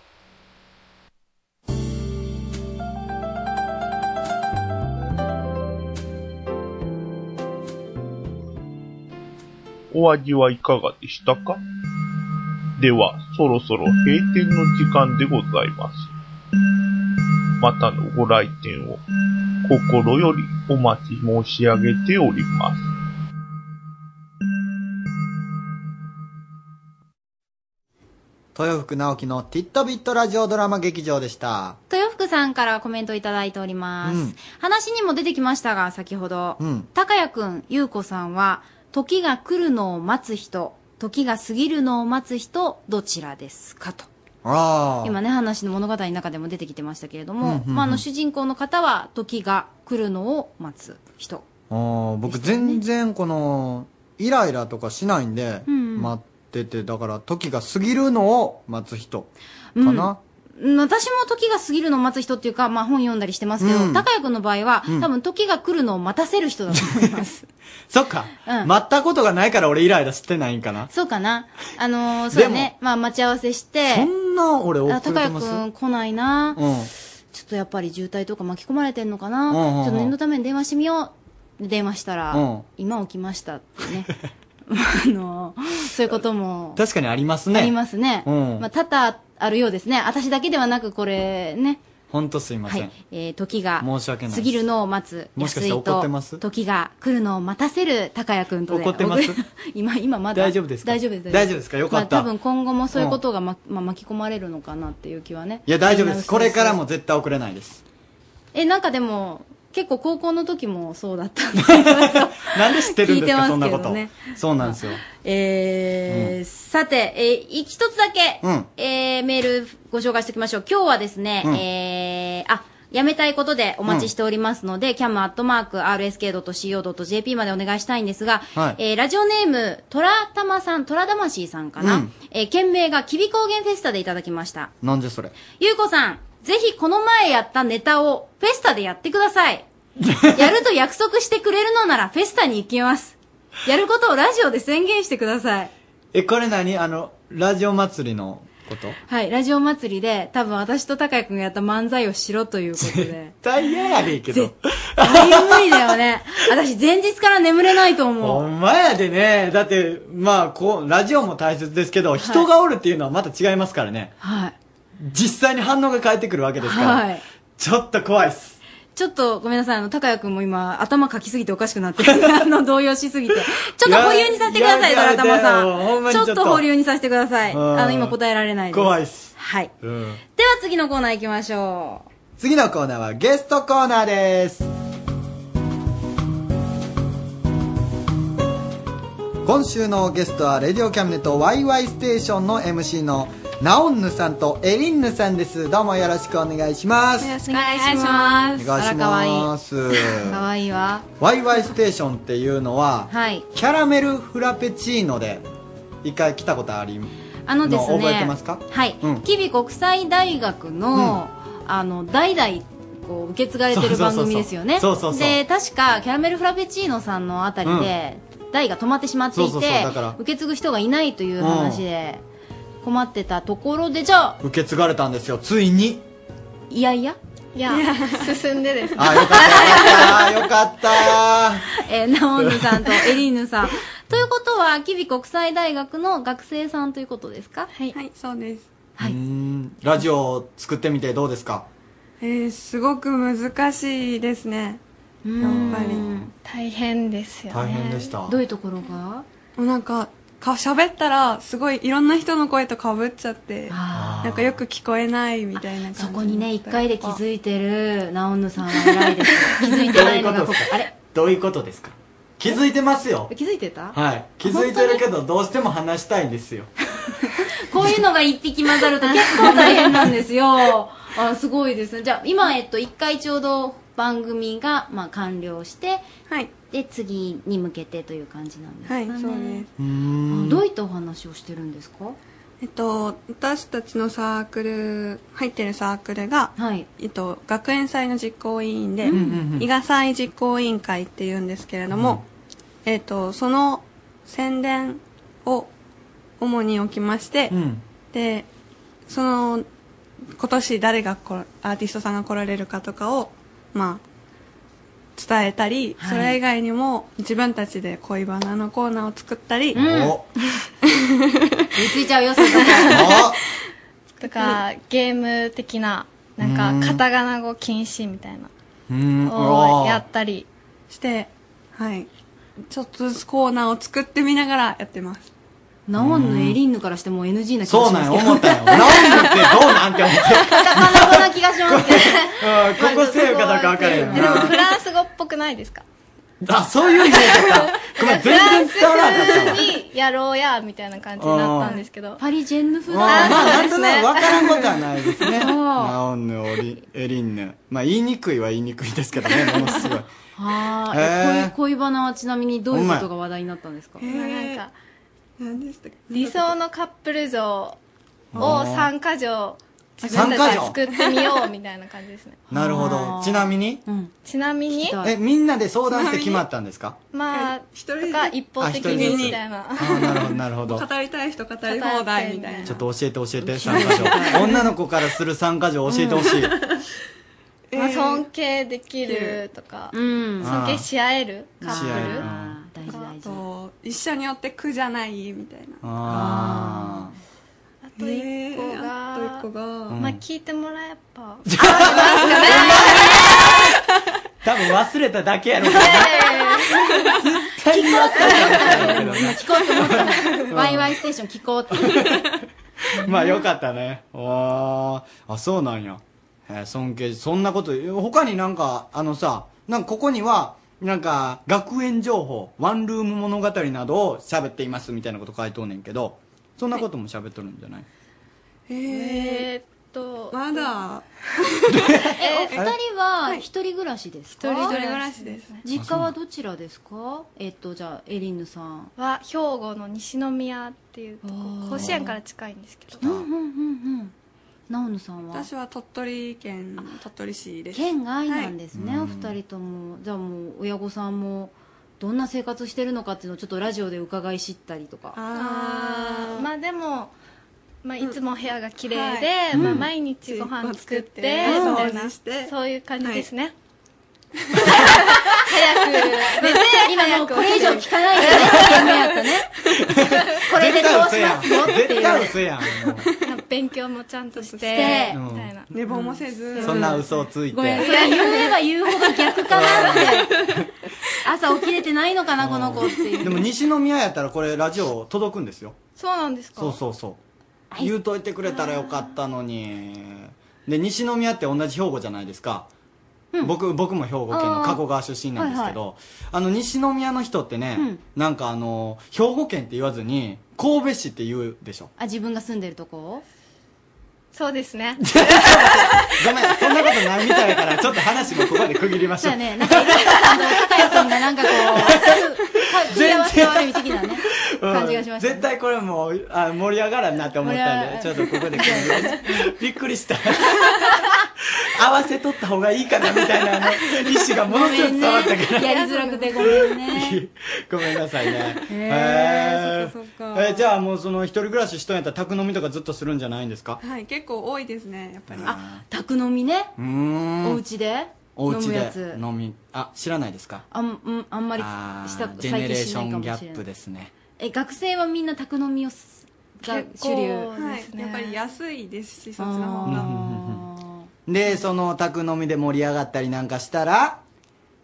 Speaker 12: お味はいかがでしたかでは、そろそろ閉店の時間でございます。またのご来店を心よりお待ち申し上げております。
Speaker 2: 豊福直樹のティットビットラジオドラマ劇場でした。
Speaker 3: 豊福さんからコメントいただいております。
Speaker 2: うん
Speaker 3: 話にも出てきましたが、先ほど。
Speaker 2: うん。
Speaker 3: 高谷くん、ゆうこさんは、時が来るのを待つ人、時が過ぎるのを待つ人、どちらですかと。
Speaker 2: ああ。
Speaker 3: 今ね、話の物語の中でも出てきてましたけれど
Speaker 2: うん
Speaker 3: も
Speaker 2: う、んうん
Speaker 3: まあ、あの、主人公の方は、時が来るのを待つ人。
Speaker 2: あー僕全然このイライラとかしないんで
Speaker 3: うんうん
Speaker 2: 待っててだから時が過ぎるのを待つ人かな、
Speaker 3: うん私も時が過ぎるのを待つ人っていうか、まあ、本読んだりしてますけど、
Speaker 2: うん
Speaker 3: 高谷くんの場合は、
Speaker 2: うん
Speaker 3: 多分時が来るのを待たせる人だと 思います。
Speaker 2: そっか、
Speaker 3: うん
Speaker 2: 待ったことがないから俺イライラしてないんかな
Speaker 3: そうかな。あのーそうだね。まあ、待ち合わせして、
Speaker 2: そんな俺遅れ
Speaker 3: あ
Speaker 2: て
Speaker 3: 高谷
Speaker 2: ま
Speaker 3: く
Speaker 2: す
Speaker 3: ん来ないな、
Speaker 2: うん
Speaker 3: ちょっとやっぱり渋滞とか巻き込まれてんのかな、
Speaker 2: うんうんうん
Speaker 3: ちょっと念のために電話してみようで電話したら、
Speaker 2: うん
Speaker 3: 今起きましたってね あのそういうことも
Speaker 2: 確かにありますね
Speaker 3: ありますね
Speaker 2: うん
Speaker 3: まあ、多々あるようですね私だけではなくこれね、
Speaker 2: ほんとすいま
Speaker 3: は
Speaker 2: せん、
Speaker 3: いえー時が
Speaker 2: 申し訳ないです
Speaker 3: 過ぎるのを待つ
Speaker 2: もしかして
Speaker 3: 安井と
Speaker 2: 怒ってます
Speaker 3: 時が来るのを待たせる高谷君とで
Speaker 2: 怒ってます
Speaker 3: 今今まだ
Speaker 2: 大丈夫ですか
Speaker 3: 大丈夫です
Speaker 2: 大丈夫ですかよかった
Speaker 3: まあ、多分今後もそういうことが、ままあ、巻き込まれるのかなっていう気はね
Speaker 2: いや大丈夫ですこれから
Speaker 3: も
Speaker 2: も絶対遅れないです
Speaker 3: えなんかでも結構高校の時もそうだった
Speaker 2: なんで知ってるん
Speaker 3: 聞い
Speaker 2: ですか
Speaker 3: てますけどね
Speaker 2: そんなことそうなんですよ
Speaker 3: えーさて、えー、い一つだけ、
Speaker 2: うん
Speaker 3: えーメールご紹介しておきましょう今日はですね、
Speaker 10: うん
Speaker 3: えーあやめたいことでお待ちしておりますので、キャムアットマーク RSK.CO.JP までお願いしたいんですが、
Speaker 10: はい
Speaker 3: えーラジオネーム、トラタマさん、トラ魂さんかな、
Speaker 2: うん
Speaker 3: えー件名が、きび高原フェスタでいただきました。
Speaker 2: なんでそれ
Speaker 3: ゆうこさん、ぜひこの前やったネタをフェスタでやってください。やると約束してくれるのならフェスタに行きます。やることをラジオで宣言してください。
Speaker 2: えこれ何あのラジオ祭りのこと
Speaker 3: はい、ラジオ祭りで多分私と高谷くんがやった漫才をしろという ことで。
Speaker 2: 大嫌やでいいけど
Speaker 3: 大無理だよね。私前日から眠れないと思う。
Speaker 2: ほんまやでね。だって、まあ、こう、ラジオも大切ですけど、人がおるっていうのはまた違いますからね。
Speaker 3: はい。
Speaker 2: 実際に反応が返ってくるわけですから。
Speaker 3: はい。
Speaker 2: ちょっと怖いっす。
Speaker 3: ちょっとごめんなさい、あの、高谷くんも今頭かきすぎておかしくなっ てる。あの、動揺しすぎて。ちょっと保留にさせてください、
Speaker 2: や
Speaker 3: ド
Speaker 2: や
Speaker 3: ラタマ
Speaker 2: やめてよ
Speaker 3: さ
Speaker 2: ほんま
Speaker 3: ん。
Speaker 2: に
Speaker 3: ち
Speaker 2: ち
Speaker 3: ょ
Speaker 2: ょっ
Speaker 3: っ
Speaker 2: と
Speaker 3: と保留にさせてください。
Speaker 2: うん
Speaker 3: あの、今答えられないです。
Speaker 2: 怖いっす。
Speaker 3: はい。
Speaker 2: うん。
Speaker 3: では次のコーナー行きましょう。
Speaker 2: 次のコーナーはゲストコーナーです。今週のゲストは、レディオキャムネットワイワイステーションの MC のナオンヌさんとエリンヌさんです。どうもよろしくお願いします。
Speaker 3: ろしくお願いしま。
Speaker 2: お願いしますす。
Speaker 3: あら、かわいい。かわいいわ。
Speaker 2: ワイワイステーションっていうのは、
Speaker 3: はい。
Speaker 2: キャラメルフラペチーノで一回来たことあり
Speaker 3: あのですね。
Speaker 2: 覚えてますか
Speaker 3: はい。
Speaker 2: うん
Speaker 3: 吉備国際大学の、あの、代々、こう、受け継がれてる番組ですよね。
Speaker 2: そうそうそうそうそうそう
Speaker 3: で、確か、キャラメルフラペチーノさんのあたりで、代が止まってしまっていて
Speaker 2: そうそうそうだから
Speaker 3: 受け継ぐ人がいないという話で、困ってたところで、じゃあ、
Speaker 2: 受け継がれたんですよついに
Speaker 3: いやいや
Speaker 10: いや、進んでですね。
Speaker 2: あよかったよかった
Speaker 3: えー、ナオンヌさんとエリーヌさ ん。ということは、吉備国際大学の学生さんということですかはい。そうです。
Speaker 2: うーんラジオを作ってみてどうですか
Speaker 10: えー、すごく難しいですね。やっぱり。大変ですよね。
Speaker 2: 大変でした
Speaker 3: ういうところが
Speaker 10: もうなんか、か喋ったら、すごいいろんな人の声とかぶっちゃって、なんかよく聞こえないみたいな感じ。そこに
Speaker 3: ね、一回で気づいてるナオンヌさんは偉いです。気づいてないのがここ。あれ
Speaker 2: どういうことですか気づいてますよ
Speaker 3: 気づいてた
Speaker 2: はい気づいてるけどどうしても話したいんですよ
Speaker 3: こういうのが一匹混ざると結構大変なんですよ。あすごいですね。じゃあ、今、えっと、一回ちょうど番組が、まあ、完了して、
Speaker 10: はい。
Speaker 3: で、次に向けてという感じなんですかね。
Speaker 10: はいそうです
Speaker 3: あどういったお話をしてるんですか
Speaker 10: えっと、私たちのサークル入ってるサークルが、えっと、学園祭の実行委員で、
Speaker 13: うんうんうん
Speaker 10: 伊賀祭実行委員会っていうんですけれども、えっと、その宣伝を主に置きまして、
Speaker 2: うん
Speaker 10: でその今年誰がこアーティストさんが来られるかとかを、まあ、伝えたり、
Speaker 3: はい
Speaker 10: それ以外にも自分たちで恋バナのコーナーを作ったり、
Speaker 3: お言いついちゃうよ、それ。
Speaker 13: とかゲーム的ななんかカタガナ語禁止みたいな
Speaker 10: うん
Speaker 13: をやったり
Speaker 10: して、はい。ちょっとずつコーナーを作ってみながらやってます。
Speaker 3: ナオンのエリンヌからしても NG な気がし
Speaker 2: そう
Speaker 3: ますけど。
Speaker 2: なんよ思ったよナオンヌってどうなんて思って
Speaker 13: カタカナ語な気がしますけど
Speaker 2: うんここセーフかどうか分かるよ
Speaker 13: でも
Speaker 2: な
Speaker 13: フランス語っぽくないですか
Speaker 2: あそういう意味だったごめん
Speaker 13: フラン
Speaker 2: 全
Speaker 13: ス
Speaker 2: 然伝わらなかったわ
Speaker 13: 風にやろうやみたいな感じになったんですけど
Speaker 3: パリジェンヌ風
Speaker 2: あーまあ
Speaker 13: あ
Speaker 2: な
Speaker 13: ー
Speaker 2: んと
Speaker 13: そうです
Speaker 2: な
Speaker 13: ね
Speaker 2: くわからんことはないですね
Speaker 13: そう
Speaker 2: ナオンヌオリエリンヌまあ言いにくいは言いにくいですけどねものすごい
Speaker 3: はあ、
Speaker 2: へ
Speaker 3: え恋
Speaker 2: ー
Speaker 3: 恋バナはちなみにどういうことが話題になったんですか
Speaker 13: まあなんか
Speaker 10: 何でしたっけ
Speaker 13: 理想のカップル像を3か条自
Speaker 2: 三
Speaker 13: 分
Speaker 2: 箇
Speaker 13: たちで
Speaker 2: 条
Speaker 13: 作ってみようみたいな感じですね
Speaker 2: なるほどちなみに
Speaker 13: ちなみに
Speaker 2: えみんなで相談して決まったんですか
Speaker 13: まあとか一方的
Speaker 2: あ一人
Speaker 13: に
Speaker 2: ずつ
Speaker 13: みたいな
Speaker 2: あーなるほどなるほど
Speaker 10: 語りたい人語り放題みたいな。
Speaker 2: ちょっと教えて教えて参加 条女の子からする参加条教えてほしい
Speaker 13: まあ、尊敬できるとか、
Speaker 2: うん
Speaker 13: 尊敬し合えるカップ
Speaker 2: 試合
Speaker 13: ル
Speaker 10: 大事大事。あと、一緒によって苦じゃないみたいな。
Speaker 2: あー
Speaker 13: あと一個が、
Speaker 10: あと一個が
Speaker 13: まあ聞いてもらえば、
Speaker 2: 多分忘れただけやろうけ
Speaker 3: 聞こうって 今
Speaker 2: どな
Speaker 3: 聞こうと思っ
Speaker 2: うん
Speaker 3: たワイワイステーション聞こうって
Speaker 2: まあよかったねあーあそうなんや、えー尊敬そんなこと他になんかあのさなんかここにはなんか学園情報ワンルーム物語などを喋っていますみたいなこと書いとんねんけどそんなことも喋っとるんじゃない、
Speaker 13: えーっと
Speaker 10: まだ
Speaker 3: えお二人は一人暮らしですか
Speaker 13: 一人暮らしですね
Speaker 3: 実家はどちらですかえっとじゃあエリンヌさん
Speaker 13: は兵庫の西宮っていうとこ甲子園から近いんですけど、
Speaker 3: うんうんうんうんナオヌさんは
Speaker 10: 私は鳥取県、鳥取市です。
Speaker 3: 県外なんですね、
Speaker 10: は
Speaker 3: お
Speaker 10: い
Speaker 3: 二人ともじゃあもう親御さんもどんな生活してるのかっていうのをちょっとラジオで伺い知ったりとか
Speaker 13: あーまあでも、まあ、いつも部屋が綺麗で、
Speaker 3: うん
Speaker 13: まあ、
Speaker 3: うん
Speaker 13: 毎日ご飯作
Speaker 10: うん
Speaker 13: って、みたい
Speaker 10: 掃
Speaker 13: な
Speaker 10: 除して
Speaker 13: そういう感じですね、
Speaker 3: 早く
Speaker 13: 寝て
Speaker 3: 今もう
Speaker 13: 早く起きる
Speaker 3: これ以上聞かない でねゲームやったね これで通しますよってい
Speaker 2: 絶
Speaker 3: う
Speaker 2: 対嘘やん
Speaker 13: 勉強もちゃんとして
Speaker 3: て
Speaker 13: みたいな
Speaker 10: 寝坊もせず
Speaker 2: そんな嘘をついて
Speaker 3: ごめんそれ言えば言うほど逆かなって朝起きれてないのかなこの子っていう
Speaker 2: でも西宮やったらこれラジオ届くんですよ
Speaker 13: そうなんですか
Speaker 2: そうそうそう言うといてくれたらよかったのにで西宮って同じ兵庫じゃないですか、僕僕も兵庫県の
Speaker 14: あー
Speaker 2: 加古川出身なんですけど、あの西宮の人ってね、
Speaker 3: うん
Speaker 2: なんかあの兵庫県って言わずに神戸市って言うでしょ
Speaker 3: あ自分が住んでるとこ
Speaker 13: そうですね
Speaker 2: ごめんそんなことないみたいだからちょっと話もここで区切りまし
Speaker 3: そ
Speaker 2: ょ
Speaker 3: う
Speaker 2: う
Speaker 3: やねなんかエリカさんと酒井君がなんかこう組み合わせ悪い的なね
Speaker 2: うん
Speaker 3: 感じがしましたね
Speaker 2: 絶対これもうあ盛り上がらんなって思ったんでちょ
Speaker 3: 盛
Speaker 2: っとここで区切りましょうびっくりした合わせとった方がいいかなみたい なあの意思がものすごく伝わったから
Speaker 3: やりづらくてごめんね
Speaker 2: ごめんなさいね。
Speaker 10: へー
Speaker 2: へー
Speaker 10: そっかそっか
Speaker 2: えじゃあもうその一人暮らししとんやったら宅飲みとかずっとするんじゃないんですか。
Speaker 10: はい、結構多いですね、やっぱり。
Speaker 3: あ、宅飲みね
Speaker 2: うーん。
Speaker 3: お家で
Speaker 2: お家
Speaker 3: 飲むや
Speaker 2: で
Speaker 3: つ
Speaker 2: 飲みあ知らないですか。
Speaker 3: あん,、うん、あんまり
Speaker 2: あー
Speaker 3: した
Speaker 2: ジェネ
Speaker 3: 最
Speaker 2: レー
Speaker 3: 近
Speaker 2: シ
Speaker 3: しな
Speaker 2: ョ
Speaker 3: いか
Speaker 2: ン
Speaker 3: も
Speaker 2: ギャ
Speaker 3: しれ
Speaker 2: ッ
Speaker 3: な
Speaker 2: プ
Speaker 3: い
Speaker 2: ですね。
Speaker 3: え学生はみんな宅飲みをすが
Speaker 10: 結構
Speaker 3: 主流
Speaker 10: はい、やっぱり安いですし、そっちの方が。
Speaker 2: でその宅飲みで盛り上がったりなんかしたら。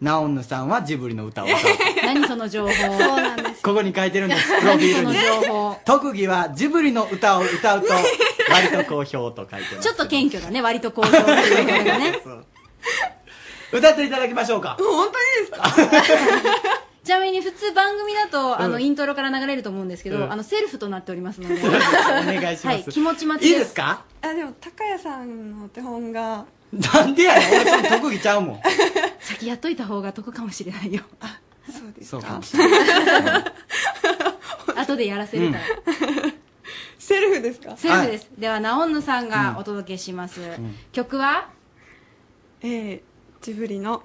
Speaker 2: ナオンヌさんはジブリの歌を歌う
Speaker 3: 何その情報そう
Speaker 13: なんで
Speaker 2: ここに書いてるんですプロフィールに
Speaker 3: 何その情報
Speaker 2: 特技はジブリの歌を歌う と割と好評と書いてます
Speaker 3: ちょっと謙虚だね割と好評っていうことがね
Speaker 2: 歌っていただきましょうか
Speaker 10: 本当にですか
Speaker 3: ちなみに普通番組だとあの
Speaker 2: うん
Speaker 3: イントロから流れると思うんですけ
Speaker 2: う
Speaker 3: ど
Speaker 2: ん
Speaker 3: あのセルフとなっておりますので
Speaker 2: お願いします、
Speaker 3: はい気持ち待ちです
Speaker 2: いいですか
Speaker 10: あ、でも、高谷さんの手本が、
Speaker 2: なんでやねん俺その特技ちゃうもん
Speaker 3: 先やっといた方が得かもしれないよ
Speaker 10: そう
Speaker 2: そうかもし
Speaker 3: 後でやらせるから、
Speaker 10: セルフですか
Speaker 3: セルフです、ではナオンヌさんがお届けします、
Speaker 10: ん
Speaker 3: 曲は
Speaker 10: えー、ジブリの、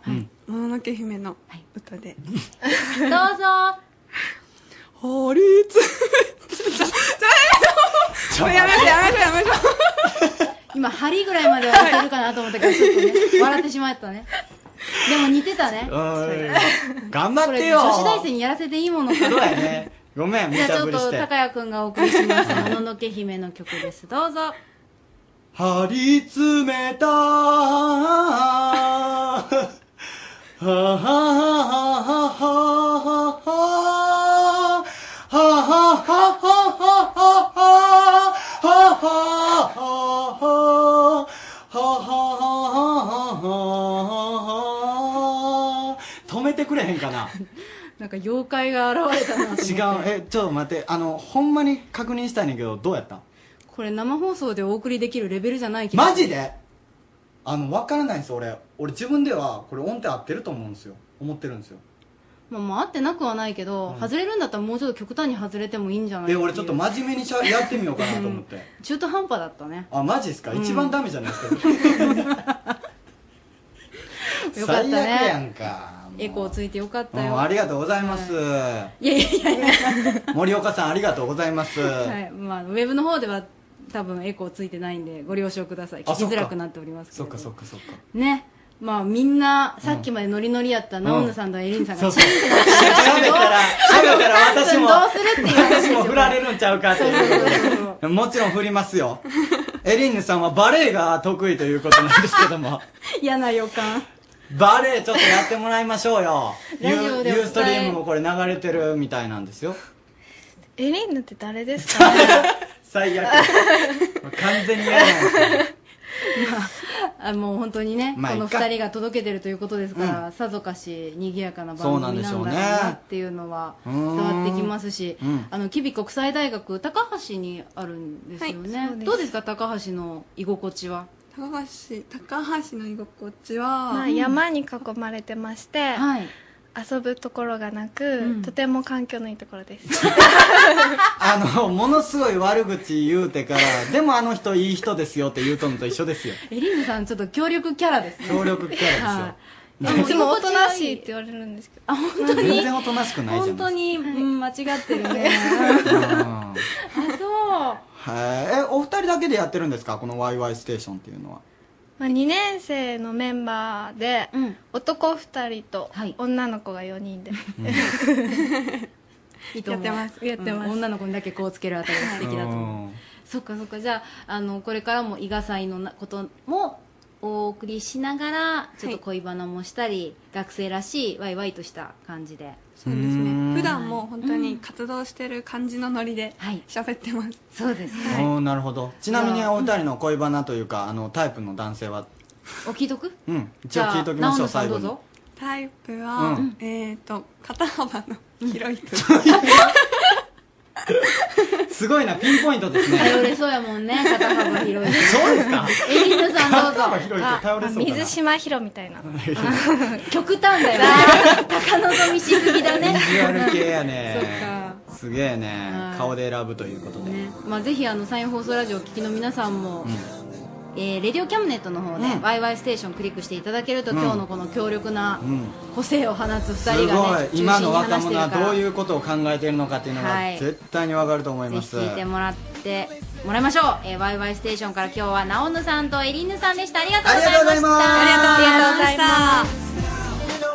Speaker 10: もののけ姫の歌で。
Speaker 3: どうぞ
Speaker 10: 法律ちょ っと待ってもうやめてやめてやめて
Speaker 3: 今針ぐらいまでは当てるかなと思ったけどちょっとね笑ってしまったねでも似てたね。
Speaker 2: うん頑張
Speaker 3: こ
Speaker 2: っ
Speaker 3: れ
Speaker 2: てよ
Speaker 3: 女子大生にやらせていいものか
Speaker 2: そうやねごめん無
Speaker 3: じゃあち
Speaker 2: 茶
Speaker 3: ょ
Speaker 2: ぶ
Speaker 3: っ
Speaker 2: りし
Speaker 3: と
Speaker 2: て
Speaker 3: 高谷くんがお送りしますもののけ姫の曲ですどうぞ
Speaker 2: 張り詰め たはははははははは止めてくれへんかな
Speaker 3: なんか妖怪が現れたなと
Speaker 2: 違
Speaker 3: 思っ
Speaker 2: う
Speaker 3: て
Speaker 2: えちょっと待ってあのほんまに確認したいねんけどどうやったん
Speaker 3: これ生放送でお送りできるレベルじゃないけど
Speaker 2: マジであの分からないんです俺俺自分ではこれ音程合ってると思うんですよ思ってるんですよ
Speaker 3: まあまあ合ってなくはないけど、外れるんだったらもうちょっと極端に外れてもいいんじゃない
Speaker 2: え
Speaker 3: ていう
Speaker 2: 俺ちょっと真面目にしゃやってみようかなと思って
Speaker 3: 中途半端だったね
Speaker 2: あマジっすか
Speaker 3: うん
Speaker 2: 一番ダメじゃないです か、
Speaker 3: よかった
Speaker 2: 最悪
Speaker 3: ね
Speaker 2: やんか、
Speaker 3: エコーついてよかっ
Speaker 2: う
Speaker 3: たよ
Speaker 2: ん、ありがとうございます、
Speaker 3: いやいやいやい
Speaker 2: 森岡さんありがとうございます、
Speaker 3: や、はいまあ、ウェブの方では多分エコーついてないんでご了承ください
Speaker 2: あ
Speaker 3: 聞きづらくなっておりますけ
Speaker 2: そ
Speaker 3: ど
Speaker 2: っかそっかそっか
Speaker 3: ねまあみんなさっきまでノリノリやったナオンヌさんとエリンさんが
Speaker 2: そう
Speaker 3: チ
Speaker 2: そう
Speaker 3: ーンってなってた
Speaker 2: しゃべったらしゃべったら私も
Speaker 3: どうするっていう話です
Speaker 2: 私
Speaker 3: よ
Speaker 2: も振られるんちゃうかっていうことでもちろん振りますよエリンヌさんはバレエが得意ということなんですけども
Speaker 3: 嫌な予感
Speaker 2: バレエちょっとやってもらいましょうよユ
Speaker 13: ラジオ
Speaker 2: ー
Speaker 13: でお伝え
Speaker 2: ユーストリームもこれ流れてるみたいなんですよ
Speaker 13: エリンヌって誰ですかね
Speaker 2: 最悪完全にやらない
Speaker 3: あもう本当にね、
Speaker 2: まあ
Speaker 3: この
Speaker 2: いいか
Speaker 3: 二人が届けてるということですから、さぞかし賑やかな番
Speaker 2: そ
Speaker 3: 組
Speaker 2: うな
Speaker 3: なんん
Speaker 2: で
Speaker 3: だ
Speaker 2: し
Speaker 3: ろ
Speaker 2: ょう
Speaker 3: う
Speaker 2: ね
Speaker 3: なっていうのは
Speaker 2: う
Speaker 3: 伝
Speaker 2: ーん
Speaker 3: わってきますし、
Speaker 2: うん
Speaker 3: あの吉備国際大学高橋にあるんですよね、
Speaker 10: はいそうです
Speaker 3: どうですか高橋の居心地は
Speaker 10: 高橋高橋の居心地は、
Speaker 13: まあ、山に囲まれてまして、遊ぶところがなく、とても環境のいいところです
Speaker 2: あのものすごい悪口言うてからでもあの人いい人ですよって言うとんのと一緒ですよ
Speaker 3: エリンヌさんちょっと協力キャラですね
Speaker 2: 協力キャラですよ
Speaker 3: はい
Speaker 13: いつもおとなしいって言われるんですけど
Speaker 3: あ本当に
Speaker 2: 全然おとなしくないじゃ
Speaker 3: 本
Speaker 2: ない
Speaker 3: 当に、うん間違ってるねあそう
Speaker 2: はいえお二人だけでやってるんですかこのワイワイステーションっていうのは
Speaker 13: まあ、2年生のメンバーで、男2人と女の子が4人 で、
Speaker 3: いいと思う
Speaker 13: やってますやってます
Speaker 3: うん女の子にだけこうつけるあたりが素敵だと思う
Speaker 2: 思
Speaker 3: そっかそっかじゃああのこれからも伊賀祭のなこともお送りしながらちょっと恋バナもしたり、学生らしいワイワイとした感じで
Speaker 10: そうです
Speaker 2: うーん
Speaker 10: ね普段も本当に活動してる感じのノリで喋ってます、
Speaker 3: そうです
Speaker 2: う、おーなるほどちなみにお二人の恋バナというかあのタイプの男性は
Speaker 3: お聞いとく
Speaker 2: うん一応聞いときましょう最後に
Speaker 10: タイプは、
Speaker 2: うん
Speaker 10: えっ、と肩幅の広い人、
Speaker 2: すごいなピンポイン ト ですね
Speaker 3: 頼れそうやもんね肩幅広いし
Speaker 2: そうですか
Speaker 3: エリーヌさんどうぞ
Speaker 2: 肩幅広いって頼れそうだな
Speaker 13: 水島ひろみたいな
Speaker 3: 極端だよね高望みしすぎだね
Speaker 2: ビジュアル系やね
Speaker 3: そっか
Speaker 2: すげえね
Speaker 3: はい
Speaker 2: 顔で選ぶということで、
Speaker 3: まあ、ぜひあのサイン放送ラジオをお聞きの皆さんも、えーレディオキャムネットの方で、ワイワイステーションクリックしていただけると、
Speaker 2: うん
Speaker 3: 今日のこの強力な
Speaker 2: うん
Speaker 3: 個性を放つ
Speaker 2: す
Speaker 3: 2人
Speaker 2: ごい
Speaker 3: がね、中心に
Speaker 2: 今の若
Speaker 3: 話して
Speaker 2: 者
Speaker 3: る
Speaker 2: は
Speaker 3: から
Speaker 2: どういうことを考えているのかっていうの
Speaker 3: は
Speaker 2: が
Speaker 3: い
Speaker 2: 絶対にわかると思います、
Speaker 3: ぜひ聞いてもらってもらいましょう、えー、ワイワイステーションから今日はナオヌさんとエリンヌさんでしたありがとうございました
Speaker 7: ありがとうございます
Speaker 3: ありがとうございました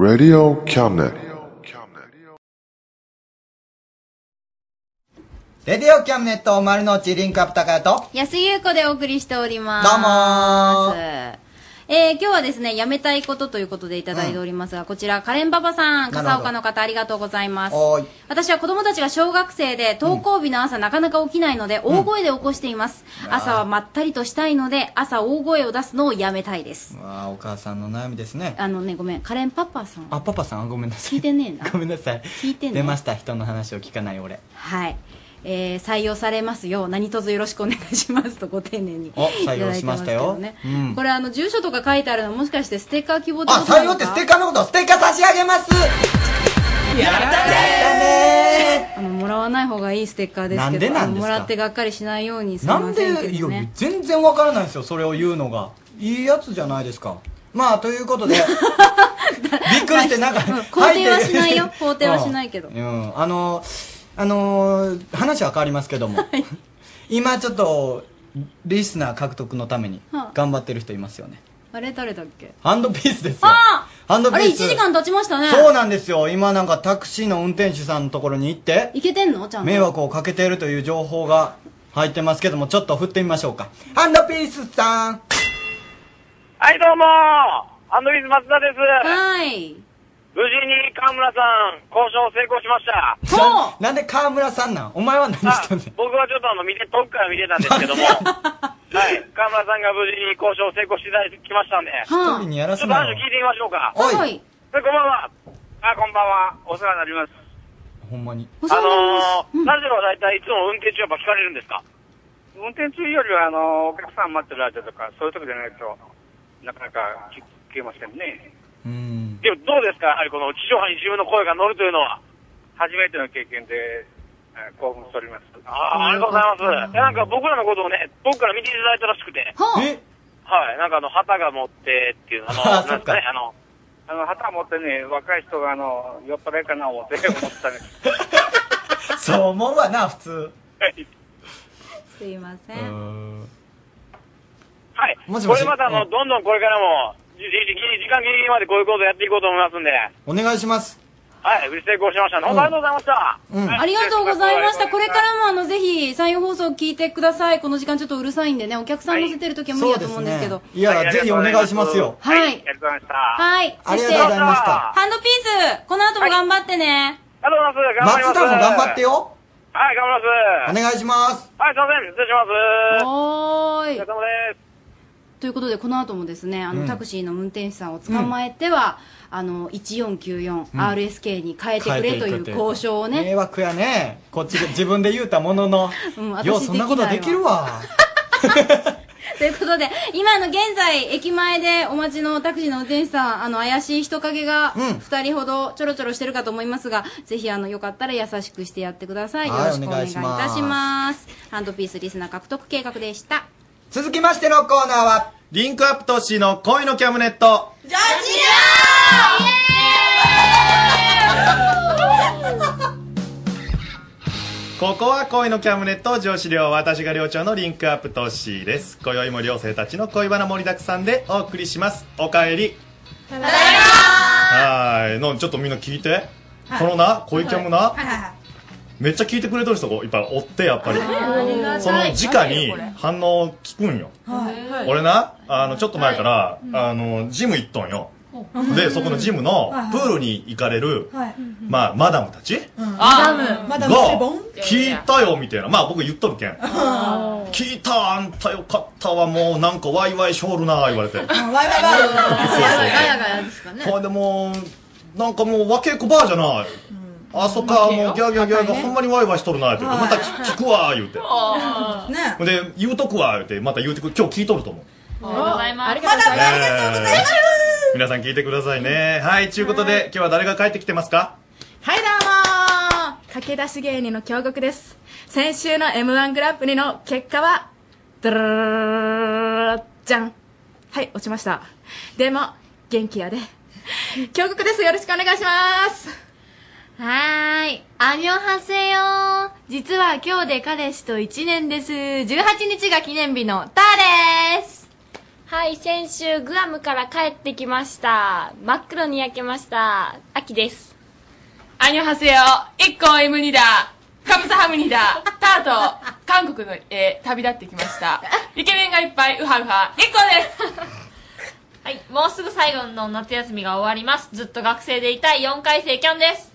Speaker 14: Radio Cabinet.
Speaker 2: レディオキャムネット丸の内リンクアップ高谷と
Speaker 3: 安井優子でお送りしております。
Speaker 2: どうも
Speaker 3: ー。えー今日はですね、やめたいことということでいただいておりますが、こちら、カレンパパさん、
Speaker 2: なるほど
Speaker 3: 笠岡の方、ありがとうございます。
Speaker 2: おーい
Speaker 3: 私は子供たちが小学生で、登校日の朝、なかなか起きないので、大声で起こしています。
Speaker 2: うん
Speaker 3: 朝はまったりとしたいので、朝大声を出すのをやめたいです。
Speaker 2: わあお母さんの悩みですね
Speaker 3: あのね、ごめん、カレンパパさん、
Speaker 2: あパパさんごめんなさ
Speaker 3: 聞
Speaker 2: い
Speaker 3: いてねえな。
Speaker 2: ごめんなさい
Speaker 3: 聞いてね
Speaker 2: 出ました人の話を聞かない俺
Speaker 3: はい。えー採用されますよう、何卒よろしくお願いしますと、ご丁寧に。
Speaker 2: お採用しました よ
Speaker 3: いただいてます
Speaker 2: う
Speaker 3: けどね
Speaker 2: ん
Speaker 3: これあの住所とか書いてあるのもしかしてステッカー希望って
Speaker 2: あ
Speaker 3: ことな
Speaker 2: 採
Speaker 3: のか
Speaker 2: 用ってステッカーのことステッカー差し上げますやったね
Speaker 3: あのもらわない方がいいステッカーです
Speaker 2: なん
Speaker 3: け
Speaker 2: で
Speaker 3: ど
Speaker 2: なんですか
Speaker 3: あのもらってがっかりしないようにすい
Speaker 2: な
Speaker 3: ま
Speaker 2: ん
Speaker 3: せ
Speaker 2: で
Speaker 3: んけ
Speaker 2: い
Speaker 3: ど
Speaker 2: や
Speaker 3: ね
Speaker 2: 全然わからないですよそれを言うのがいいやつじゃないですかまあということ でびっくりしてなんか
Speaker 3: 肯定はしないよ肯定はしないけど
Speaker 2: うん、 あのあのー話は変わりますけども、今ちょっと
Speaker 11: リスナー獲得のために
Speaker 3: はあ
Speaker 11: 頑張ってる人いますよね
Speaker 3: あれ誰だっけ
Speaker 11: ハンドピースですよ
Speaker 3: あ
Speaker 11: ハンド
Speaker 3: あ
Speaker 11: ピ
Speaker 3: あれ
Speaker 11: ー
Speaker 3: 1
Speaker 11: ス
Speaker 3: 時間経ちましたね
Speaker 11: そうなんですよ今なんかタクシーの運転手さんのところに行って
Speaker 3: いけてんのちゃんと
Speaker 11: 迷惑をかけているという情報が入ってますけどもちょっと振ってみましょうか
Speaker 2: ハンドピースさん
Speaker 14: はい、どうもアンドリーズ松田です。
Speaker 3: はい。
Speaker 14: 無事に川村さん、交渉成功しました。
Speaker 11: ななんで川村さんなんお前は何してんの
Speaker 14: 僕はちょっとあの、見て、遠くから見てたんですけど も、はい、川村さんが無事に交渉成功してきましたんで、
Speaker 11: 一人にやら
Speaker 14: ちょ
Speaker 11: す
Speaker 14: っと
Speaker 11: な
Speaker 14: 話
Speaker 11: よ
Speaker 14: 聞いてみましょうか。
Speaker 11: おい
Speaker 14: はい。こんばんは。あ、こんばんは。お世話になります。
Speaker 11: ほんまに
Speaker 14: あのー、ラジオは大体いつも運転中やっぱ聞かれるんですか
Speaker 15: 運転中よりは、あの、お客さん待ってる間とか、そういう時じゃないと、なかなか聞けませんね。
Speaker 14: でもどうですかやはりこの地上波に自分の声が乗るというのは。
Speaker 15: 初めての経験で、えー興奮しております。
Speaker 14: ああ、ありがとうございます。いやなんか僕らのことをね、僕から見ていただいたらしくて。はい、なんかあの、旗が持ってっていう、あの、なんですかね、あの、
Speaker 15: あの、旗持ってね、若い人が、あの、酔っ払いかな思って思ってたんです。
Speaker 11: そう思うわな普通
Speaker 3: すいません
Speaker 14: はい。
Speaker 11: もしもし
Speaker 14: これまたあの、
Speaker 11: うん
Speaker 14: どんどんこれからも、じじぎり時間ギリギリまでこういうことやっていこうと思いますんで。
Speaker 11: お願いします
Speaker 14: はい、無事成功しました。本当ありがとうございました。
Speaker 3: ありがとうございました。これからもあの、ぜひ、山陽放送聞いてください。この時間ちょっとうるさいんでね、お客さん乗せてる時は無理だと思うんですけど。
Speaker 11: いやぜひお願いしますよ
Speaker 3: はい。あり
Speaker 14: がとうございました。
Speaker 3: はい。
Speaker 11: ありがとうございました
Speaker 3: ハンドピース、この後も頑張ってね。
Speaker 14: ありがとうございます。
Speaker 11: 松田も頑張ってよ
Speaker 14: はい、頑張ります。
Speaker 11: お願いします
Speaker 14: はい、すいません。失礼します。
Speaker 3: おーい。
Speaker 14: です。
Speaker 3: ということで、この後もですね、あの、
Speaker 14: うん
Speaker 3: タクシーの運転手さんを捕まえては、あの、1494、
Speaker 11: うん
Speaker 3: RSK に変えてくれという交渉を
Speaker 11: 迷
Speaker 3: ね、
Speaker 11: 惑やねこっちで自分で言うたものの
Speaker 3: うん私
Speaker 11: ようそんなことできるわ
Speaker 3: ということで、今の現在、駅前でお待ちのタクシーの運転手さん、あの、怪しい人影が、二人ほどちょろちょろしてるかと思いますが、ぜひ、あの、よかったら優しくしてやってください。よ
Speaker 11: はい
Speaker 3: ろしくお願いいた
Speaker 11: お願い
Speaker 3: し
Speaker 11: し
Speaker 3: ます。ハンドピースリスナー獲得計画でした。
Speaker 11: 続きましてのコーナーは
Speaker 16: リンクアップ都市の恋のキャムネット
Speaker 3: ジャ
Speaker 16: ここは恋のキャムネット上司寮私が寮長のリンクアップ都市です今宵も寮生たちの恋バナ盛りだくさんでお送りしますおかえりはーいのちょっとみんな聞いて、
Speaker 17: はい
Speaker 16: このな恋キャムな、
Speaker 17: はいはいはい
Speaker 16: めっちゃ聞いてくれとる人がいっぱいおってやっぱり
Speaker 17: ありがたい
Speaker 16: その直に反応聞くんよ
Speaker 17: はい
Speaker 16: 俺なあのちょっと前から、あのジム行っとんよでそこのジムのプールに行かれる、
Speaker 17: はい
Speaker 16: まあ、マダムたち
Speaker 17: あマダム
Speaker 16: が
Speaker 17: セボン
Speaker 16: 聞いたよみたいなまあ僕言っとるけん
Speaker 17: あ
Speaker 16: 聞いたあんたよかったわもうなんかワイワイしょおるな言われて
Speaker 17: ーワイワイワイワイ
Speaker 16: ガ
Speaker 17: ヤガヤですか
Speaker 16: ほいでもうなんかもう若い子バーじゃないあそっかもうギャーギャーギャーギャーほんまにワイワイしとるなってまた聞聞くわ言うて
Speaker 17: ね
Speaker 16: ほんで言うとくわ言うてまた言うてくる今日聞いとると思う
Speaker 17: おはようございますあり
Speaker 16: ね皆さん聞いてくださいねはいちゅうことで今日は誰が帰ってきてますか
Speaker 18: はいどうもー駆け出し芸人の京極です先週の m 1グランプリの結果はドロロロロロじゃんはい落ちましたでも元気やで京極ですよろしくお願いします
Speaker 19: はーい。アニョンハセヨー。実は今日で彼氏と1年です。18日が記念日のターです。
Speaker 20: はい、先週グアムから帰ってきました。真っ黒に焼けました。秋です。
Speaker 21: アニョハセヨ、一個 M2 だ、カムサハムニだ、タート、韓国の、えー旅立ってきました。イケメンがいっぱい、ウハウハ、一個です
Speaker 22: はい、もうすぐ最後の夏休みが終わります。ずっと学生でいたい4回生キャンです。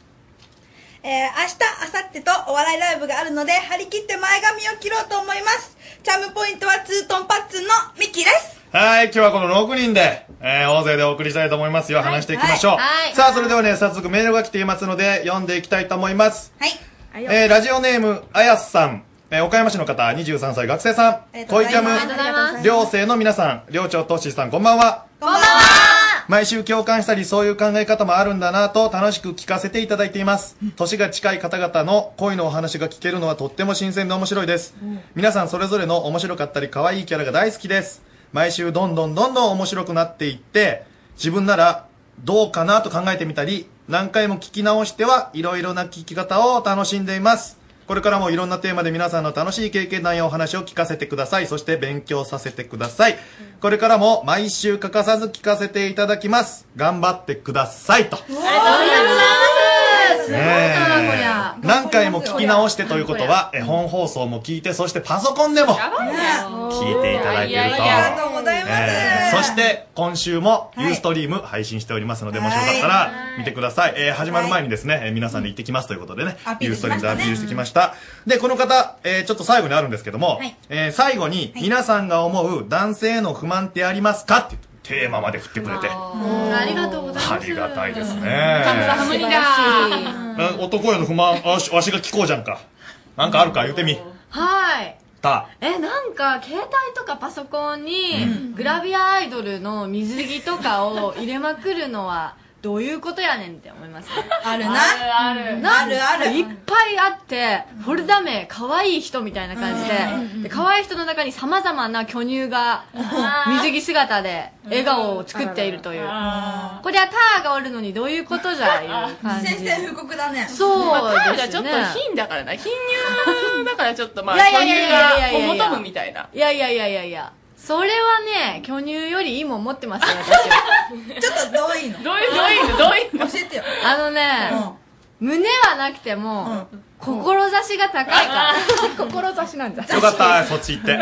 Speaker 23: えー、明日、明後日とお笑いライブがあるので、張り切って前髪を切ろうと思います。チャームポイントはツートンパッツンのミキです。
Speaker 16: はい、今日はこの6人で、えー大勢でお送りしたいと思いますよ。話していきましょう。
Speaker 23: はいはい
Speaker 16: さあ、それではね、早速メールが来ていますので、読んでいきたいと思います。
Speaker 23: はい
Speaker 16: えーラジオネーム、あやすさん。えー岡山市の方、23歳学生さん。恋キャ
Speaker 23: ありがとうございます
Speaker 16: ム、寮生の皆さん、寮長とっしーさん、こんばんは。
Speaker 23: こんばんは。
Speaker 16: 毎週共感したりそういう考え方もあるんだなと楽しく聞かせていただいています年が近い方々の恋のお話が聞けるのはとっても新鮮で面白いです皆さんそれぞれの面白かったり可愛いキャラが大好きです毎週どんどんどんどん面白くなっていって自分ならどうかなと考えてみたり何回も聞き直してはいろいろな聞き方を楽しんでいますこれからもいろんなテーマで皆さんの楽しい経験談やお話を聞かせてくださいそして勉強させてくださいこれからも毎週欠かさず聞かせていただきます頑張ってくださいと
Speaker 17: ありがとうございます。すごい
Speaker 16: ねえ
Speaker 17: な、こりゃ。
Speaker 16: 何回も聞き直してということは、え本放送も聞いて、そしてパソコンでも聞いていただいていると。
Speaker 23: ありがとうございます。
Speaker 16: えーそして、今週もユーストリーム配信しておりますので、もしよかったら見てください。えー始まる前にですね、えー皆さんで行ってきますということでね
Speaker 23: ア、ピール
Speaker 16: ユー
Speaker 23: し
Speaker 16: ストリ
Speaker 23: まし
Speaker 16: ームで
Speaker 23: た
Speaker 16: ア
Speaker 23: ね
Speaker 16: ピールしてきました。で、この方、えーちょっと最後にあるんですけども、えー最後に皆さんが思う男性への不満ってありますかっていうテーマまで振ってくれて、
Speaker 17: ありがとうございます。
Speaker 16: ありがたいですね。
Speaker 17: ハムニだ。
Speaker 16: な男への不満あしわしが聞こうじゃんかなんかあるか言ってみ
Speaker 17: はい。
Speaker 16: た
Speaker 17: え、なんか、携帯とかパソコンに、グラビアアイドルの水着とかを入れまくるのは、どういうことやねんって思いますね。あ
Speaker 23: る
Speaker 17: な。
Speaker 23: あるある
Speaker 17: なんか
Speaker 23: あるある
Speaker 17: いっぱいあって、フォルダ名、可愛い人みたいな感じで、で可愛い人の中に様々な巨乳が、水着姿で、笑顔を作っているという。こりゃターがおるのにどういうことじゃいう感じ。
Speaker 23: 先生、布告だね。
Speaker 17: そうですね
Speaker 21: 彼らちょっと貧だからな。貧乳だからちょっとまあ、
Speaker 17: い
Speaker 21: 巨
Speaker 17: やい
Speaker 21: 乳
Speaker 17: やいやいやいやいや
Speaker 21: がを求むみたいな。
Speaker 17: いやいやいやいやいや。それはね、巨乳よりいいもん持ってますよ、私は。ちょっとどうい の
Speaker 21: どういうどういうのどういうの
Speaker 23: 教えてよ。
Speaker 17: あのね、胸はなくても、志が高いから。
Speaker 18: 志なんだ。
Speaker 16: よかったそっち行って、うんい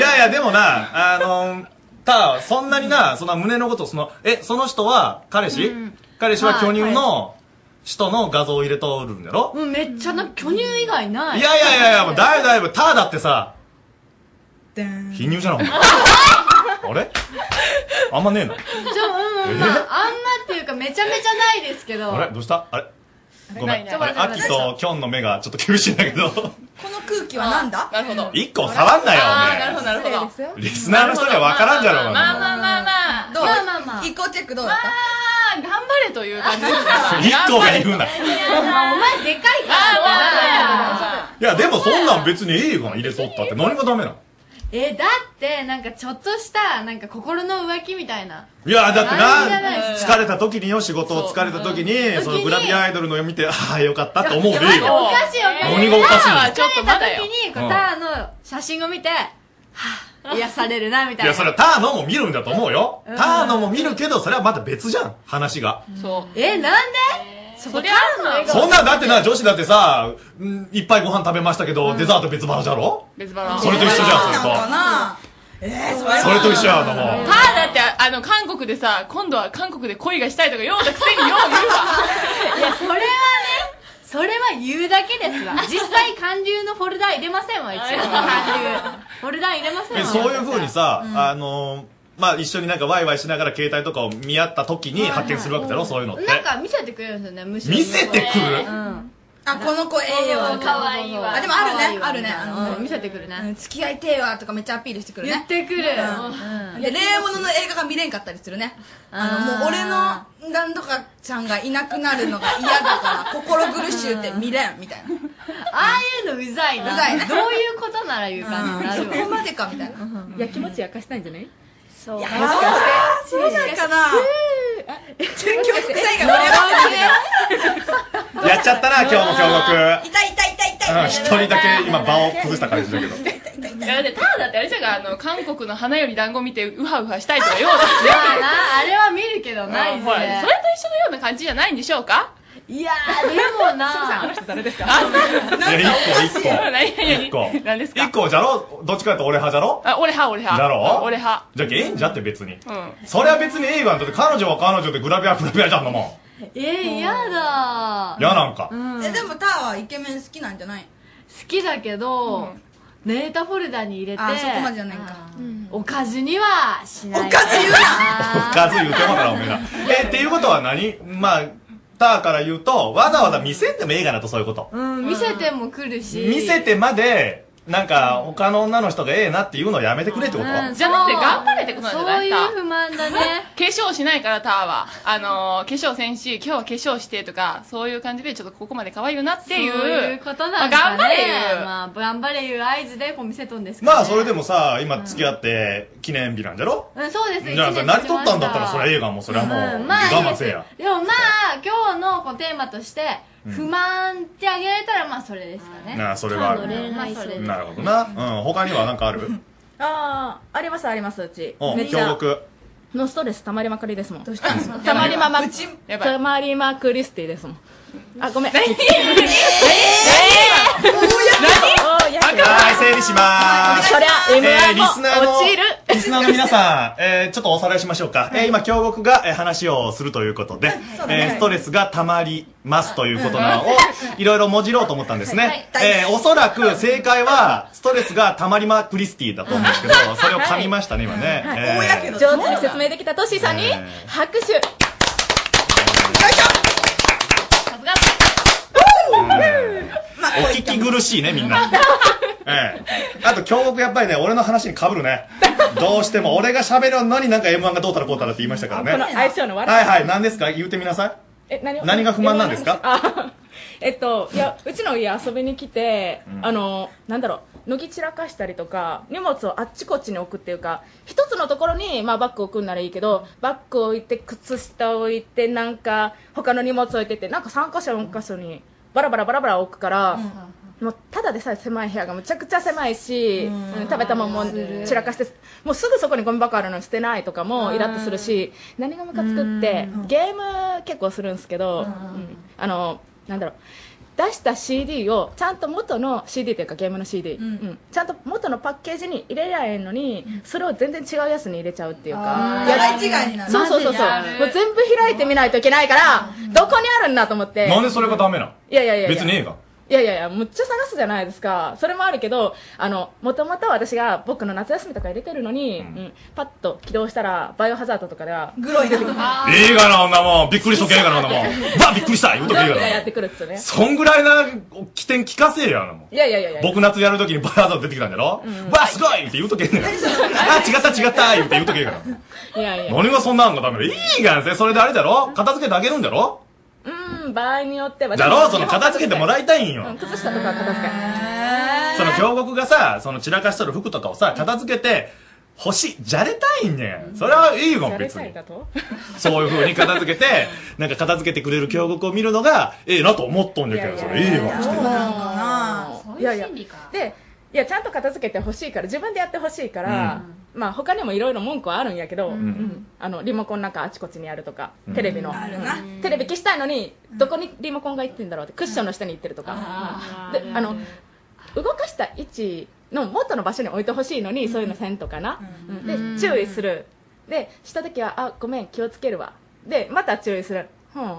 Speaker 16: やいやでもなあのたそんなになそんな胸のことそのえその人は彼氏、彼氏は巨乳の人の画像を入れとるんだろ、
Speaker 17: もうめっちゃな、巨乳以外ないい。
Speaker 16: やいやいやいやもうだいぶだいぶただってさ貧乳 じゃなお前あれあんまねえな
Speaker 17: ちょ、うんうん、まあ、あんなっていうかめちゃめちゃないですけど。
Speaker 16: あれどうしたあれごめん。
Speaker 17: ないな
Speaker 16: あれ、
Speaker 17: ないない
Speaker 16: 秋とキョンの目がちょっと厳しいんだけ ど、
Speaker 23: 空気はなんだ
Speaker 21: なるほど。
Speaker 16: 一個触んなよ、
Speaker 21: あー、な
Speaker 16: お
Speaker 21: るほど、なるほど。
Speaker 16: めえ。リスナーの人には分からんじゃろ、お前
Speaker 21: まあまあまあまあ。
Speaker 23: どう
Speaker 21: まあまあまあ。
Speaker 23: 一個チェックどうだった
Speaker 21: あー、頑張れという感じです
Speaker 16: お前一個が言うな。
Speaker 17: まあお前でかいから。
Speaker 21: まあまあ
Speaker 16: いや、でもそんなん別にいいよ、入れとったって。何がダメなの
Speaker 17: え、だって、なんかちょっとした、なんか心の浮気みたいな。
Speaker 16: いや、だって
Speaker 17: あれじゃない
Speaker 16: な、
Speaker 17: ですか
Speaker 16: 疲れた時によ、仕事を疲れた時に、そのグラビアアイドルのを見て、ああ、よかったって思うでいい
Speaker 17: やお
Speaker 16: よ。
Speaker 17: かしいよ、
Speaker 16: 何がおかしいの
Speaker 17: ターはちょっと待てよ疲れた時
Speaker 16: うん
Speaker 17: に、ターの写真を見て、はぁ、癒されるな、みたいな。
Speaker 16: いや、それはターノも見るんだと思うよ。
Speaker 17: うん
Speaker 16: ターノも見るけど、それはまた別じゃん、話が。
Speaker 21: そう。
Speaker 17: え、なんでそこターの笑顔
Speaker 16: そんなんだってな、女子だってさ、んいっぱいご飯食べましたけど、デザート別腹じゃろ
Speaker 21: 別腹
Speaker 16: それと一緒じゃん、それと。それと一緒やな、もう。
Speaker 21: パーだって、ああの、韓国でさ、今度は韓国で恋がしたいとか、ようだくせによう言うわ。
Speaker 17: いや、それはね、それは言うだけですわ。実際、韓流のフォルダ入れませんわ、一応。韓流。フォルダ入れません
Speaker 16: え
Speaker 17: わ。
Speaker 16: そういう風にさ、あのー、まあ、一緒になんかワイワイしながら携帯とかを見合った時に発見するわけだろ、そういうのって。
Speaker 17: なんか見せてくれるんですよね、むしろ。
Speaker 16: 見せてくる
Speaker 17: うん。
Speaker 23: あ、この子ええよ。
Speaker 17: 可愛いわ
Speaker 23: あ、でもある
Speaker 17: 可愛
Speaker 23: ね
Speaker 17: い。わ
Speaker 23: あるね。
Speaker 17: みたいな
Speaker 23: あの
Speaker 17: うん見せてくるね。
Speaker 23: うん付き合いてえわとかめっちゃアピールしてくるね。
Speaker 17: 言ってくる
Speaker 23: うん
Speaker 17: うん
Speaker 23: で恋愛ものの映画が見れんかったりするね。あ
Speaker 17: あー
Speaker 23: の、もう俺のなんとかちゃんがいなくなるのが嫌だから、 心苦しゅうって見れんみたいな。
Speaker 17: ああいうのうざいな。
Speaker 23: うざいね
Speaker 17: どういうことなら言う感じになるわ。
Speaker 23: そこまでかみたいな。
Speaker 18: やきもち焼かしたいんじゃない
Speaker 17: そう。
Speaker 18: や
Speaker 23: あーそうなんかな。
Speaker 18: 教育
Speaker 23: 臭いが盛り上がってるね
Speaker 16: やっちゃったな、今日も驚愕。
Speaker 23: 痛い痛い痛い痛い。
Speaker 16: うん、一人だけ今場を崩した感じだけど。
Speaker 21: いや、だって、ターだってあれじゃが、あの、韓国の花より団子見て、ウハウハしたいとか、ようだくせに
Speaker 17: まあな、あれは見るけどない
Speaker 21: ほら、それと一緒のような感じじゃないんでしょうか
Speaker 17: いやー、でもな。
Speaker 21: あの人誰ですか
Speaker 16: いや、一個、
Speaker 21: いやいやいや
Speaker 16: 一個。一個。
Speaker 21: 何ですか
Speaker 16: 一個じゃろどっちかやと俺派じゃろ
Speaker 21: あ、俺派、俺派。
Speaker 16: だろ
Speaker 21: 俺派。
Speaker 16: じゃけええんじゃって別に。
Speaker 21: うん。
Speaker 16: それは別にええわ。だって彼女は彼女でグラビアはグラビアじゃんのも
Speaker 17: えー、やだ
Speaker 16: ん。嫌なんか。
Speaker 23: え、でもターはイケメン好きなんじゃない
Speaker 17: 好きだけど、データフォルダに入れて、
Speaker 23: あー、そこまでじゃないか。
Speaker 17: おかずにはしない。
Speaker 16: おかず言うてもたらおめえら。え、っていうことは何まあ、ターから言うと、わざわざ見せんでもええがなと、そういうこと。
Speaker 17: うん、見せても来るし。
Speaker 16: 見せてまで、なんか、他の女の人がええなっていうのをやめてくれってこと
Speaker 17: うん
Speaker 21: じゃなくて頑張れってことなんじゃない
Speaker 17: そういう不満だね。
Speaker 21: 化粧しないから、ターは。あのー、化粧せんし、今日は化粧してとか、そういう感じで、ちょっとここまで可愛いよなっていう。
Speaker 17: そういうことなん
Speaker 21: ま
Speaker 17: だね。
Speaker 21: あ頑張れよ。
Speaker 17: まあ、頑張れいう合図でこう見せとんですけどね
Speaker 16: まあ、それでもさ、今付き合って記念日なんじゃろ
Speaker 17: うん、そうです。
Speaker 16: じゃあ、
Speaker 17: 一年
Speaker 16: 何取ったんだっ
Speaker 17: 経ち
Speaker 16: た
Speaker 17: ま
Speaker 16: ら、
Speaker 17: し
Speaker 16: それはええがもう、それはもう、
Speaker 17: んまあいいです
Speaker 16: 我慢せえや。
Speaker 17: でもまあ、今日のこうテーマとして、
Speaker 16: うん
Speaker 17: 不満ってあげられたらまあそれですかね
Speaker 16: なあそれはある
Speaker 17: 感度恋愛相談
Speaker 16: なるほどな、うん、他には何かある
Speaker 18: ああありますありますうち
Speaker 16: お
Speaker 18: めっち
Speaker 16: 京
Speaker 18: ゃ
Speaker 16: 極
Speaker 18: のストレスたまりまくりですもんたまりままたまりまくりスティですもんあごめん何ええ
Speaker 16: はい整理しまーす
Speaker 18: そりゃ M1
Speaker 16: えーリスナー
Speaker 18: も
Speaker 16: の
Speaker 18: 落ちる
Speaker 16: リスナーの皆さん、えーちょっとおさらいしましょうか、えー今京極が、えー話をするということで、
Speaker 18: そうだね
Speaker 16: えーストレスがたまりますということなのを
Speaker 18: うん
Speaker 16: いろいろもじろうと思ったんですね、
Speaker 18: はい
Speaker 16: えーおそらく正解はストレスがたまりまクリスティだと思うんですけどそれを噛みましたね今ね、えー
Speaker 18: 上手に説明できたトッシーさんに拍手
Speaker 16: お聞き苦しいねみん なええ、あと京極やっぱりね俺の話にかぶるねどうしても俺が喋るのになんか m 1がどうたらこうたらって言いましたからね
Speaker 18: この相性の悪さ
Speaker 16: はいはい何ですか言うてみなさい
Speaker 18: え何を
Speaker 16: 何が不満なんですか
Speaker 18: あ えっといやうちの家遊びに来て、あのなんだろう脱ぎ散らかしたりとか荷物をあっちこっちに置くっていうか一つのところに、まあ、バッグを置くんならいいけどバッグを置いて靴下を置いてなんか他の荷物を置いてってなんか3箇所4箇所にバラバラバラバラ置くから。もうただでさえ狭い部屋がむちゃくちゃ狭いし、うん食べたもんも散らかしてもうすぐそこにゴミ箱あるのに捨てないとかもイラッとするし何がムカつくってゲーム結構するんですけど、うんあのなんだろう出した CD をちゃんと元の CD というかゲームの CD、うんちゃんと元のパッケージに入れりゃええのにそれを全然違うやつに入れちゃうっていうか
Speaker 23: あー互い違いになる
Speaker 18: そうそうそうそう
Speaker 23: マジでやる
Speaker 18: もう全部開いてみないといけないからどこにあるんだと思って
Speaker 16: なんでそれがダメなの
Speaker 18: いやいやいやいや
Speaker 16: 別に映画
Speaker 18: いやいやいや、むっちゃ探すじゃないですか。それもあるけど、あの、もともと私が僕の夏休みとか入れてるのに、うんパッと起動したら、バイオハザードとかでは、グロいなとか、
Speaker 16: 映画な女もんびっくりしとけ映画な女もんばびっくりした言うとけ映画な
Speaker 18: やってくるっつね。
Speaker 16: そんぐらいな起点聞かせえやなもん
Speaker 18: いやいやいやいや。
Speaker 16: 僕夏やるときにバラード出てきたんだろ、わあすごいって言うとけえね んあ違った違った言うて言うとけえから
Speaker 18: いやいや。
Speaker 16: 何がそんなんがダメだいいがんせそれであれだろ片付けてあげるんだろ
Speaker 18: うん、場合によっては。
Speaker 16: だろその片付けてもらいたいん
Speaker 18: うん
Speaker 16: よ。
Speaker 18: 崩したとかは片付け。
Speaker 16: その京極がさ、その散らかしとる服とかをさ、片付けて、欲しい、じゃれたいんねん。それはいいもん、別
Speaker 18: じゃれ
Speaker 16: に。
Speaker 18: たいだと
Speaker 16: そういう風に片付けて、なんか片付けてくれる京極を見るのが、ええなと思っとんじゃけど、それいいわ。
Speaker 18: そうなんかないやいやでいやちゃんと片付けてほしいから自分でやってほしいから、まあ他にもいろいろ文句はあるんやけど、
Speaker 16: ん
Speaker 18: あのリモコンなんかあちこちにあるとか、
Speaker 16: うん
Speaker 18: テレビの、
Speaker 23: ある
Speaker 18: うんテレビ消したいのにどこにリモコンが行ってんだろうってクッションの下に行ってるとか、であの動かした位置の元の場所に置いてほしいのに、そういうのせんとかな、
Speaker 23: うん
Speaker 18: で注意するでした時はあごめん気をつけるわでまた注意する、うん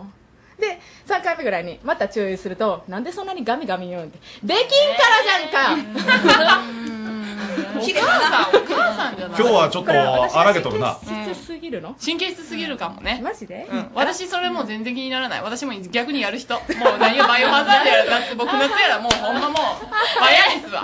Speaker 18: で3回目ぐらいにまた注意するとなんでそんなにガミガミ言うんってできんからじゃんか、
Speaker 21: お母さん、お母さんじゃない
Speaker 16: 今日はちょっと、荒げとるな。
Speaker 18: 神経質すぎるの
Speaker 21: 神経質すぎるかもね。
Speaker 18: マジで
Speaker 21: うん。私、それもう全然気にならない。私も逆にやる人。もう何や、バイオハザードやら、夏、僕夏やら、もうほんまもう、ワヤですわ。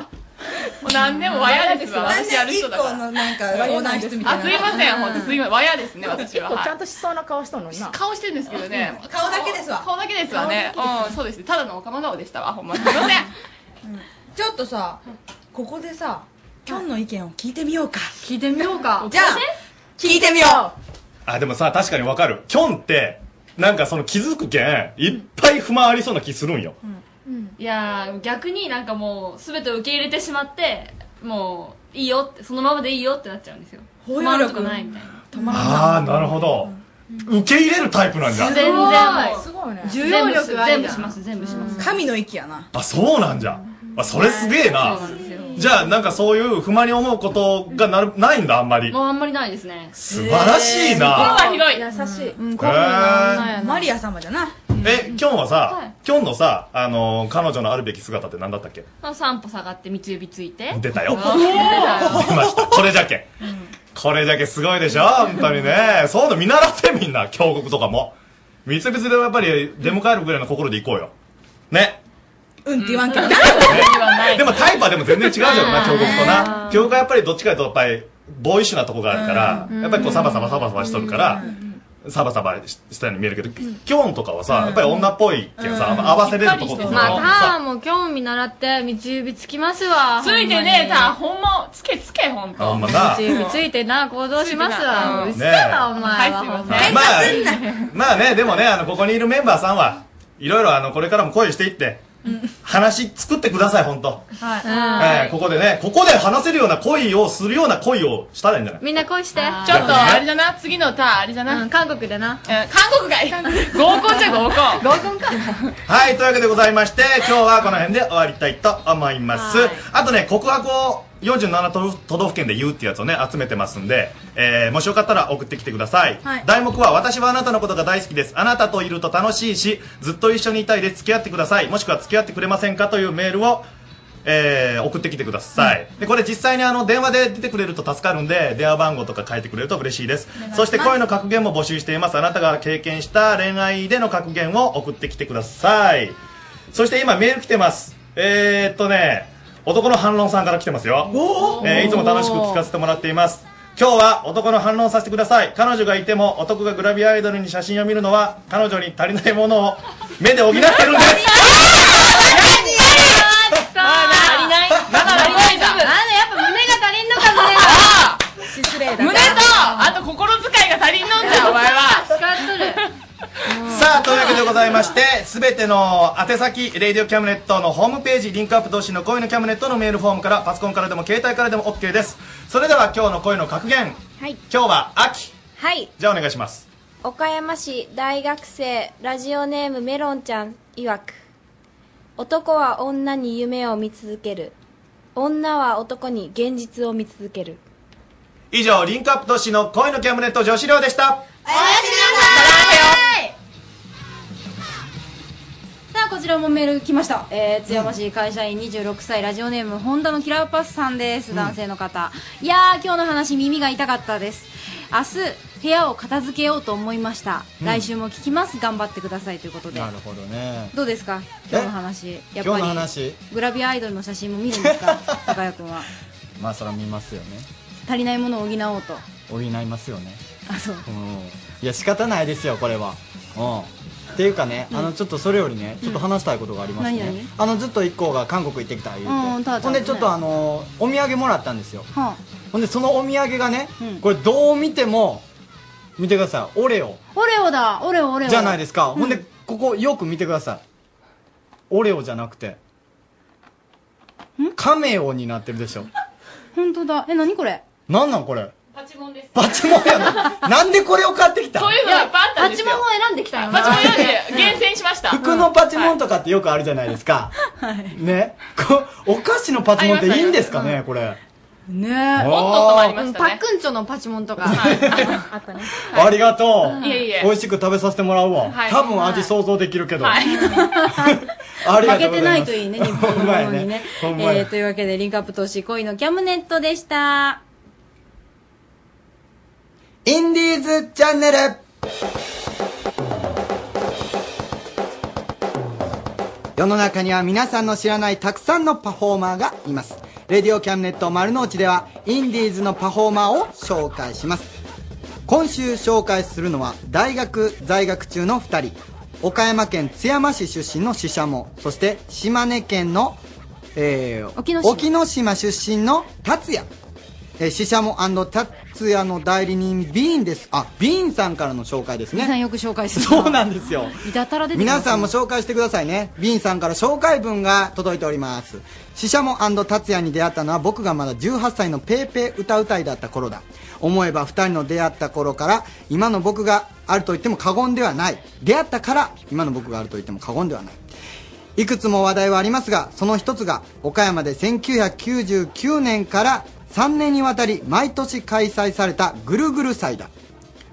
Speaker 21: もう何でもワヤですわ。私やる人だから。
Speaker 23: なんで一個のなんか相談室みたいな
Speaker 21: あ、すいません、ほんとすいません。ワヤですね、私は。
Speaker 18: 結構ちゃん
Speaker 21: は
Speaker 18: としそうな顔しとんのにな
Speaker 21: 顔してるんですけどね
Speaker 23: うん顔だけですわ
Speaker 21: 顔だけですわね。
Speaker 23: 顔だけです
Speaker 21: うん、そうですね。ただのおかま顔でしたわ、ほんま。すいません。
Speaker 23: ちょっとさここでさきょんの意見を聞いてみようか
Speaker 21: 聞いてみようか
Speaker 23: じゃあ聞いてみよ
Speaker 16: あ、でもさ、確かにわかる。キョンって、なんかその気づくけん、いっぱい不満ありそうな気するんよ。
Speaker 22: いやー逆になんかもう全てを受け入れてしまってもういいよってそのままでいいよってなっちゃうんですよ
Speaker 23: 包容力
Speaker 22: 不満とかないみたいな
Speaker 16: ああ、なるほど。受け入れるタイプなんじゃ
Speaker 22: 全。然もう
Speaker 23: すごいね
Speaker 22: 重要力がある
Speaker 23: 全部します全部します神の域やな
Speaker 16: あ、そうなんじゃ。あ、それすげえな
Speaker 22: そう。なんですよ
Speaker 16: じゃあ、なんかそういう不満に思うことがなるないんだ、あんまり
Speaker 22: も。うあんまりないですね
Speaker 16: 素晴らしいな。
Speaker 22: 広い
Speaker 23: 優しい
Speaker 16: 心が広いな
Speaker 23: マリア様じゃな
Speaker 16: え、キョンは
Speaker 22: は
Speaker 16: さ
Speaker 22: い、
Speaker 16: キョンのさ、あのー、彼女のあるべき姿って何だったっけ
Speaker 22: まあ散歩下がって三つ指ついて
Speaker 16: 出たよ
Speaker 22: 出たよ
Speaker 16: 出ました。これじゃけ。これじゃけすごいでしょ本当にね。そうだ、見習ってみんな。峡谷とかも。三つ別でやっぱり出迎えるぐらいの心で行こうよ。ね。
Speaker 23: うんって言わんけどな
Speaker 16: でもタイプはでも全然違うじゃんな、峡谷とな。峡谷はやっぱりどっちかというとやっぱり、ボーイッシュなとこがあるから、やっぱりこうサバサバサバサバしとるから、サバサバししたように見えるけど、キョンとかはさ、やっぱり女っぽいけんさ、合わせれるとこっていうの
Speaker 22: まあ
Speaker 16: はさ
Speaker 22: ターも興味習って三つ指つきますわ
Speaker 21: ついてねえ、た
Speaker 22: タ
Speaker 21: ほんま、つけつけ、ほんと。
Speaker 16: ほんま
Speaker 22: 三
Speaker 16: な
Speaker 22: つ指ついてな行動しますわうっ
Speaker 16: つ
Speaker 22: せ
Speaker 16: いて
Speaker 22: え
Speaker 16: な
Speaker 22: わお前は
Speaker 16: まあ、まあね、でもね、あの、ここにいるメンバーさんは、いろいろあのこれからも恋していって話作ってください本当、
Speaker 17: は
Speaker 16: えーここでねここで話せるような恋をするような恋をしたらいいんじゃない
Speaker 17: みんな恋して
Speaker 21: ちょっとあれじゃな次の歌あれじゃな、
Speaker 17: 韓国でな
Speaker 21: 韓国がいい 合コンじゃ 合コン
Speaker 17: 合コンか
Speaker 16: はいというわけでございまして今日はこの辺で終わりたいと思いますあとね告白を47都都道府県で言うっていうやつをね集めてますんで、えーもしよかったら送ってきてください、
Speaker 1: はい
Speaker 16: 題目は「私はあなたのことが大好きですあなたといると楽しいしずっと一緒にいたいです付き合ってくださいもしくは付き合ってくれませんか?」というメールをえー送ってきてください、でこれ実際にあの電話で出てくれると助かるんで電話番号とか書いてくれると嬉しいです
Speaker 1: 願いします
Speaker 16: そして声の格言も募集していますあなたが経験した恋愛での格言を送ってきてくださいそして今メール来てますえー、っとね男の反論さんから来てますよ、えーいつも楽しく聞かせてもらっています今日は男の反論させてください彼女がいても男がグラビアアイドルに写真を見るのは彼女に足りないものを目で補ってるんです
Speaker 17: 足りない
Speaker 21: まだ足りないんだ
Speaker 17: あのやっぱ胸が足りんのか胸が失礼だ
Speaker 21: 胸とあと心遣いが足りんのんだお前は
Speaker 17: 使っとる
Speaker 16: さあというわけでございまして全ての宛先「レイディオキャムネット」のホームページリンクアップ同士の恋のキャムネットのメールフォームからパソコンからでも携帯からでも OK ですそれでは今日の恋の格言
Speaker 20: はい
Speaker 16: 今日は秋
Speaker 20: はい
Speaker 16: じゃあお願いします
Speaker 20: 岡山市大学生ラジオネームメロンちゃん曰く男は女に夢を見続ける女は男に現実を見続ける
Speaker 16: 以上リンクアップ同士の恋のキャムネット女子寮でした
Speaker 3: さあこちらもメール来ました、えー、津山市会社員26歳ラジオネーム本田のキラーパスさんです男性の方、いやー今日の話耳が痛かったです明日部屋を片付けようと思いました、
Speaker 2: うん
Speaker 3: 来週も聞きます頑張ってくださいということで
Speaker 2: なるほどね
Speaker 3: どうですか今日の話やっ
Speaker 2: 今日の
Speaker 3: ぱ
Speaker 2: 話
Speaker 3: りグラビアアイドルの写真も見るんです か高谷君は
Speaker 2: まあそれは見ますよね
Speaker 3: 足りないものを補おうと
Speaker 2: 補いますよね
Speaker 3: あそう
Speaker 2: うんいや仕方ないですよこれはうんっていうかね、
Speaker 3: うん
Speaker 2: あのちょっとそれよりねちょっと話したいことがありますね、
Speaker 3: 何々
Speaker 2: あのずっと一行が韓国行ってきた言うて、
Speaker 3: うんただちゃ
Speaker 2: ほ
Speaker 3: ん
Speaker 2: ん
Speaker 3: とね
Speaker 2: でちょっとあのお土産もらったんですよ
Speaker 3: はあ
Speaker 2: ほんでそのお土産がね、これどう見ても見てくださいオレオ
Speaker 3: オレオだオレオオレオ
Speaker 2: じゃないですか、ほんでここよく見てくださいオレオじゃなくてカメオになってるでしょ
Speaker 3: 本当だえ何これ
Speaker 2: なんなんこれ
Speaker 21: パチモンです
Speaker 2: パチモンやななんでこれを買ってきた
Speaker 21: そういうのがいっぱいあったんですよ
Speaker 17: パチモンを選んできたよ
Speaker 21: パチモン選んで厳選しました
Speaker 2: 服のパチモンとかってよくあるじゃないですか、ねこお菓子のパチモンっていいんですかねこれ
Speaker 3: ね
Speaker 2: え
Speaker 17: え
Speaker 2: おっとっともありま
Speaker 17: パックンチョのパチモンとかあったね
Speaker 2: ありがとう
Speaker 17: いえいえ
Speaker 2: 美味しく食べさせてもらうわ
Speaker 17: はい
Speaker 2: 多分味想像できるけどありが
Speaker 3: 負
Speaker 2: と
Speaker 3: け
Speaker 2: うご
Speaker 3: て
Speaker 2: ざ
Speaker 3: ないい
Speaker 2: ま
Speaker 3: と
Speaker 2: す
Speaker 3: いいね日本のものにね
Speaker 2: ほんまやねほんまや
Speaker 3: えーというわけでリンクアップ投資恋のキャムネットでした
Speaker 2: インディーズチャンネル世の中には皆さんの知らないたくさんのパフォーマーがいますレディオキャンネット丸の内ではインディーズのパフォーマーを紹介します今週紹介するのは大学在学中の2人岡山県津山市出身のししゃもそして島根県の、えー
Speaker 3: 沖ノ島
Speaker 2: 島出身の達也えーシシャモ達也の代理人ビーンですあビーンさんからの紹介です
Speaker 3: 皆さん
Speaker 2: ね
Speaker 3: よく紹介する
Speaker 2: そうなんですよ
Speaker 3: いたたら出てきます
Speaker 2: 皆さんも紹介してくださいねビーンさんから紹介文が届いておりますシシャモ達也に出会ったのは僕がまだ18歳のペーペー歌うたいだった頃だ思えば2人の出会った頃から今の僕があると言っても過言ではない出会ったから今の僕があると言っても過言ではないいくつも話題はありますがその一つが岡山で1999年から3年にわたり毎年開催されたぐるぐる祭だ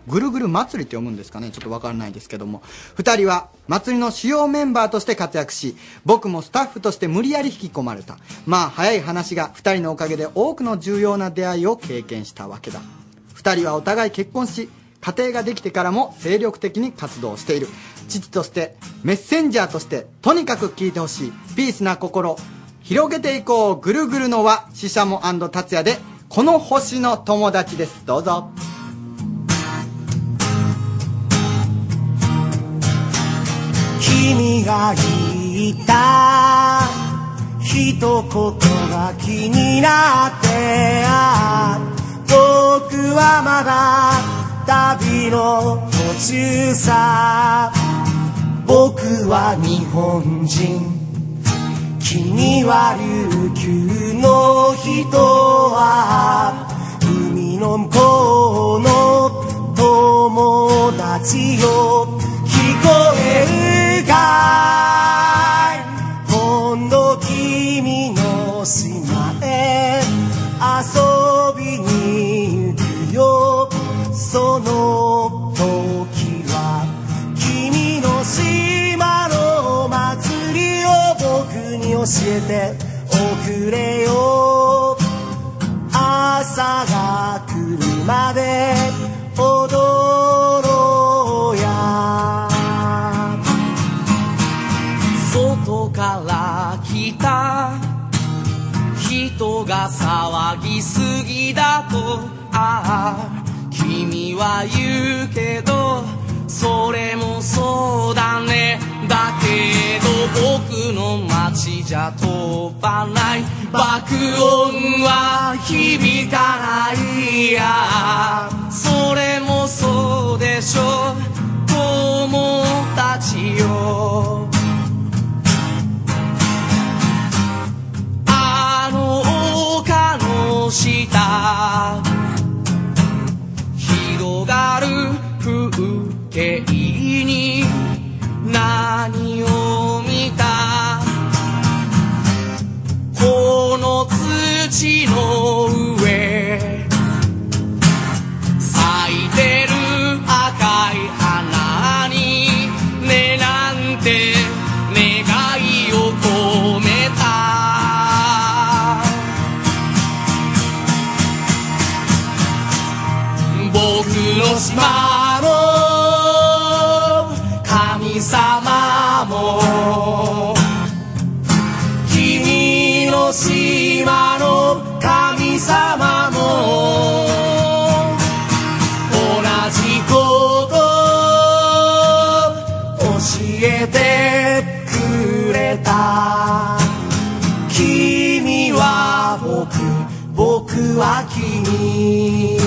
Speaker 2: ぐるぐる祭りって読むんですかねちょっとわからないですけども2人は祭りの主要メンバーとして活躍し僕もスタッフとして無理やり引き込まれたまあ早い話が2人のおかげで多くの重要な出会いを経験したわけだ2人はお互い結婚し家庭ができてからも精力的に活動している父としてメッセンジャーとしてとにかく聞いてほしいピースな心広げていこうぐるぐるの輪ししゃも達也でこの星の友達ですどうぞ
Speaker 1: 君が言った一言が気になってあ僕はまだ旅の途中さ僕は日本人君は琉球の人は海の向こうの友達よ聞こえるかい今度君の島へ遊びに行くよその時は君の島の祭りを僕に教えておくれよ朝が来るまで踊ろうや
Speaker 4: 外から来た人が騒ぎすぎだとああ君は言うけどそれもそうだねだけど僕の街じゃ飛ばない爆音は響かないやそれもそうでしょ友達よあの丘の下広がる風景に何を見たこの土の上咲いてる赤い花にねなんて願いを込めた僕の島の神様も君の島の神様も同じこと教えてくれた君は僕僕は君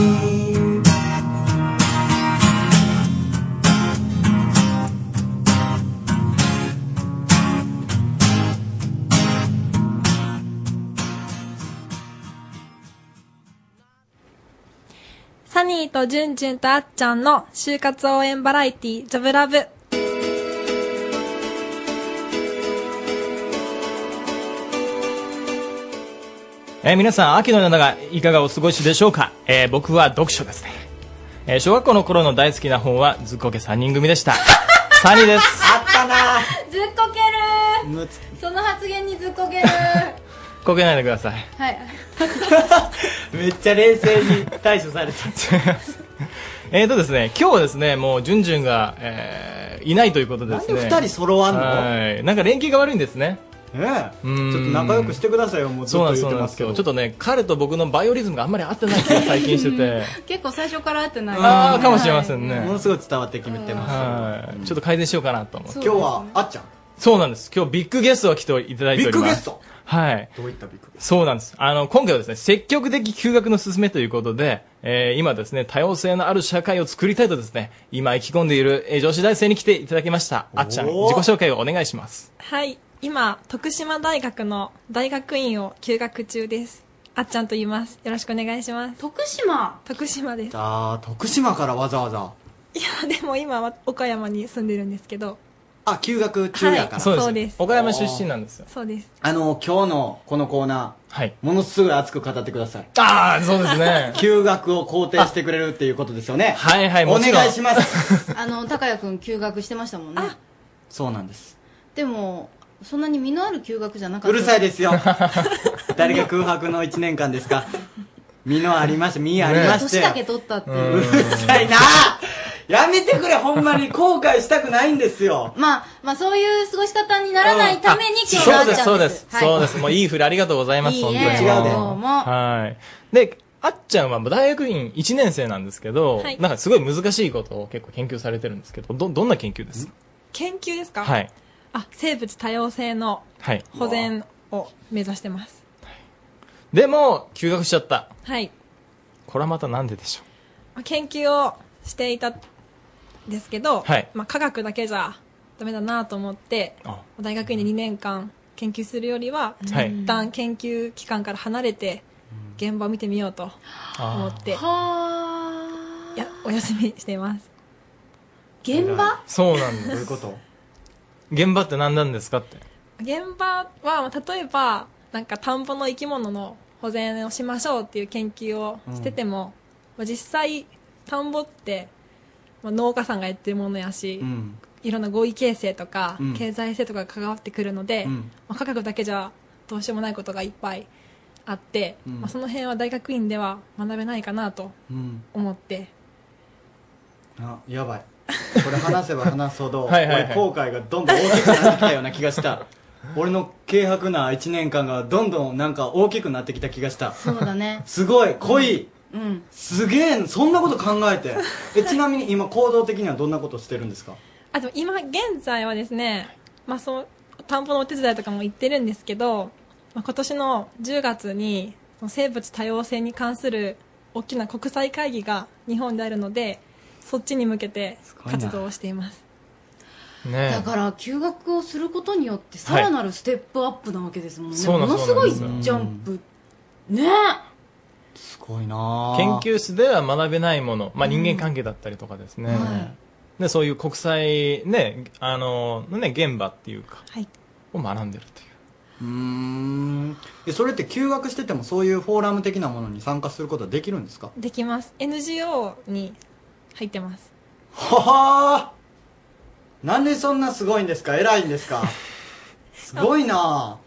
Speaker 5: サニーとジュンジュンとあっちゃんの就活応援バラエティジョブラブ。
Speaker 11: えー皆さん秋の夜長いかがお過ごしでしょうか、えー僕は読書ですね、えー小学校の頃の大好きな本はずっこけ3人組 でしたサニーですあったな
Speaker 3: ずっこける
Speaker 11: むつ
Speaker 3: その発言にずっこ けるは
Speaker 11: こけないでください
Speaker 3: い
Speaker 11: めっちゃ冷静に対処された えーとですね今日はですねもうジュンジュンが、えーいないということでですね
Speaker 2: なんで二人揃わんの
Speaker 11: はいなんか連携が悪いんですね
Speaker 2: ね
Speaker 11: ちょっと
Speaker 2: 仲良くしてくださいよもうずっ
Speaker 11: そうな
Speaker 2: と
Speaker 11: んです
Speaker 2: 言って
Speaker 11: そうなん
Speaker 2: ま
Speaker 11: ですす
Speaker 2: け
Speaker 11: よ
Speaker 2: ど
Speaker 11: ちょっとね彼と僕のバイオリズムがあんまり合ってない気が最近してて
Speaker 3: 結構最初から合ってない
Speaker 11: ああかもしれませんね、
Speaker 3: はい
Speaker 11: ものすごい伝わって決めて
Speaker 3: ます
Speaker 11: はいちょっと改善しようかなと思って
Speaker 3: そうですね今日は
Speaker 11: あっちゃんそうなんです今日ビッグゲストが来ていただいてお
Speaker 2: ビッ
Speaker 11: ります
Speaker 2: グゲスト
Speaker 11: はいどういったビッグゲストそうなんですあの今回はですね積極的休学の勧めということで、えー今ですね多様性のある社会を作りたいとですね今意気込んでいるえー女子大生に来ていただきましたあっちゃん自己
Speaker 5: おー
Speaker 11: 紹介をお願いします
Speaker 5: はい。今、徳島大学の大学院を休学中です。あっちゃんと言います。よろしくお願いします。
Speaker 3: 徳島
Speaker 5: 徳島です。
Speaker 2: あー徳島からわざわざ
Speaker 5: いや、でも今は岡山に住んでるんですけど。
Speaker 2: あ休学中やから、
Speaker 5: はいそうですそうです
Speaker 11: 岡山出身なんですよ
Speaker 5: そうです。
Speaker 2: あの今日のこのコーナー、ものすごい熱く語ってください
Speaker 11: ああそうで すね
Speaker 2: 休学を肯定してくれるっていうことですよね
Speaker 11: はいはい
Speaker 2: お
Speaker 11: もちろん
Speaker 2: 願いします
Speaker 3: あの高谷君休学してましたもんね
Speaker 2: そうなんです
Speaker 3: でもそんなに身のある休学じゃなかった
Speaker 2: うるさいです よ誰が空白の1年間ですか身のありまして身ありまして
Speaker 3: 年だけ取ったっていう
Speaker 2: うるさいなやめてくれほんまに後悔したくないんですよ
Speaker 3: まあまあそういう過ごし方にならないために今日
Speaker 11: そう
Speaker 3: な
Speaker 11: で
Speaker 3: っち
Speaker 11: す
Speaker 3: ゃう
Speaker 11: そ
Speaker 3: ん
Speaker 11: う
Speaker 3: で
Speaker 11: ですす、
Speaker 3: はい
Speaker 11: そうですもういい振りありがとうございます
Speaker 3: いい
Speaker 11: 本当に
Speaker 3: えどうも
Speaker 11: はいであっちゃんはもう大学院1年生なんですけど、
Speaker 5: はい
Speaker 11: なんかすごい難しいことを結構研究されてるんですけどどどんな研究ですか
Speaker 5: 研究ですか
Speaker 11: はい。
Speaker 5: あ、生物多様性の
Speaker 11: はい
Speaker 5: 保全を目指してます。
Speaker 11: でも休学しちゃった
Speaker 5: はい。
Speaker 11: これはまたなんででしょ
Speaker 5: まあ研究をしていたんですけど、
Speaker 11: はい
Speaker 5: まあ、科学だけじゃダメだなと思って
Speaker 11: あ
Speaker 5: 大学院で2年間研究するよりは、
Speaker 11: はい
Speaker 5: 一旦研究機関から離れて現場を見てみようと思って、いやお休みしています
Speaker 24: 現場
Speaker 11: そうなんです。
Speaker 2: こと
Speaker 11: 現場って何なんですかって。
Speaker 5: 現場はまあ例えばなんか田んぼの生き物の保全をしましょうっていう研究をしてても、まあ実際田んぼって、まあ、農家さんがやってるものやし、
Speaker 7: うん
Speaker 5: いろんな合意形成とか、
Speaker 7: うん
Speaker 5: 経済性とかが関わってくるので、
Speaker 7: うん
Speaker 5: まあ、価格だけじゃどうしようもないことがいっぱいあって、
Speaker 7: うん
Speaker 5: まあ、その辺は大学院では学べないかなと
Speaker 2: うん
Speaker 5: 思って
Speaker 2: あやばいこれ話せば話すほど
Speaker 11: はいはいはい
Speaker 2: 俺後悔がどんどん大きくなってきたような気がした俺の軽薄な1年間がどんどんなんか大きくなってきた気がした
Speaker 3: そうだね
Speaker 2: すごい濃い、
Speaker 3: うん
Speaker 2: すげえそんなこと考えてえちなみに今行動的にはどんなことしてるんですか
Speaker 5: あでも今現在はですね、まあ、そう田んぼのお手伝いとかも行ってるんですけど、まあ、今年の10月にその生物多様性に関する大きな国際会議が日本であるのでそっちに向けて
Speaker 2: いな
Speaker 5: 活動をしています
Speaker 11: ね
Speaker 3: だから休学をすることによってさらなるステップアップなわけですもんね、
Speaker 11: そうな
Speaker 3: もの
Speaker 11: ん
Speaker 3: すごい
Speaker 11: そうなんです
Speaker 3: ジャンプね
Speaker 2: すごいな
Speaker 11: 研究室では学べないもの、まあ、人間関係だったりとかですね、でそういう国際、ねあのね、現場っていうか、を学んでるってい
Speaker 2: う
Speaker 11: う
Speaker 2: ーんえそれって休学しててもそういうフォーラム的なものに参加することはできるんですか
Speaker 5: できます NGO に入ってます
Speaker 2: ははーなんでそんなすごいんですか偉いんで すかすごいな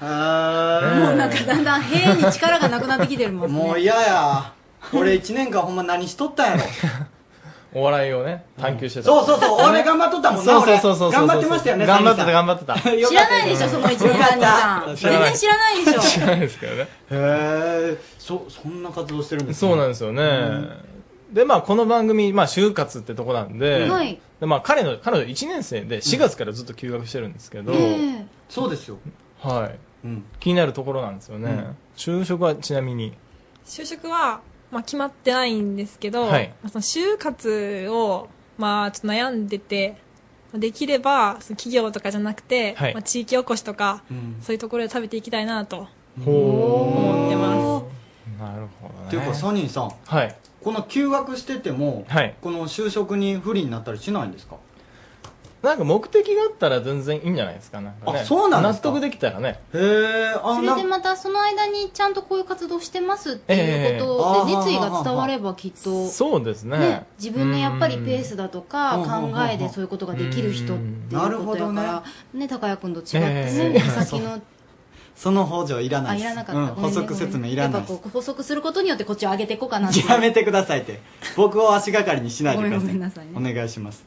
Speaker 2: あ
Speaker 3: もうなんかだんだん兵に力 がなくなってきてるもんね
Speaker 2: もう嫌や俺1年間ほんま何しとったんやろ
Speaker 11: お笑いをね探求してた、
Speaker 2: そうそうそう俺頑張っとったもんな
Speaker 11: そう
Speaker 2: 俺
Speaker 11: そうそうそうそ
Speaker 2: 頑
Speaker 11: う
Speaker 2: 張ってましたよね
Speaker 11: 頑張って
Speaker 2: サニーさ
Speaker 11: た頑張ってた
Speaker 2: よ
Speaker 3: 知
Speaker 2: かっ
Speaker 3: ら
Speaker 2: た
Speaker 3: ないでしょその1年
Speaker 2: よかった
Speaker 3: 谷さん
Speaker 2: 知ら
Speaker 3: 全
Speaker 2: ない
Speaker 3: 然知らないでしょ
Speaker 11: 知らないですけどね
Speaker 2: へえそそんな活動してるんです
Speaker 11: そうなんですよね、でまあこの番組、まあ、就活ってとこなんで,、
Speaker 2: はい
Speaker 11: でまあ、彼の彼女1年生で4月からずっと休学してるんですけど、
Speaker 2: そうですよ
Speaker 11: はい、気になるところなんですよね、
Speaker 5: うん
Speaker 11: 就職はちなみに
Speaker 5: 就職は、まあ、決まってないんですけど、
Speaker 11: はい
Speaker 5: まあその就活を、まあ、ちょっと悩んでてできればその企業とかじゃなくて、
Speaker 11: はい
Speaker 5: まあ、地域おこしとか、
Speaker 2: うん
Speaker 5: そういうところで食べていきたいなと
Speaker 11: ほ
Speaker 5: 思ってます
Speaker 11: うなるほどね
Speaker 2: っていうかサニーさん
Speaker 11: はい
Speaker 2: この休学してても、
Speaker 11: はい
Speaker 2: この就職に不利になったりしないんですか
Speaker 11: なんか目的があったら全然いいんじゃないですかなんか、ね、
Speaker 2: あそうなんです
Speaker 11: 納得できたらね
Speaker 2: へえ
Speaker 3: それでまたその間にちゃんとこういう活動してますってい
Speaker 11: ええ
Speaker 3: うことで熱意が伝わればきっと
Speaker 11: そうですね
Speaker 3: ね、自分のやっぱりペースだとか
Speaker 11: うん
Speaker 3: 考えでそういうことができる人って
Speaker 2: ないる
Speaker 3: う
Speaker 2: ほ
Speaker 3: ことや
Speaker 2: ど
Speaker 3: か
Speaker 2: ね
Speaker 3: ら、ね高谷君と違って
Speaker 2: え
Speaker 3: ね、
Speaker 2: え
Speaker 3: 目先の
Speaker 2: その補助いらな
Speaker 3: あ
Speaker 2: い
Speaker 3: い
Speaker 2: です
Speaker 3: らなかった、
Speaker 2: うん
Speaker 3: ごめ
Speaker 2: 補
Speaker 3: んね
Speaker 2: 足説明いらな
Speaker 3: や
Speaker 2: い
Speaker 3: っ
Speaker 2: で
Speaker 3: ぱ
Speaker 2: す
Speaker 3: こう補足することによってこっちを上げていこうかなって
Speaker 2: やめてくださいって僕を足がかりにしないでくだ
Speaker 3: ご
Speaker 2: さ
Speaker 3: めんごめ
Speaker 2: い
Speaker 3: んなさいね
Speaker 2: お願いします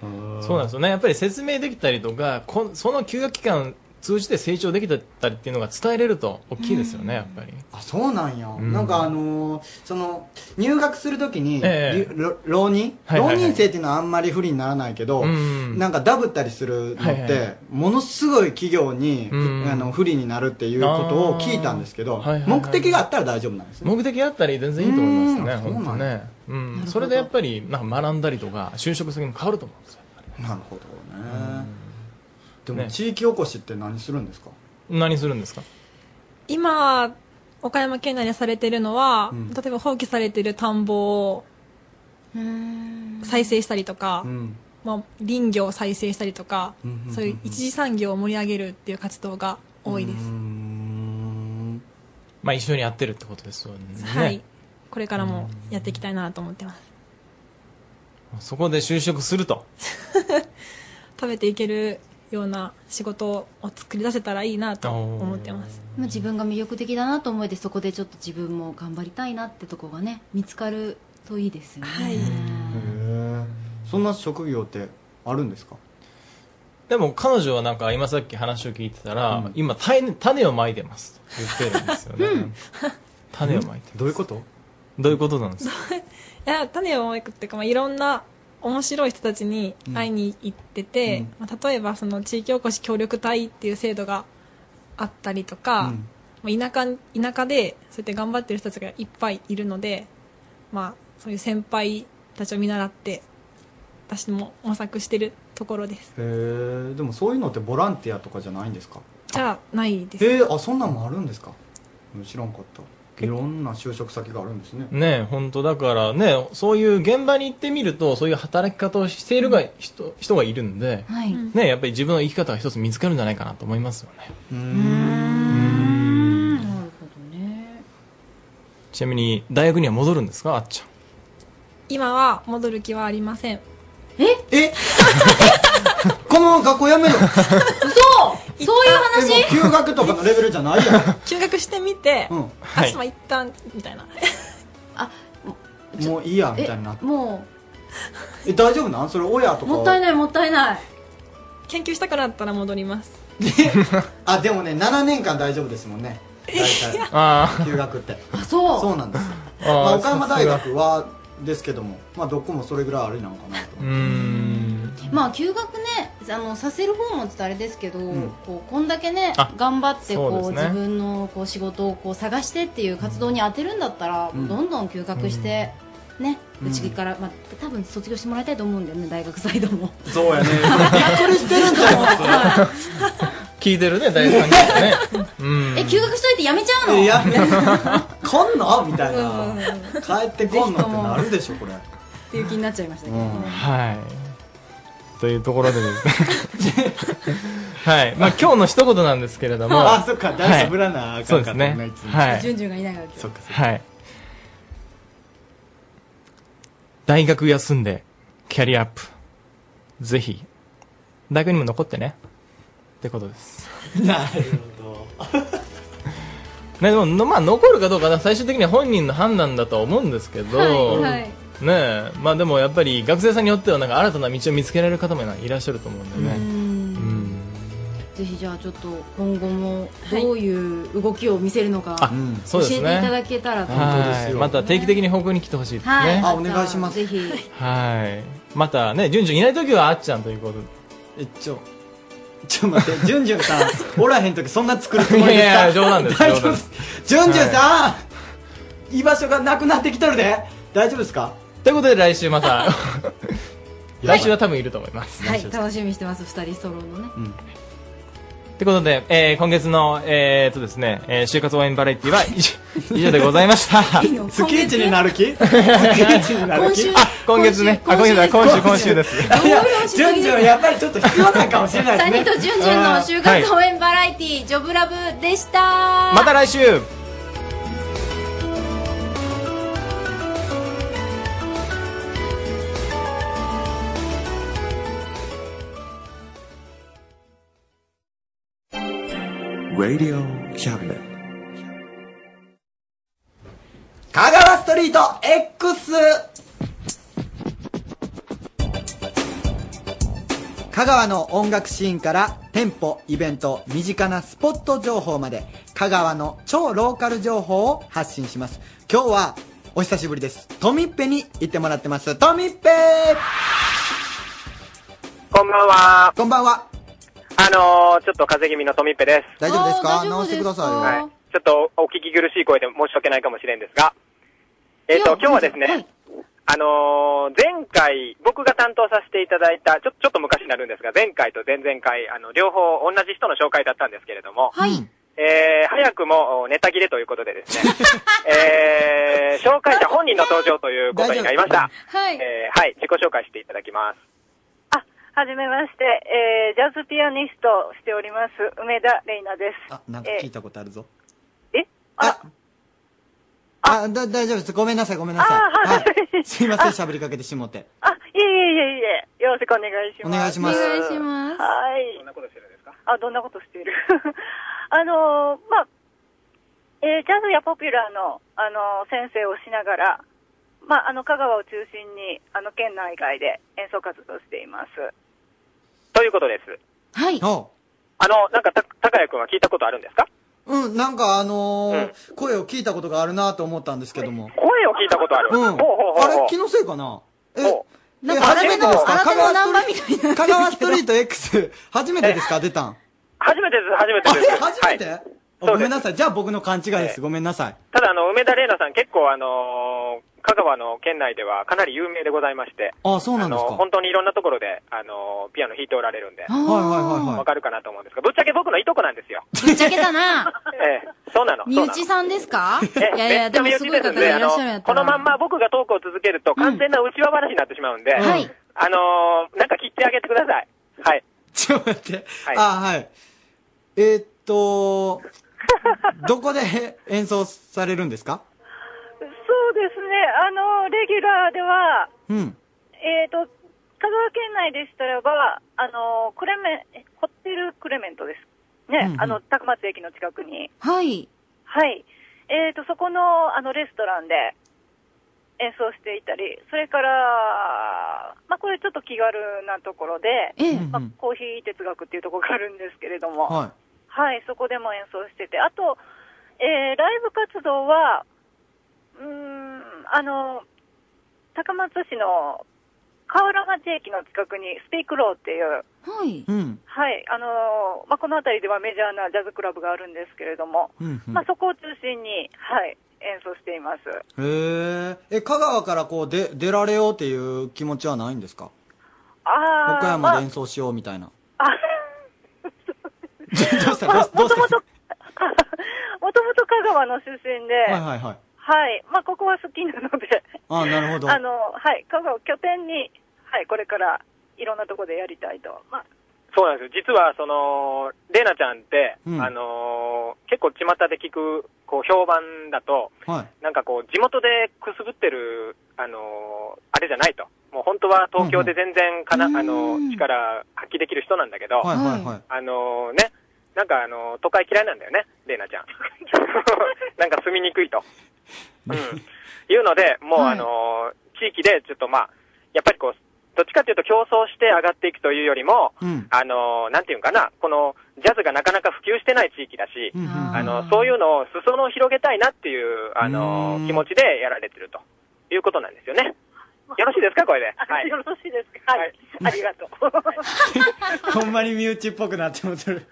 Speaker 11: そうなんですよねやっぱり説明できたりとかこその休学期間通じて成長できたりっていうのが伝えれると大きいですよね、やっぱり
Speaker 2: あそうなんや、なんかあのーその入学するときに、
Speaker 11: ええ
Speaker 2: りろ浪人、
Speaker 11: はいはいはい
Speaker 2: 浪人生っていうのはあんまり不利にならないけど、
Speaker 11: うん
Speaker 2: なんかダブったりするのって、
Speaker 11: はいはい
Speaker 2: ものすごい企業に、
Speaker 11: うん
Speaker 2: あの不利になるっていうことを聞いたんですけど、目的があったら大丈夫なんですね
Speaker 11: 目的があったり全然いいと思いますね
Speaker 2: うん
Speaker 11: 本当ねうんそれでやっぱりなんか学んだりとか就職先も変わると思うんですよ
Speaker 2: なるほどね、
Speaker 11: うん
Speaker 2: でも
Speaker 11: ね
Speaker 2: 地域おこしって何するんですか、
Speaker 11: 何するんですか
Speaker 5: 今岡山県内でされてるのは、
Speaker 2: うん
Speaker 5: 例えば放棄されてる田んぼを再生したりとか、まあ、林業を再生したりとか、
Speaker 2: うんうんうんうん
Speaker 5: そういう一次産業を盛り上げるっていう活動が多いです、
Speaker 11: まあ一緒にやってるってことですよね、
Speaker 5: はいこれからもやっていきたいなと思ってます
Speaker 11: そこで就職すると
Speaker 5: 食べていけるような仕事を作り出せたらいいなと思ってます
Speaker 3: まあ自分が魅力的だなと思えてそこでちょっと自分も頑張りたいなってとこがね見つかるといいですよね、
Speaker 2: へえそんな職業ってあるんですか
Speaker 11: でも彼女はなんか今さっき話を聞いてたら、今種種をまいてますと言ってるんですよね、 種をまいて
Speaker 2: どういうこと
Speaker 11: どういうことなんですか
Speaker 5: いや種をまいくっていうか、まあ、いろんな面白い人たちに会いに行ってて、まあ、例えばその地域おこし協力隊っていう制度があったりとか、まあ、田舎田舎でそうやって頑張ってる人たちがいっぱいいるので、まあ、そういう先輩たちを見習って私も模索してるところです
Speaker 2: へえでもそういうのってボランティアとかじゃないんですか
Speaker 5: じゃあないです
Speaker 2: へえあそんなんもあるんですかうん知らんかったいろんな就職先があるんですね
Speaker 11: ねえ、本当だからね、そういう現場に行ってみると、そういう働き方をしているが、人人がいるんで、
Speaker 7: はい
Speaker 11: ねえやっぱり自分の生き方が一つ見つかるんじゃないかなと思いますよね。ちなみに、大学には戻るんですか、あっちゃん。
Speaker 5: 今は戻る気はありません
Speaker 2: ええこの学校やめろ
Speaker 5: そうそうい
Speaker 2: で
Speaker 5: う
Speaker 2: も休学とかのレベルじゃないやん
Speaker 5: 休学してみて、
Speaker 2: うん
Speaker 5: あちょっとまあ一旦みたいな
Speaker 2: もういいやみたいになって
Speaker 5: も
Speaker 2: え大丈夫なんそれ親と
Speaker 5: う
Speaker 2: かい
Speaker 5: いもったいない研究したくなったら戻ります
Speaker 2: あでもね7年間大丈夫ですもんね大体
Speaker 11: あ
Speaker 2: 休学って
Speaker 5: あそう
Speaker 2: そうなんですよ
Speaker 11: あー
Speaker 2: まあ、岡山大
Speaker 11: さ
Speaker 2: 学はですけども、まあ、どこもそれぐらいありなのかなと
Speaker 3: まあ休学ねあのさせる方もちょっとあれですけど、
Speaker 2: うん
Speaker 3: こうこんだけね
Speaker 2: あ
Speaker 3: 頑張ってこ
Speaker 2: そう
Speaker 3: う
Speaker 2: ですね
Speaker 3: 自分のこう仕事をこう探してっていう活動に当てるんだったら、
Speaker 2: うん
Speaker 3: どんどん休学して、ね
Speaker 2: うん
Speaker 3: うちから、まあ、多分卒業してもらいたいと思うんだよね大学サイド も
Speaker 2: そう やねびっくりして るんちゃいます
Speaker 11: 聞いてるね、大学さんね。うん。
Speaker 3: え休学しといてやめちゃうの
Speaker 2: えやめこんのみたいな帰ってこんのってなるでしょこれ
Speaker 3: っていう気になっちゃいましたけど、
Speaker 11: はい。というところでで すね。はい。まあ今日の一言なんですけれども。
Speaker 2: あそっか大丈夫らなあかんかった
Speaker 11: そうですね
Speaker 2: ねいつ。も
Speaker 11: はい。
Speaker 3: 順々がいないから今日
Speaker 2: そっか
Speaker 11: はい。大学休んで、キャリアアップ。ぜひ、大学にも残ってね。ってことです。
Speaker 2: なるほ
Speaker 11: ね、でも、のまあ、残るかどうかな、最終的には本人の判断だとは思うんですけど、
Speaker 7: はいはい
Speaker 11: ねえ、まあでもやっぱり学生さんによってはなんか新たな道を見つけられる方もいらっしゃると思うんでね。
Speaker 3: ぜひじゃあちょっと今後もどういう動きを見せるのか、
Speaker 11: あそうですね
Speaker 3: 教えていただけたらと
Speaker 11: はいまた定期的に報告に来てほしいですね。
Speaker 3: はい、
Speaker 2: いします
Speaker 3: ぜひ
Speaker 11: はい。またね、順々いないときはあっちゃんということで。
Speaker 2: え、ちょ、ちょ待って、順々さん、おらへんときそんな作る つもりですか
Speaker 11: いやいや冗談です
Speaker 2: 大丈夫です。順々さ
Speaker 11: は
Speaker 2: ん、居場所がなくなってきとるで。大丈夫ですか
Speaker 11: ということで来週 また、来週は多分いると思います。
Speaker 3: はい、楽しみにしてます二人ソロのね、
Speaker 11: ということで、えー今月の、えーっとですね、えー就活応援バラエティは以上以上でございました。
Speaker 2: 月一になる 気月一になる気
Speaker 11: あ、今月ね。あ、今月だ、今週、今週です。
Speaker 2: いや、順々やっぱりちょっと必要なんかもしれないです
Speaker 3: 三
Speaker 2: ね。
Speaker 3: 人とジュンジュンの就活応援バラエティー、ジョブラブでしたま
Speaker 11: また来週
Speaker 1: Radio Cabinet.
Speaker 2: 香川ストリート X! 香川の音楽シーンから店舗、イベント、身近なスポット情報まで香川の超ローカル情報を発信します。今日はお久しぶりです。トミッペに行ってもらってます。トミッペ
Speaker 25: こんばんは。
Speaker 2: こんばんは。
Speaker 25: あのー、ちょっと風邪気味のトミッペです。
Speaker 2: 大丈夫ですか直してくださいよ。
Speaker 25: はい。ちょっとお聞き苦しい声で申し訳ないかもしれんですが、えっ、と、今日はですね、あのー、前回、僕が担当させていただいた、ちょちょっと昔になるんですが、前回と前々回、あの、両方同じ人の紹介だったんですけれども、えー、早くもおネタ切れということでです ね、えー、紹介者本人の登場ということになりました。
Speaker 26: はい
Speaker 25: えー、はい、自己紹介していただきます。
Speaker 26: はじめまして、えー、ジャズピアニストをしております、梅田玲奈です。あ、
Speaker 2: なんか聞いたことあるぞ。
Speaker 26: え
Speaker 2: ああだ、大丈夫です。ごめんなさい、ごめんなさい。はい。すいません、喋りかけてしもって。
Speaker 26: あ、いえいえいえいえ、よろしくお願いします。
Speaker 2: お願いしますお願いし
Speaker 26: ます。はい。どんなことしてるんですかあ、どんなことしている あのーまあ、えージャズやポピュラーの、あのー先生をしながら、まあ、あの、香川を中心に、あの、県内外で演奏活動しています。
Speaker 25: ということです。
Speaker 3: はい。
Speaker 25: あの、なんか、た、高谷くんは聞いたことあるんですか
Speaker 2: うん、なんかあのー声を聞いたことがあるなと思ったんですけども。
Speaker 25: 声を聞いたことある
Speaker 2: う
Speaker 25: ほうほ
Speaker 2: ん。
Speaker 25: うほうほう
Speaker 2: あれ、気のせいかなえ、
Speaker 25: なん
Speaker 2: え
Speaker 25: か
Speaker 2: 初めてですか
Speaker 25: あなた
Speaker 2: 香
Speaker 25: の
Speaker 2: 川
Speaker 25: あなたのナンバー
Speaker 2: ストリート、香川ストリート X、初めてですか出たん。
Speaker 25: 初めてです、初めてです。
Speaker 2: あれ初めて
Speaker 25: はい、
Speaker 2: ごめんなさい。じゃあ僕の勘違いです。ごめんなさい。
Speaker 25: ただ、あの、梅田玲奈さん結構あのー香川の県内ではかなり有名でございまして、
Speaker 2: あ、そうなんです
Speaker 25: あの
Speaker 2: か。
Speaker 25: 本当にいろんなところで、あのーピアノ弾いておられるんで、わ、
Speaker 2: はいはいはいはい
Speaker 25: かるかなと思うんですが、ぶっちゃけ僕のいとこなんですよ。
Speaker 3: ぶっちゃけだな。
Speaker 25: ええ、そうなの。
Speaker 3: 身内さんですか い
Speaker 25: そうなの
Speaker 3: やいや、でも
Speaker 25: めっ
Speaker 3: す
Speaker 25: ちゃ
Speaker 3: ご
Speaker 25: 身内
Speaker 3: い
Speaker 25: です
Speaker 3: 方がいら
Speaker 25: んであ
Speaker 3: っ
Speaker 25: の
Speaker 3: しゃるんやったら
Speaker 25: このまんま僕がトークを続けると完全な内輪話になってしまうんで、あのーなんか切ってあげてください。はい。
Speaker 2: ちょっと待って。あ、はい。えーっと、どこで 演奏されるんですか
Speaker 26: そうですね、あの、レギュラーでは、
Speaker 2: うん。
Speaker 26: えっ、と、香川県内でしたらば、あの、クレメン、えホテルクレメントです。ね、
Speaker 3: うんうん
Speaker 26: あの、高松駅の近くに。
Speaker 3: はい。
Speaker 26: はい。えっ、と、そこの、あの、レストランで演奏していたり、それから、まあ、これちょっと気軽なところで、まあ、コーヒー哲学っていうところがあるんですけれども、
Speaker 2: は
Speaker 26: はい、そこでも演奏してて、あと、えーライブ活動は、うーん、あの、高松市の河浦町駅の近くにスピークローっていう、
Speaker 3: はい。
Speaker 2: うん。
Speaker 26: はい、あのーまあ、この辺りではメジャーなジャズクラブがあるんですけれども、
Speaker 2: うんうん
Speaker 26: まあ、そこを中心に、はい、演奏しています。
Speaker 2: へーえ、香川からこう出、出られようっていう気持ちはないんですか
Speaker 26: あー
Speaker 2: 岡
Speaker 26: まあ
Speaker 2: 山で演奏しようみたいな。
Speaker 26: あ
Speaker 2: どうしたどうしたどうした
Speaker 26: もともと香川の出身で、
Speaker 2: はいはいはい。
Speaker 26: はいまあ、ここは好きなので、
Speaker 2: あなるほど。
Speaker 26: あの、はい、香川を拠点に、はい、これからいろんなとこでやりたいと。まあ、
Speaker 25: そうなんですよ。実は、その、玲奈ちゃんって、
Speaker 2: うん
Speaker 25: あのー結構巷で聞く、こう、評判だと、
Speaker 2: はい。
Speaker 25: なんかこう、地元でくすぶってる、あのーあれじゃないと。もう本当は東京で全然かな、あのー力発揮できる人なんだけど、
Speaker 2: はいはいはい
Speaker 25: あのーね、なんかあのー都会嫌いなんだよね、玲奈ちゃん。 なんか住みにくいと。うん。いうので、もうあのー地域でちょっとまあ、やっぱりこう、どっちかというと競争して上がっていくというよりも、
Speaker 2: うん。
Speaker 25: あのーなんていうんかな、このジャズがなかなか普及してない地域だし、あのそういうのを裾野を広げたいなっていう、あのー気持ちでやられてるということなんですよね。よろしいですか、これで。はい、
Speaker 26: よろしいですか、はい、ありがとう。
Speaker 2: ほんまに身内っぽくなってもする。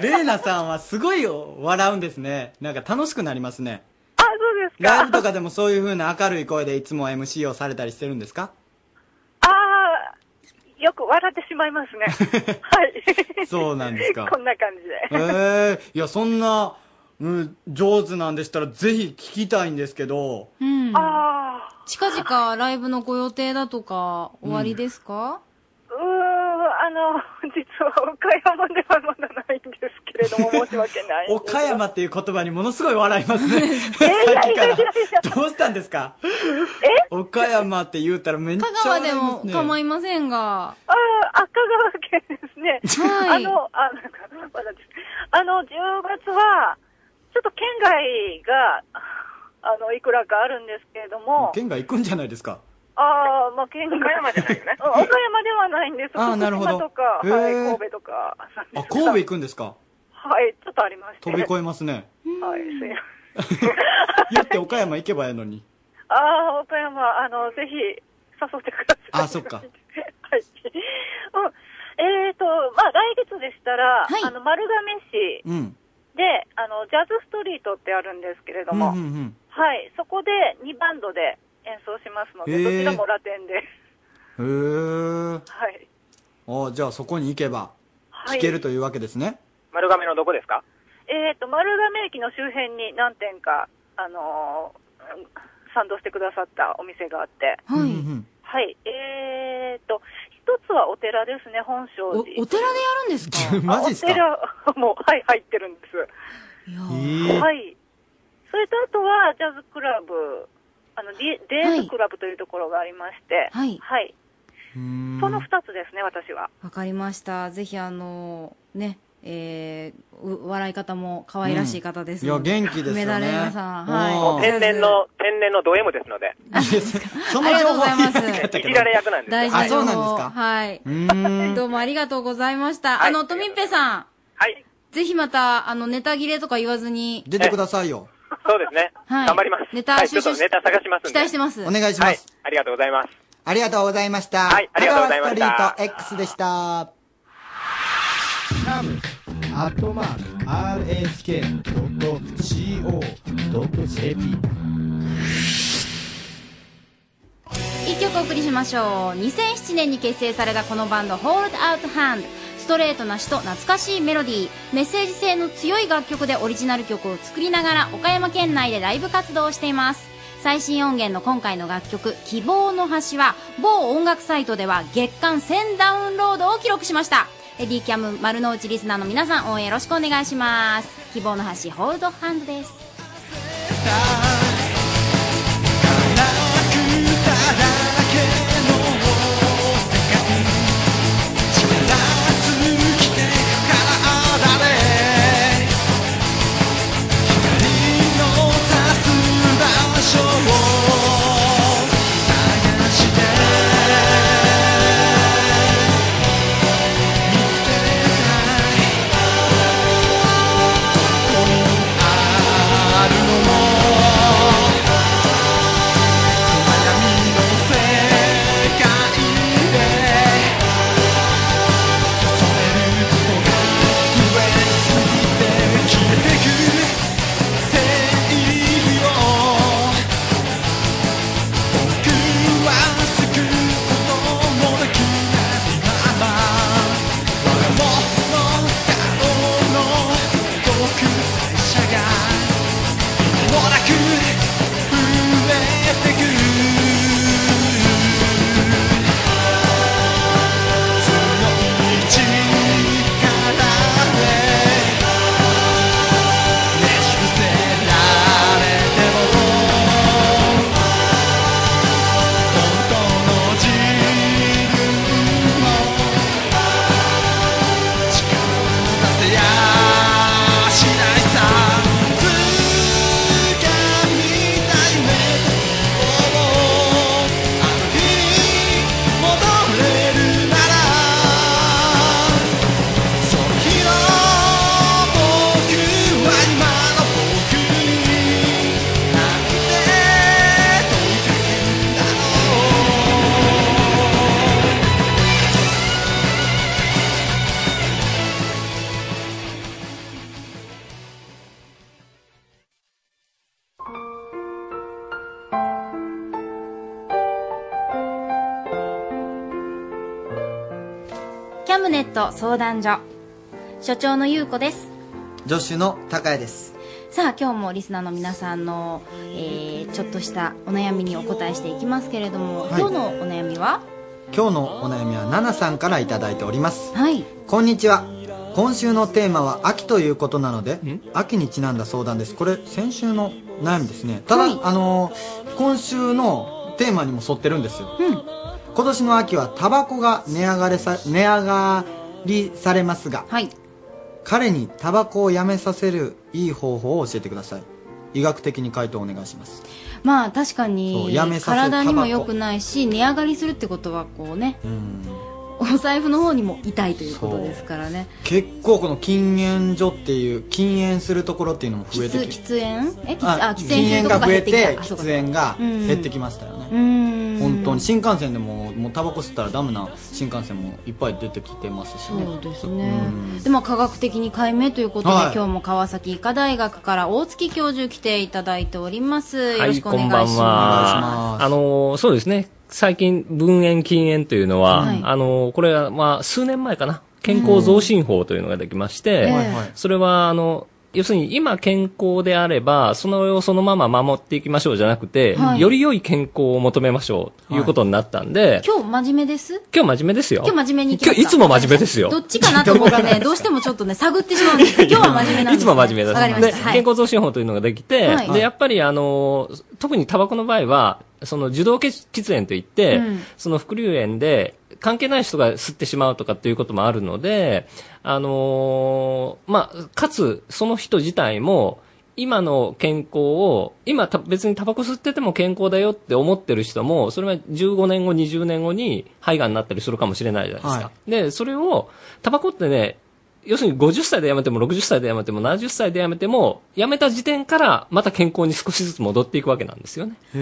Speaker 2: レイナさんはすごいよ笑うんですね。なんか楽しくなりますね。
Speaker 26: あ、そうです
Speaker 2: ライ
Speaker 26: か
Speaker 2: ブ。とかでもそういう風な明るい声でいつも MC をされたりしてるんですか
Speaker 26: あー、よく笑ってしまい ますね。はい。
Speaker 2: そうなんですか
Speaker 26: こんな感じで。
Speaker 2: ええいや、そんな、うん、上手なんでしたらぜひ聞きたいんですけど、
Speaker 3: うん。
Speaker 26: あ
Speaker 3: 近々ライブのご予定だとか、終わりですか、
Speaker 26: うーん、あの、実は岡山ではまだないんですけれども、申し訳ない。
Speaker 2: 岡山っていう言葉にものすごい笑いますね。 さっきから。どうしたんですか岡山って言うたらめっちゃ
Speaker 3: 香川
Speaker 2: 笑
Speaker 3: で
Speaker 2: いま
Speaker 3: も
Speaker 2: すね。
Speaker 3: 構いませんが。
Speaker 26: ああ、香川県ですね。
Speaker 3: はい
Speaker 26: あの、あ、なんか、まだです。あの、10月は、ちょっと県外が、あの、いくらかあるんですけれども、
Speaker 2: 県外行くんじゃないですか。
Speaker 26: ああ、まあ、県外。岡山じゃないよね。岡山ではないんです。
Speaker 2: あーなるほど
Speaker 26: 福島とか、はい、
Speaker 2: へー
Speaker 26: 神戸とか、
Speaker 2: あ、神戸行くんですか
Speaker 26: はい、ちょっとありまして。
Speaker 2: 飛び越えますね。
Speaker 26: はい、すいません。
Speaker 2: 言って岡山行けばいいのに。
Speaker 26: ああ、岡山、あの、ぜひ、誘ってください。
Speaker 2: あそっか。
Speaker 26: はい。うん。えっ、と、まあ、来月でしたら、あの、丸亀市
Speaker 2: うん。
Speaker 26: で、あの、ジャズストリートってあるんですけれど
Speaker 2: うん
Speaker 26: も、
Speaker 2: うんうん。
Speaker 26: はい、そこで2バンドで演奏しますの
Speaker 2: へ
Speaker 26: で、
Speaker 2: ー
Speaker 26: どちらもラテンで、
Speaker 2: へー
Speaker 26: はい。
Speaker 2: あじゃあそこに行けば
Speaker 26: はい、
Speaker 2: 聞けるというわけですね。
Speaker 25: 丸亀のどこですか
Speaker 26: えっ、と、丸亀駅の周辺に何店か、あのーうん賛同してくださったお店があって、
Speaker 3: はい。
Speaker 26: はい、えっ、と、一つはお寺ですね、本
Speaker 3: お、お
Speaker 26: 性寺。
Speaker 3: 寺でやるんですか
Speaker 26: あお寺 も、はい、入ってるんです。はい。それとあとは、ジャズクラブ、あの、ディデーズクラブというところがありまして、
Speaker 3: はい
Speaker 26: その二つですね、私は。
Speaker 3: わかりました。ぜひあの、ね、えー、う笑い方も可愛らしい方ですので、
Speaker 25: うんいや元気ですよね
Speaker 3: 梅田玲奈さん。
Speaker 25: も
Speaker 3: は
Speaker 25: う
Speaker 3: い。
Speaker 25: 天然の、天然のド M ですので。
Speaker 2: そ
Speaker 3: の情報はありがとうございます
Speaker 25: いじられ役なんですよ
Speaker 3: 大事な情報。はい。
Speaker 2: ど
Speaker 3: うもありがとうございました。あの、とみっぺさん。
Speaker 25: はい。
Speaker 3: ぜひまた、あの、ネタ切れとか言わずに。
Speaker 2: 出てくださいよ。
Speaker 25: そうですね。
Speaker 3: はい
Speaker 25: 頑張ります。
Speaker 3: ネタ
Speaker 25: はい、ちょ
Speaker 3: 収集
Speaker 25: っとネタ探しますんで。
Speaker 3: 期待してます。
Speaker 2: お願いします。
Speaker 25: ありがとうございます。
Speaker 2: ありがとうございました。
Speaker 25: はいありがとうございました
Speaker 2: 香川ストリート X でした。
Speaker 10: アットマーク RSK.co.jp
Speaker 3: 一曲お送りしましょう2007年に結成されたこのバンド Hold Out Hand ストレートな詩と懐かしいメロディーメッセージ性の強い楽曲でオリジナル曲を作りながら岡山県内でライブ活動をしています最新音源の今回の楽曲「希望の橋」は某音楽サイトでは月間1000ダウンロードを記録しましたレディキャム丸の内リスナーの皆さん応援よろしくお願いします希望の橋ホールドハンドですキャムネット相談所所長の優子です
Speaker 2: 助手の高谷です
Speaker 3: さあ今日もリスナーの皆さんの、えーちょっとしたお悩みにお答えしていきますけれども、
Speaker 2: はい
Speaker 3: 今日のお悩みは
Speaker 2: 今日のお悩みはナナさんからいただいております
Speaker 3: はい
Speaker 2: こんにちは今週のテーマは秋ということなので秋にちなんだ相談ですこれ先週の悩みですねただ、あのー今週のテーマにも沿ってるんですよ、今年の秋はタバコが値上がりさ値上がりされますが、彼にタバコをやめさせるいい方法を教えてください医学的に回答お願いします
Speaker 3: まあ確か
Speaker 2: そう
Speaker 3: に
Speaker 2: やめさせる
Speaker 3: 体に
Speaker 2: タ
Speaker 3: も
Speaker 2: バコ
Speaker 3: 良くないし値上がりするってことはこうね
Speaker 2: うん
Speaker 3: お財布の方にも痛いということですからね
Speaker 2: 結構この禁煙所っていう禁煙するところっていうのも増え
Speaker 3: 喫
Speaker 2: てきて
Speaker 3: 喫煙え喫あ
Speaker 2: あ
Speaker 3: 喫煙
Speaker 2: 禁
Speaker 3: する
Speaker 2: 煙
Speaker 3: とこ
Speaker 2: が
Speaker 3: が
Speaker 2: 増
Speaker 3: 減
Speaker 2: え
Speaker 3: ってき
Speaker 2: て
Speaker 3: たあそうか
Speaker 2: 喫煙が
Speaker 3: うん
Speaker 2: 減ってきましたよね、
Speaker 3: うん
Speaker 2: 本当に新幹線でももうタバコ吸ったらダメな新幹線もいっぱい出てきてますしね
Speaker 3: そうですねでまあ科学的に解明ということで、
Speaker 2: はい
Speaker 3: 今日も川崎医科大学から大月教授来ていただいております、
Speaker 13: は
Speaker 3: よろ
Speaker 13: い、
Speaker 3: しくお
Speaker 13: こ
Speaker 3: 願い
Speaker 13: ん
Speaker 3: し
Speaker 13: ばん
Speaker 3: ます
Speaker 13: は。あのー、そうですね。最近、分煙禁煙というのは、
Speaker 3: はい
Speaker 13: あのー、これは、まあ、数年前かな。健康増進法というのができまして、
Speaker 15: うんはいはい
Speaker 13: それは、あの、要するに今健康であれば、そのをそのまま守っていきましょうじゃなくて、
Speaker 3: はい
Speaker 13: より良い健康を求めましょうということになったんで、
Speaker 3: 今日真面目です
Speaker 13: 今日真面目ですよ。
Speaker 3: 今日真面目に行き
Speaker 13: 今
Speaker 3: ま
Speaker 13: 日い
Speaker 3: す
Speaker 13: つ
Speaker 3: か
Speaker 13: も真面目ですよ。
Speaker 3: どっちかなと思って ねどうしてもちょっとね探ってしまうんですけ ど今日は真面目なん
Speaker 13: い
Speaker 3: で
Speaker 13: つ
Speaker 3: す
Speaker 13: も真面目だ
Speaker 3: わかりま
Speaker 13: で
Speaker 3: した、はい
Speaker 13: 健康増進法というのができて、
Speaker 3: はい
Speaker 13: で、やっぱりあの、特にタバコの場合は、その受動喫煙といって、
Speaker 15: うん
Speaker 13: その副流煙で、関係ない人が吸ってしまうとかっていうこともあるので、あのーまあ、かつ、その人自体も、今の健康を、今た別にタバコ吸ってても健康だよって思ってる人も、それは15年後、20年後に肺がんになったりするかもしれないじゃないですか。
Speaker 15: は
Speaker 13: で、それを、タバコってね、要するに50歳で辞めても60歳で辞めても70歳で辞めても、辞めた時点からまた健康に少しずつ戻っていくわけなんですよね。う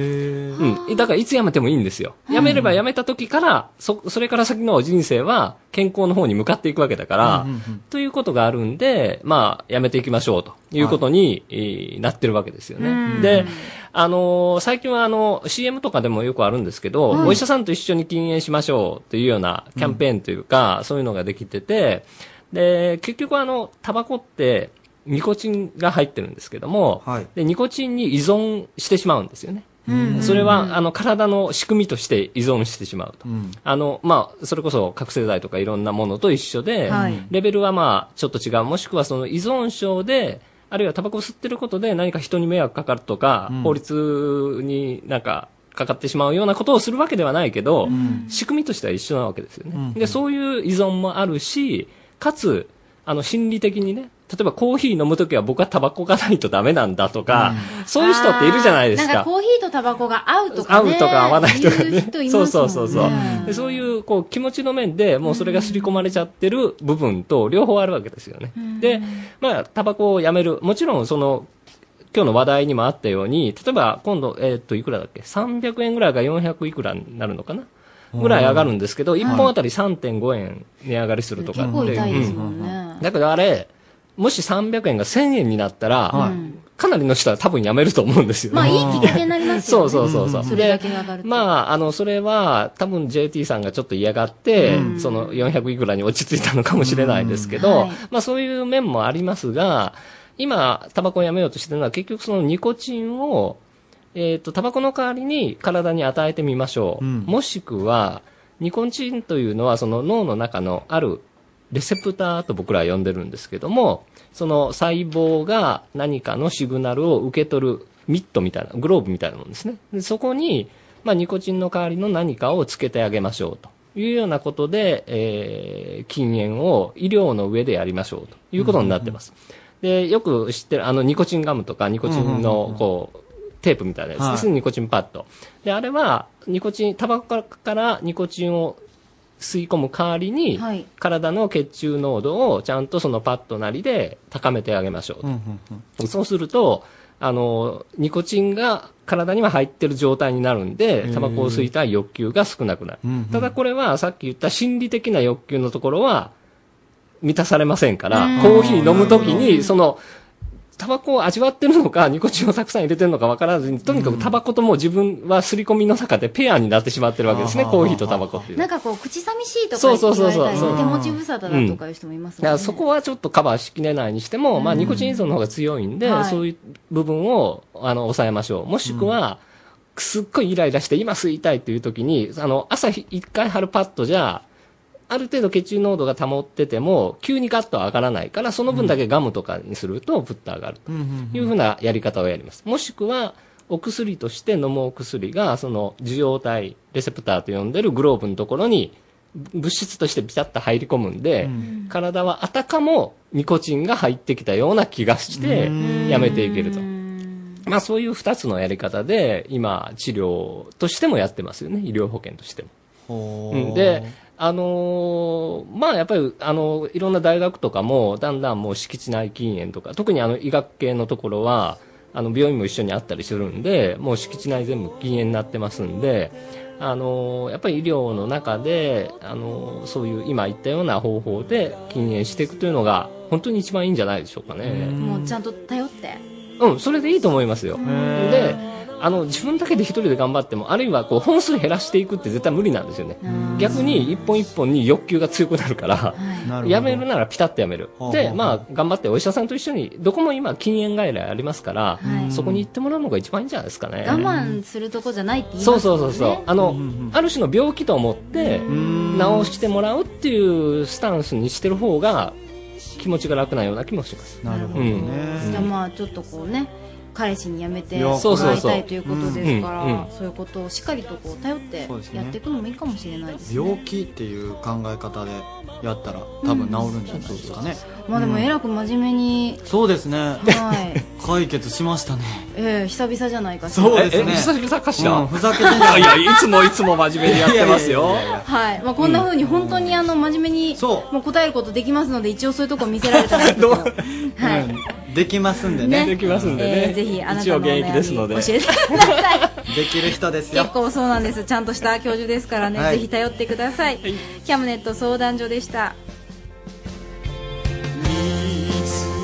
Speaker 13: ん。だからいつ辞めてもいいんですよ。辞めれば辞めた時から、そ、それから先の人生は健康の方に向かっていくわけだから、ということがあるんで、まあ、やめていきましょうということに、えーなってるわけですよ
Speaker 14: うん
Speaker 13: ね。で、あのー最近はあの、CM とかでもよくあるんですけど、
Speaker 14: はい
Speaker 13: お医者さんと一緒に禁煙しましょうというようなキャンペーンというか、そういうのができてて、で、結局あの、タバコって、ニコチンが入ってるんですけども、で、ニコチンに依存してしまうんですよね。
Speaker 14: うん
Speaker 13: それは、あの、体の仕組みとして依存してしまうと。あの、まあ、それこそ覚醒剤とかいろんなものと一緒で、
Speaker 14: はい
Speaker 13: レベルはまあ、ちょっと違う。もしくはその依存症で、あるいはタバコを吸ってることで何か人に迷惑かかるとか、法律になんか、かかってしまうようなことをするわけではないけど、仕組みとしては一緒なわけですよね。で、そういう依存もあるし、かつ、あの、心理的にね、例えばコーヒー飲むときは僕はタバコがないとダメなんだとか、そういう人っているじゃないですか。
Speaker 3: なんかコーヒーとタバコが合うとか、
Speaker 13: 合
Speaker 3: ね。
Speaker 13: うとか合わないとか
Speaker 3: 言う
Speaker 13: ね
Speaker 3: 人い。ます
Speaker 13: そ
Speaker 3: もん
Speaker 13: う
Speaker 3: ね
Speaker 13: そうそうそう。でそういう、こう、気持ちの面で、もうそれが刷り込まれちゃってる部分と、両方あるわけですよね。で、まあ、タバコをやめる。もちろん、その、今日の話題にもあったように、例えば、今度、えっ、と、いくらだっけ ?300 円ぐらいが400いくらになるのかなぐらい上がるんですけど、
Speaker 14: うん
Speaker 13: 1本あたり3.5円値上がりするとかって。
Speaker 14: 結構痛いですも
Speaker 13: うん
Speaker 14: ね。
Speaker 13: だけどあれ、もし300円が1000円になったら、かなりの人は多分やめると思うんですよ、ね。
Speaker 3: まあ、いいきっかけになりますよね。
Speaker 13: そうそうそうそう
Speaker 3: それだけが上がると。
Speaker 13: まあ、あの、それは、多分 JT さんがちょっと嫌がって、その400いくらに落ち着いたのかもしれないですけど、まあそういう面もありますが、今、タバコをやめようとしてるのは結局そのニコチンを、えっ、と、タバコの代わりに体に与えてみましょう。もしくは、ニコチンというのはその脳の中のあるレセプターと僕らは呼んでるんですけども、その細胞が何かのシグナルを受け取るミットみたいな、グローブみたいなもんですね。でそこに、まあ、ニコチンの代わりの何かをつけてあげましょうというようなことで、えー禁煙を医療の上でやりましょうということになってます。で、よく知ってる、あの、ニコチンガムとか、ニコチ
Speaker 14: う
Speaker 13: ン
Speaker 14: んうんうんうん
Speaker 13: の、こう、テープみたいなやつですね、
Speaker 14: はい
Speaker 13: ニコチンパッド。で、あれは、ニコチン、タバコからニコチンを吸い込む代わりに、
Speaker 14: はい
Speaker 13: 体の血中濃度をちゃんとそのパッドなりで高めてあげましょうと。そうすると、あの、ニコチンが体には入ってる状態になるんで
Speaker 14: へ、ー
Speaker 13: タバコを吸いたい欲求が少なくなる。ただこれはさっき言った心理的な欲求のところは満たされませんから
Speaker 14: うん、
Speaker 13: コーヒー飲むときに、その、タバコを味わってるのか、ニコチンをたくさん入れてるのか分からずに、とにかくタバコともう自分は刷り込みの中でペアになってしまってるわけですね、
Speaker 14: あー
Speaker 13: コーヒーとタバコっていうのは
Speaker 3: なんかこう、口寂しいとか
Speaker 13: そう
Speaker 3: 言
Speaker 13: そ
Speaker 3: わ
Speaker 13: うそう
Speaker 3: れ
Speaker 13: そう
Speaker 3: たり、手持ち無沙汰だとかいう人もいます
Speaker 13: だ
Speaker 3: も
Speaker 13: か
Speaker 3: ん
Speaker 13: ら
Speaker 3: ね。
Speaker 13: そこはちょっとカバーしきれないにしても、まあ、ニコチン依存の方が強いんで、
Speaker 3: はい
Speaker 13: そういう部分をあの抑えましょう。もしくは、すっごいイライラして、今吸いたいという時に、あの、朝ひ一回貼るパッドじゃ、ある程度血中濃度が保ってても、急にガッとは上がらないから、その分だけガムとかにすると、プッと上がるというふうなやり方をやります。もしくは、お薬として飲むお薬が、その受容体、レセプターと呼んでるグローブのところに、物質としてピタッと入り込むんで、体はあたかもニコチンが入ってきたような気がしてやめていけると。まあそういう二つのやり方で今治療としてもやってますよね。医療保険としても。うんで、あのーまあやっぱり、あのーいろんな大学とかも、だんだんもう敷地内禁煙とか、特にあの医学系のところは、あの病院も一緒にあったりするんで、もう敷地内全部禁煙になってますんで、あのーやっぱり医療の中で、あのーそういう今言ったような方法で禁煙していくというのが、本当に一番いいんじゃないでしょうかね。
Speaker 3: もうちゃんと頼って。
Speaker 13: うん、それでいいと思いますよ。
Speaker 3: ー
Speaker 13: で、あの、自分だけで一人で頑張っても、あるいはこう、本数減らしていくって絶対無理なんですよね。逆に、一本一本に欲求が強くなるから、やめるならピタッとやめる
Speaker 14: ほう。ほう
Speaker 13: で、
Speaker 14: ほう
Speaker 13: まあ、頑張ってお医者さんと一緒に、どこも今、禁煙外来ありますから、そこに行ってもらうのが一番いいんじゃないですかね。
Speaker 3: 我慢するとこじゃないって言い
Speaker 13: そ
Speaker 3: ま
Speaker 13: う
Speaker 3: すも
Speaker 13: そ
Speaker 3: ん
Speaker 13: う
Speaker 3: ね
Speaker 13: そうそう。あの、ある種の病気と思って、治してもらうっていうスタンスにしてる方が、気持ちが楽なような気もします。
Speaker 11: なる
Speaker 13: ほどね。
Speaker 3: じゃあまあちょっとこうね彼氏に辞めて
Speaker 13: い
Speaker 3: も
Speaker 13: やそうそうそう
Speaker 3: らいたいということですか
Speaker 13: うんうん
Speaker 3: らそういうことをしっかりとこう頼って
Speaker 2: そうですね
Speaker 3: やっていくのもいいかもしれないですね
Speaker 2: 病気っていう考え方でやったら多分治るんじゃないですかね、
Speaker 3: まあでもえらく真面目に
Speaker 2: うんそうですね、
Speaker 3: はい
Speaker 2: 解決しましたね
Speaker 3: ええ久々じゃないかしら
Speaker 2: そうですね
Speaker 13: ええ久々かしら
Speaker 2: うんふざけてんじゃない
Speaker 13: いやいやいつもいつも真面目にやってますよ
Speaker 2: いやいやいやいや
Speaker 3: はい、まあ、こんな風に本当にあの真面目にもう答えることできますので一応そういうとこ見せられたら
Speaker 2: うんできますんで ね
Speaker 3: ねできますんでねえーぜひあなたのお悩み一応現役ですので教えて
Speaker 2: く
Speaker 3: ださ
Speaker 2: いできる人ですよ
Speaker 3: 結構そうなんですちゃんとした教授ですからね、
Speaker 2: はい
Speaker 3: ぜひ頼ってください、キャムネット相談所でした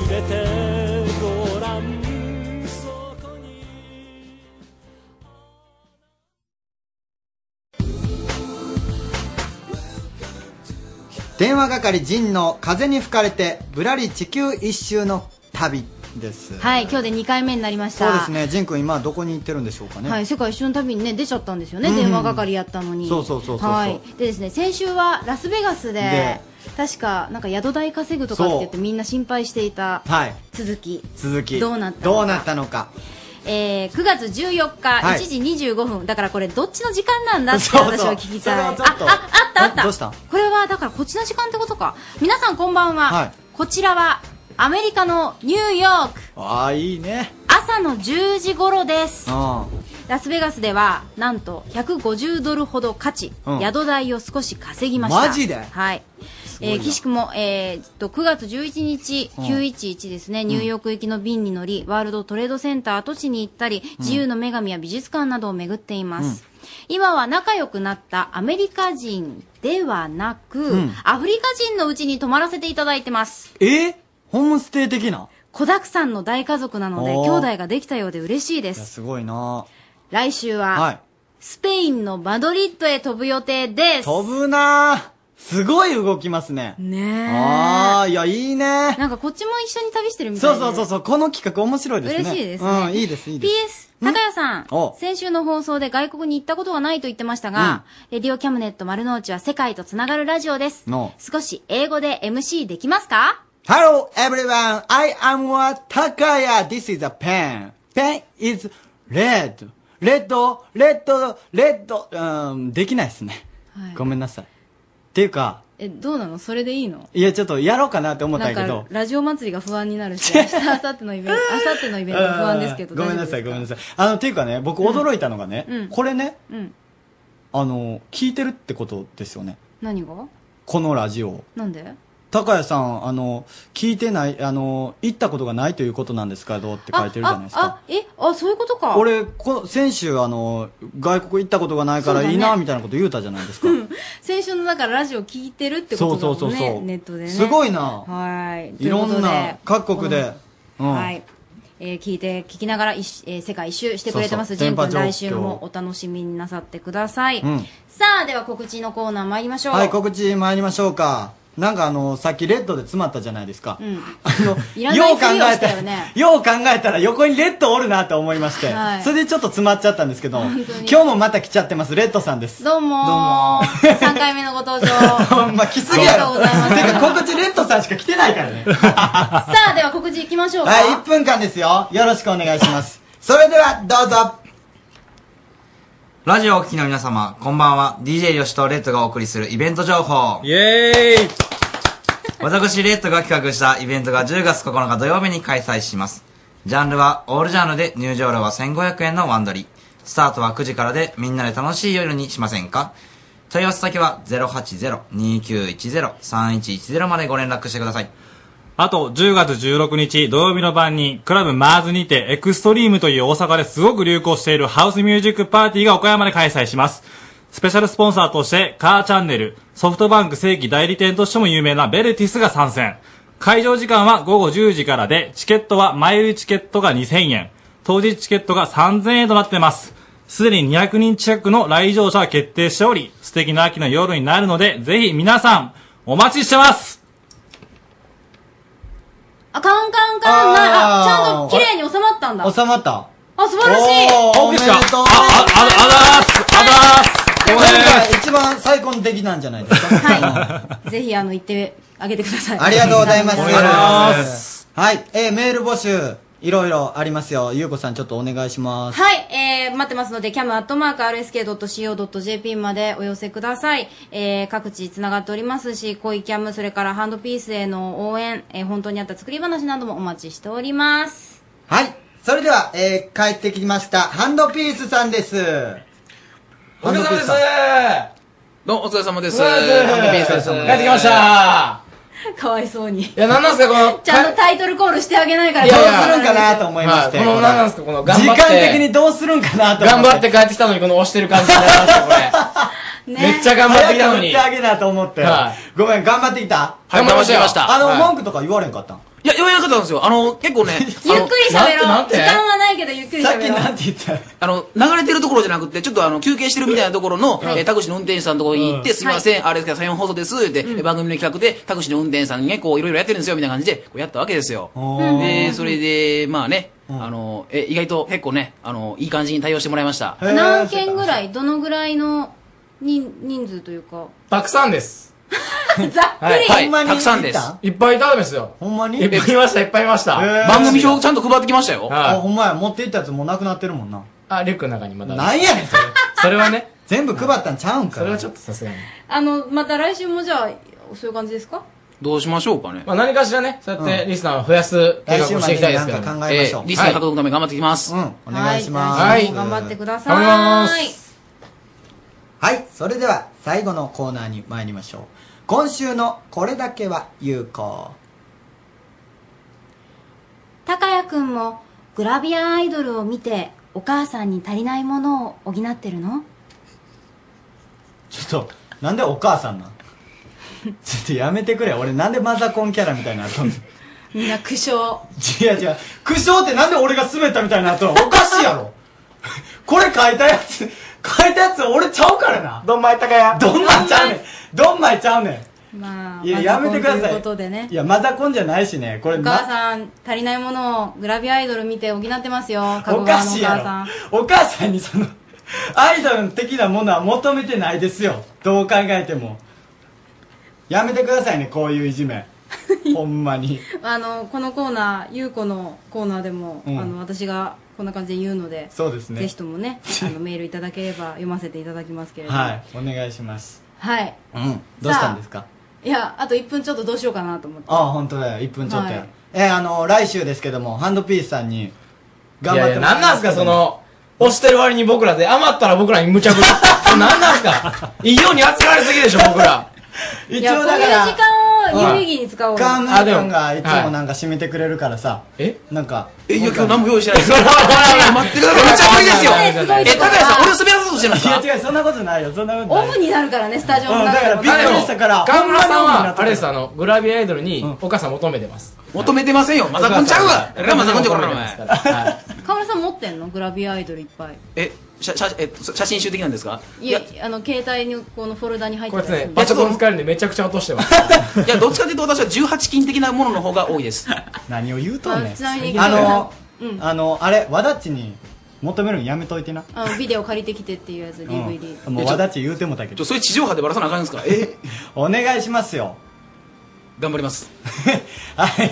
Speaker 8: 連れてごらん
Speaker 2: 電話係陣の風に吹かれてぶらり地球一周の旅です
Speaker 3: はい今日で2回目になりました
Speaker 2: そうですね陣君今どこに行ってるんでしょうかね、
Speaker 3: はい、世界一周の旅にね出ちゃったんですよね、
Speaker 2: うんうん
Speaker 3: 電話係やったのに
Speaker 2: そうそうそうそうそう
Speaker 3: はいでですね先週はラスベガスで
Speaker 2: で
Speaker 3: 確かなんか宿代稼ぐとかって言ってみんな心配していた
Speaker 2: はい
Speaker 3: 続き、
Speaker 2: 続き
Speaker 3: どうなったのか
Speaker 2: どうなったのか
Speaker 3: えー、9月14日
Speaker 2: はい
Speaker 3: 1時25分、だからこれどっちの時間なんだって
Speaker 2: そうそう
Speaker 3: 私は聞きたい
Speaker 2: それはちょっと
Speaker 3: あああったあった
Speaker 2: どうした
Speaker 3: これはだからこっちの時間ってことか皆さんこんばんは、
Speaker 2: はい
Speaker 3: こちらはアメリカのニューヨーク
Speaker 2: ああいいね
Speaker 3: 朝の10時頃です
Speaker 2: うん
Speaker 3: ラスベガスではなんと150ドルほど価値、
Speaker 2: うん
Speaker 3: 宿代を少し稼ぎました
Speaker 2: マジで
Speaker 3: はい
Speaker 2: ごい
Speaker 3: え
Speaker 2: な
Speaker 3: ー、岸くも、えー、っと9月11日
Speaker 17: うん
Speaker 3: 911ですね、ニューヨーク行きの便に乗りワールドトレードセンター跡地に行ったり、自由の女神や美術館などを巡っています、今は仲良くなったアメリカ人ではなく、
Speaker 2: うん
Speaker 3: アフリカ人のうちに泊まらせていただいてます
Speaker 2: えホームステイ的な
Speaker 3: 子だくさんの大家族なので
Speaker 2: おー
Speaker 3: 兄弟ができたようで嬉しいで
Speaker 2: いや
Speaker 3: す
Speaker 2: すごいな
Speaker 3: 来週は、
Speaker 2: は
Speaker 3: スペインのマドリッドへ飛ぶ予定で
Speaker 2: い
Speaker 3: す。
Speaker 2: 飛ぶなすごい動きますね
Speaker 3: ね
Speaker 2: ああいやいいね
Speaker 3: なんかこっちも一緒に旅してるみたい
Speaker 2: そ
Speaker 3: で
Speaker 2: うそうそうそうこの企画面白いですね
Speaker 3: 嬉しいですね
Speaker 2: うんいいですいいです
Speaker 3: PS、高谷さん
Speaker 2: お、
Speaker 3: 先週の放送で外国に行ったことがないと言ってましたが、レディオキャムネット丸の内は世界とつながるラジオです。
Speaker 2: の
Speaker 3: 少し英語で MC できますか
Speaker 2: Hello everyone, I am wa Takaya. This is a pen. Pen is red. Red, red, red. うん、できないですね。
Speaker 3: はい
Speaker 2: ごめんなさい。っていうか、
Speaker 3: え、どうなのそれでいいの
Speaker 2: いや、ちょっとやろうかなって思った
Speaker 3: なんん
Speaker 2: やけ
Speaker 3: か
Speaker 2: ど、。
Speaker 3: ラジオ祭りが不安になる し、明日、明後日のイベント、明後日のイベント不安ですけど、
Speaker 2: うんごめんなさい、ごめんなさい。あの、っていうかね、僕驚いたのがね、
Speaker 3: うん
Speaker 2: これね、
Speaker 3: い。うん。
Speaker 2: あの、聞いてるってことですよね。
Speaker 3: 何が
Speaker 2: このラジオを。
Speaker 3: なんで
Speaker 2: 高谷さん、あの、聞いてない、あの、行ったことがないということなんですけどって書いてるじゃないですか。
Speaker 3: あ、あえ、あ、そういうことか。
Speaker 2: 俺こ先週あの外国行ったことがないか
Speaker 3: そ
Speaker 2: ら
Speaker 3: うだね
Speaker 2: いいなみたいなこと言うたじゃないですか、
Speaker 3: 先週のだからラジオ聞いてるってことだもんね
Speaker 2: そうそうそうそう
Speaker 3: ネットでね
Speaker 2: すごいな
Speaker 3: はい
Speaker 2: いろ
Speaker 3: と
Speaker 2: ん
Speaker 3: うこと
Speaker 2: な
Speaker 3: で
Speaker 2: 各国で、う
Speaker 3: この
Speaker 2: ん
Speaker 3: はい、えー聞いて聞きながら一周、えー世界一周してくれてま
Speaker 2: そ
Speaker 3: す
Speaker 2: うそう
Speaker 3: ジン君
Speaker 2: 電波状況
Speaker 3: 来週もお楽しみになさってください、
Speaker 2: うん
Speaker 3: さあでは告知のコーナー参りましょう
Speaker 2: はい告知参りましょうかなんかあのさっきレッドで詰まったじゃないですか、
Speaker 3: うんいらな
Speaker 2: よ
Speaker 3: いうふ
Speaker 2: 考
Speaker 3: りを
Speaker 2: え
Speaker 3: したたよね
Speaker 2: よう考えたら横にレッドおるなと思いまして、
Speaker 3: はい
Speaker 2: それでちょっと詰まっちゃったんですけど
Speaker 3: 本
Speaker 2: 今
Speaker 3: 当に
Speaker 2: 日もまた来ちゃってますレッドさんです
Speaker 3: どうもー
Speaker 2: どうも
Speaker 3: 3回目のご登 場
Speaker 2: ほんま来すぎやろ
Speaker 3: ありがとうござい
Speaker 2: てか告知レッドさんしか来てないからね
Speaker 3: さあでは告知いきましょうか、
Speaker 2: はい、1分間ですよ。よろしくお願いします。それでは、どうぞ。
Speaker 15: ラジオをお聞きの皆様、こんばんは。DJ ヨシとレッドがお送りするイベント情報。イエーイ私、レッドが企画したイベントが10月9日土曜日に開催します。ジャンルはオールジャンルで入場料は1500円のワンドリ。スタートは9時からでみんなで楽しい夜にしませんか問い合わせ先は080-2910-3110までご連絡してください。
Speaker 27: あと、10月16日土曜日の晩に、クラブマーズにて、エクストリームという大阪ですごく流行しているハウスミュージックパーティーが岡山で開催します。スペシャルスポンサーとして、カーチャンネル、ソフトバンク正規代理店としても有名なベルティスが参戦。会場時間は午後10時からで、チケットは前売りチケットが2000円、当日チケットが3000円となってます。すでに200人近くの来場者が決定しており、素敵な秋の夜になるので、ぜひ皆さん、お待ちしてます
Speaker 3: あカンカンカンなあ
Speaker 27: あー
Speaker 3: ちゃんと綺麗に収まったんだあ
Speaker 2: 収まった。
Speaker 3: 素晴らしい
Speaker 2: おーおめでとう。あ、あ、あ、あざーす。あざーす。今回一番最高の出来なんじゃないですか。
Speaker 3: ぜひあの行ってあげてください
Speaker 2: ありがとうございます。。
Speaker 3: ありがとうございます
Speaker 2: はい、えーメール募集。いろいろありますよ。ゆうこさん、ちょっとお願いします。
Speaker 3: はい、えー、待ってますので、cam.rsk.co.jp までお寄せください。えー、各地つながっておりますし、恋キャム、それからハンドピースへの応援、えー、本当にあった作り話などもお待ちしております。
Speaker 2: はい。それでは、えー、帰ってきました、ハンドピースさんです。
Speaker 20: お疲れ様です
Speaker 2: ハンドピースさん
Speaker 20: どうもお疲れ様です。
Speaker 2: お疲れ様です
Speaker 20: ハンドピースです
Speaker 2: お疲れ様です
Speaker 20: 帰ってきました。
Speaker 3: かわいそうに。い
Speaker 20: や、なんなんすか、この。
Speaker 3: ちゃんとタイトルコールしてあげないから、
Speaker 20: いやいや
Speaker 3: どう
Speaker 2: かなと思いまして。
Speaker 20: はいこの何なんですかこの頑張って
Speaker 2: 時間的にどうするんかなと思
Speaker 20: 頑張って帰ってきたのに、この押してる感じになりました、これ。めっちゃ頑張ってきたのに。
Speaker 2: 早く振ってあげなと思って。
Speaker 20: は
Speaker 2: ごめん、頑張ってきた
Speaker 20: 頑張りましたよ頑張りました
Speaker 2: あの、
Speaker 20: はい
Speaker 2: 文句とか言われんかったん
Speaker 20: いや、言われなかったんですよ。あの、結構ね。ゆっ く
Speaker 3: ゆっくり喋ろう。時間はないけど、ゆっくり喋ろう。
Speaker 2: て言った
Speaker 20: あの、流れてるところじゃなくて、ちょっとあの、休憩してるみたいなところの、えータクシーの運転手さんのところに行っ
Speaker 3: う
Speaker 20: て、
Speaker 3: ん
Speaker 20: すいません、あれですけど、34放送です、って、番組の企画で、タクシーの運転手さんにね、こう、いろいろやってるんですよ、みたいな感じで、こうやったわけですよ。
Speaker 2: ー
Speaker 20: で、それで、まあね、あの、え、意外と結構ね、あの、いい感じに対応してもらいました。
Speaker 3: 何件ぐらい、どのぐらいの人人数というか。
Speaker 20: たくさんです。
Speaker 3: ざっくり、
Speaker 20: はい、はい、たくさんです。いっぱいいたんですよ。
Speaker 2: ほんまに
Speaker 20: いっぱいいました、いっぱいいました。番組表ちゃんと配ってきましたよ。
Speaker 2: あ、ほんまや、持って行ったやつもうなくなってるもんな。
Speaker 20: あ、リュックの中にまだ
Speaker 2: なんやねん、それ。
Speaker 20: それはね。
Speaker 2: 全部配ったんちゃうんか。それは
Speaker 20: ちょっとさすがに。
Speaker 3: あの、また来週もじゃあ、そういう感じですか
Speaker 20: どうしましょうかね。
Speaker 11: まあ何かしらね、そうやってリスナーを増やす計画をしていきたいですけど。
Speaker 20: 来週までになんか考えましょうええリスナー獲得のために頑張っていきます。
Speaker 2: うん、お願いします。
Speaker 3: はい来週も頑張ってください。
Speaker 2: はい、それでは最後のコーナーに参りましょう。今週のこれだけは有効。
Speaker 3: 高谷くんもグラビアアイドルを見てお母さんに足りないものを補ってるの
Speaker 2: ちょっと、なんでお母さんなん ちょっとやめてくれ。俺なんでマザコンキャラみたいになったの
Speaker 3: みんな苦笑
Speaker 2: 違う違う。苦笑ってなんで俺が滑ったみたいになったのおかしいやろ。これ書いたやつ、書いたやつ俺ちゃうからな。どんまい高や。どんまいちゃうねん。どんまいちゃうね
Speaker 3: まあ
Speaker 2: ん。いや、やめてくだ
Speaker 3: マザコン
Speaker 2: さ
Speaker 3: とい
Speaker 2: いう
Speaker 3: ことでね。
Speaker 2: いや、マザコンじゃないしね。これ、
Speaker 3: お
Speaker 2: ま
Speaker 3: 母さん足りないものをグラビアアイドル見て補ってますよ香川の
Speaker 2: お
Speaker 3: お母
Speaker 2: かしいや
Speaker 3: さん
Speaker 2: ろお母さんにそのアイドル的なものは求めてないですよどう考えてもやめてくださいねこういうい じめほんまに
Speaker 3: あのこのコーナー優子のコーナーでも、
Speaker 2: うん
Speaker 3: あの私がこんな感じで言うので
Speaker 2: そうですね
Speaker 3: ぜひとも ねあのメールいただければ読ませていただきますけれども
Speaker 2: はいお願いします
Speaker 3: はい、
Speaker 2: うんどうしたんですか
Speaker 3: いやあと1分ちょっとどうしようかなと思って
Speaker 2: ああ本当だよ1分ちょっとや、
Speaker 3: はい
Speaker 2: えーあの来週ですけどもハンドピースさんに頑張ってもらい
Speaker 11: なんなんすか、その、押してる割に僕らで、余ったら僕らに無茶 ぶり。なんなんすかいいように扱われすぎでしょ、僕ら。
Speaker 2: 一
Speaker 3: いやこういう時間を有意義に使おうよ
Speaker 2: カーメン君がいつもなんか締めてくれるからさ、えなんかえいや今日何も用意してない です待ってく ださい
Speaker 20: めっちゃ無理ですよえ高橋さん俺を
Speaker 2: 滑らそうとしてるんですかいや違うそんなことないよそんなこと
Speaker 3: オ
Speaker 2: ない
Speaker 3: フになるからねスタジオの
Speaker 2: うんだ
Speaker 3: 中
Speaker 2: か
Speaker 3: で
Speaker 2: ら
Speaker 3: も
Speaker 2: びっくりしたから
Speaker 11: 川村さん
Speaker 2: ほんまに女の
Speaker 11: は、
Speaker 2: 子
Speaker 11: あれです、あの、グラビアアイドルに、お母さん求めてます。求めてませんよ、マ
Speaker 20: ザコンちゃうわ俺はマザコンちゃうから
Speaker 3: 河村さん持ってんのグラビアアイドルいっぱい
Speaker 20: え、写写えっと写真集的なんですか
Speaker 3: いやあの携帯にこのフォルダに入って
Speaker 11: こいつ
Speaker 3: たや
Speaker 11: ね
Speaker 3: つ、
Speaker 11: パソコン使えるんでめちゃくちゃ落としてます。
Speaker 20: いや、どっちかというと私は18金的なものの方が多いです。
Speaker 2: 何を言うとんね
Speaker 3: あちなみ
Speaker 2: ん
Speaker 3: に
Speaker 2: あの、
Speaker 3: うん
Speaker 2: あのあれわだちに求めるのやめといてな、
Speaker 3: あのビデオ借りてきてっていうやつ DVD、
Speaker 2: うんもうわだち言うてもたけど
Speaker 20: それ地上波でバラさなあかんんですかえ
Speaker 2: お願いしますよ
Speaker 20: 頑張り ます。
Speaker 2: 何やこの終わり方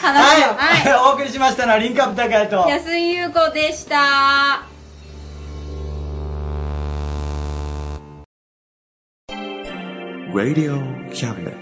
Speaker 3: 最後の
Speaker 2: はい、お送りしましたのはリンクアップ高谷と
Speaker 3: 安井優子でした
Speaker 28: Radio Cabinet.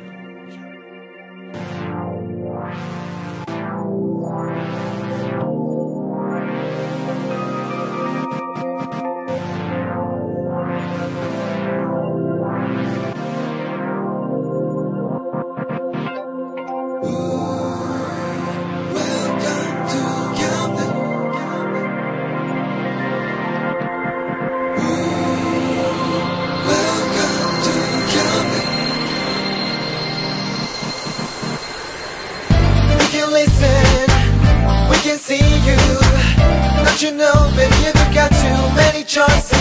Speaker 7: We can listen, we can see you. Don't you know, baby, you've got too many choices.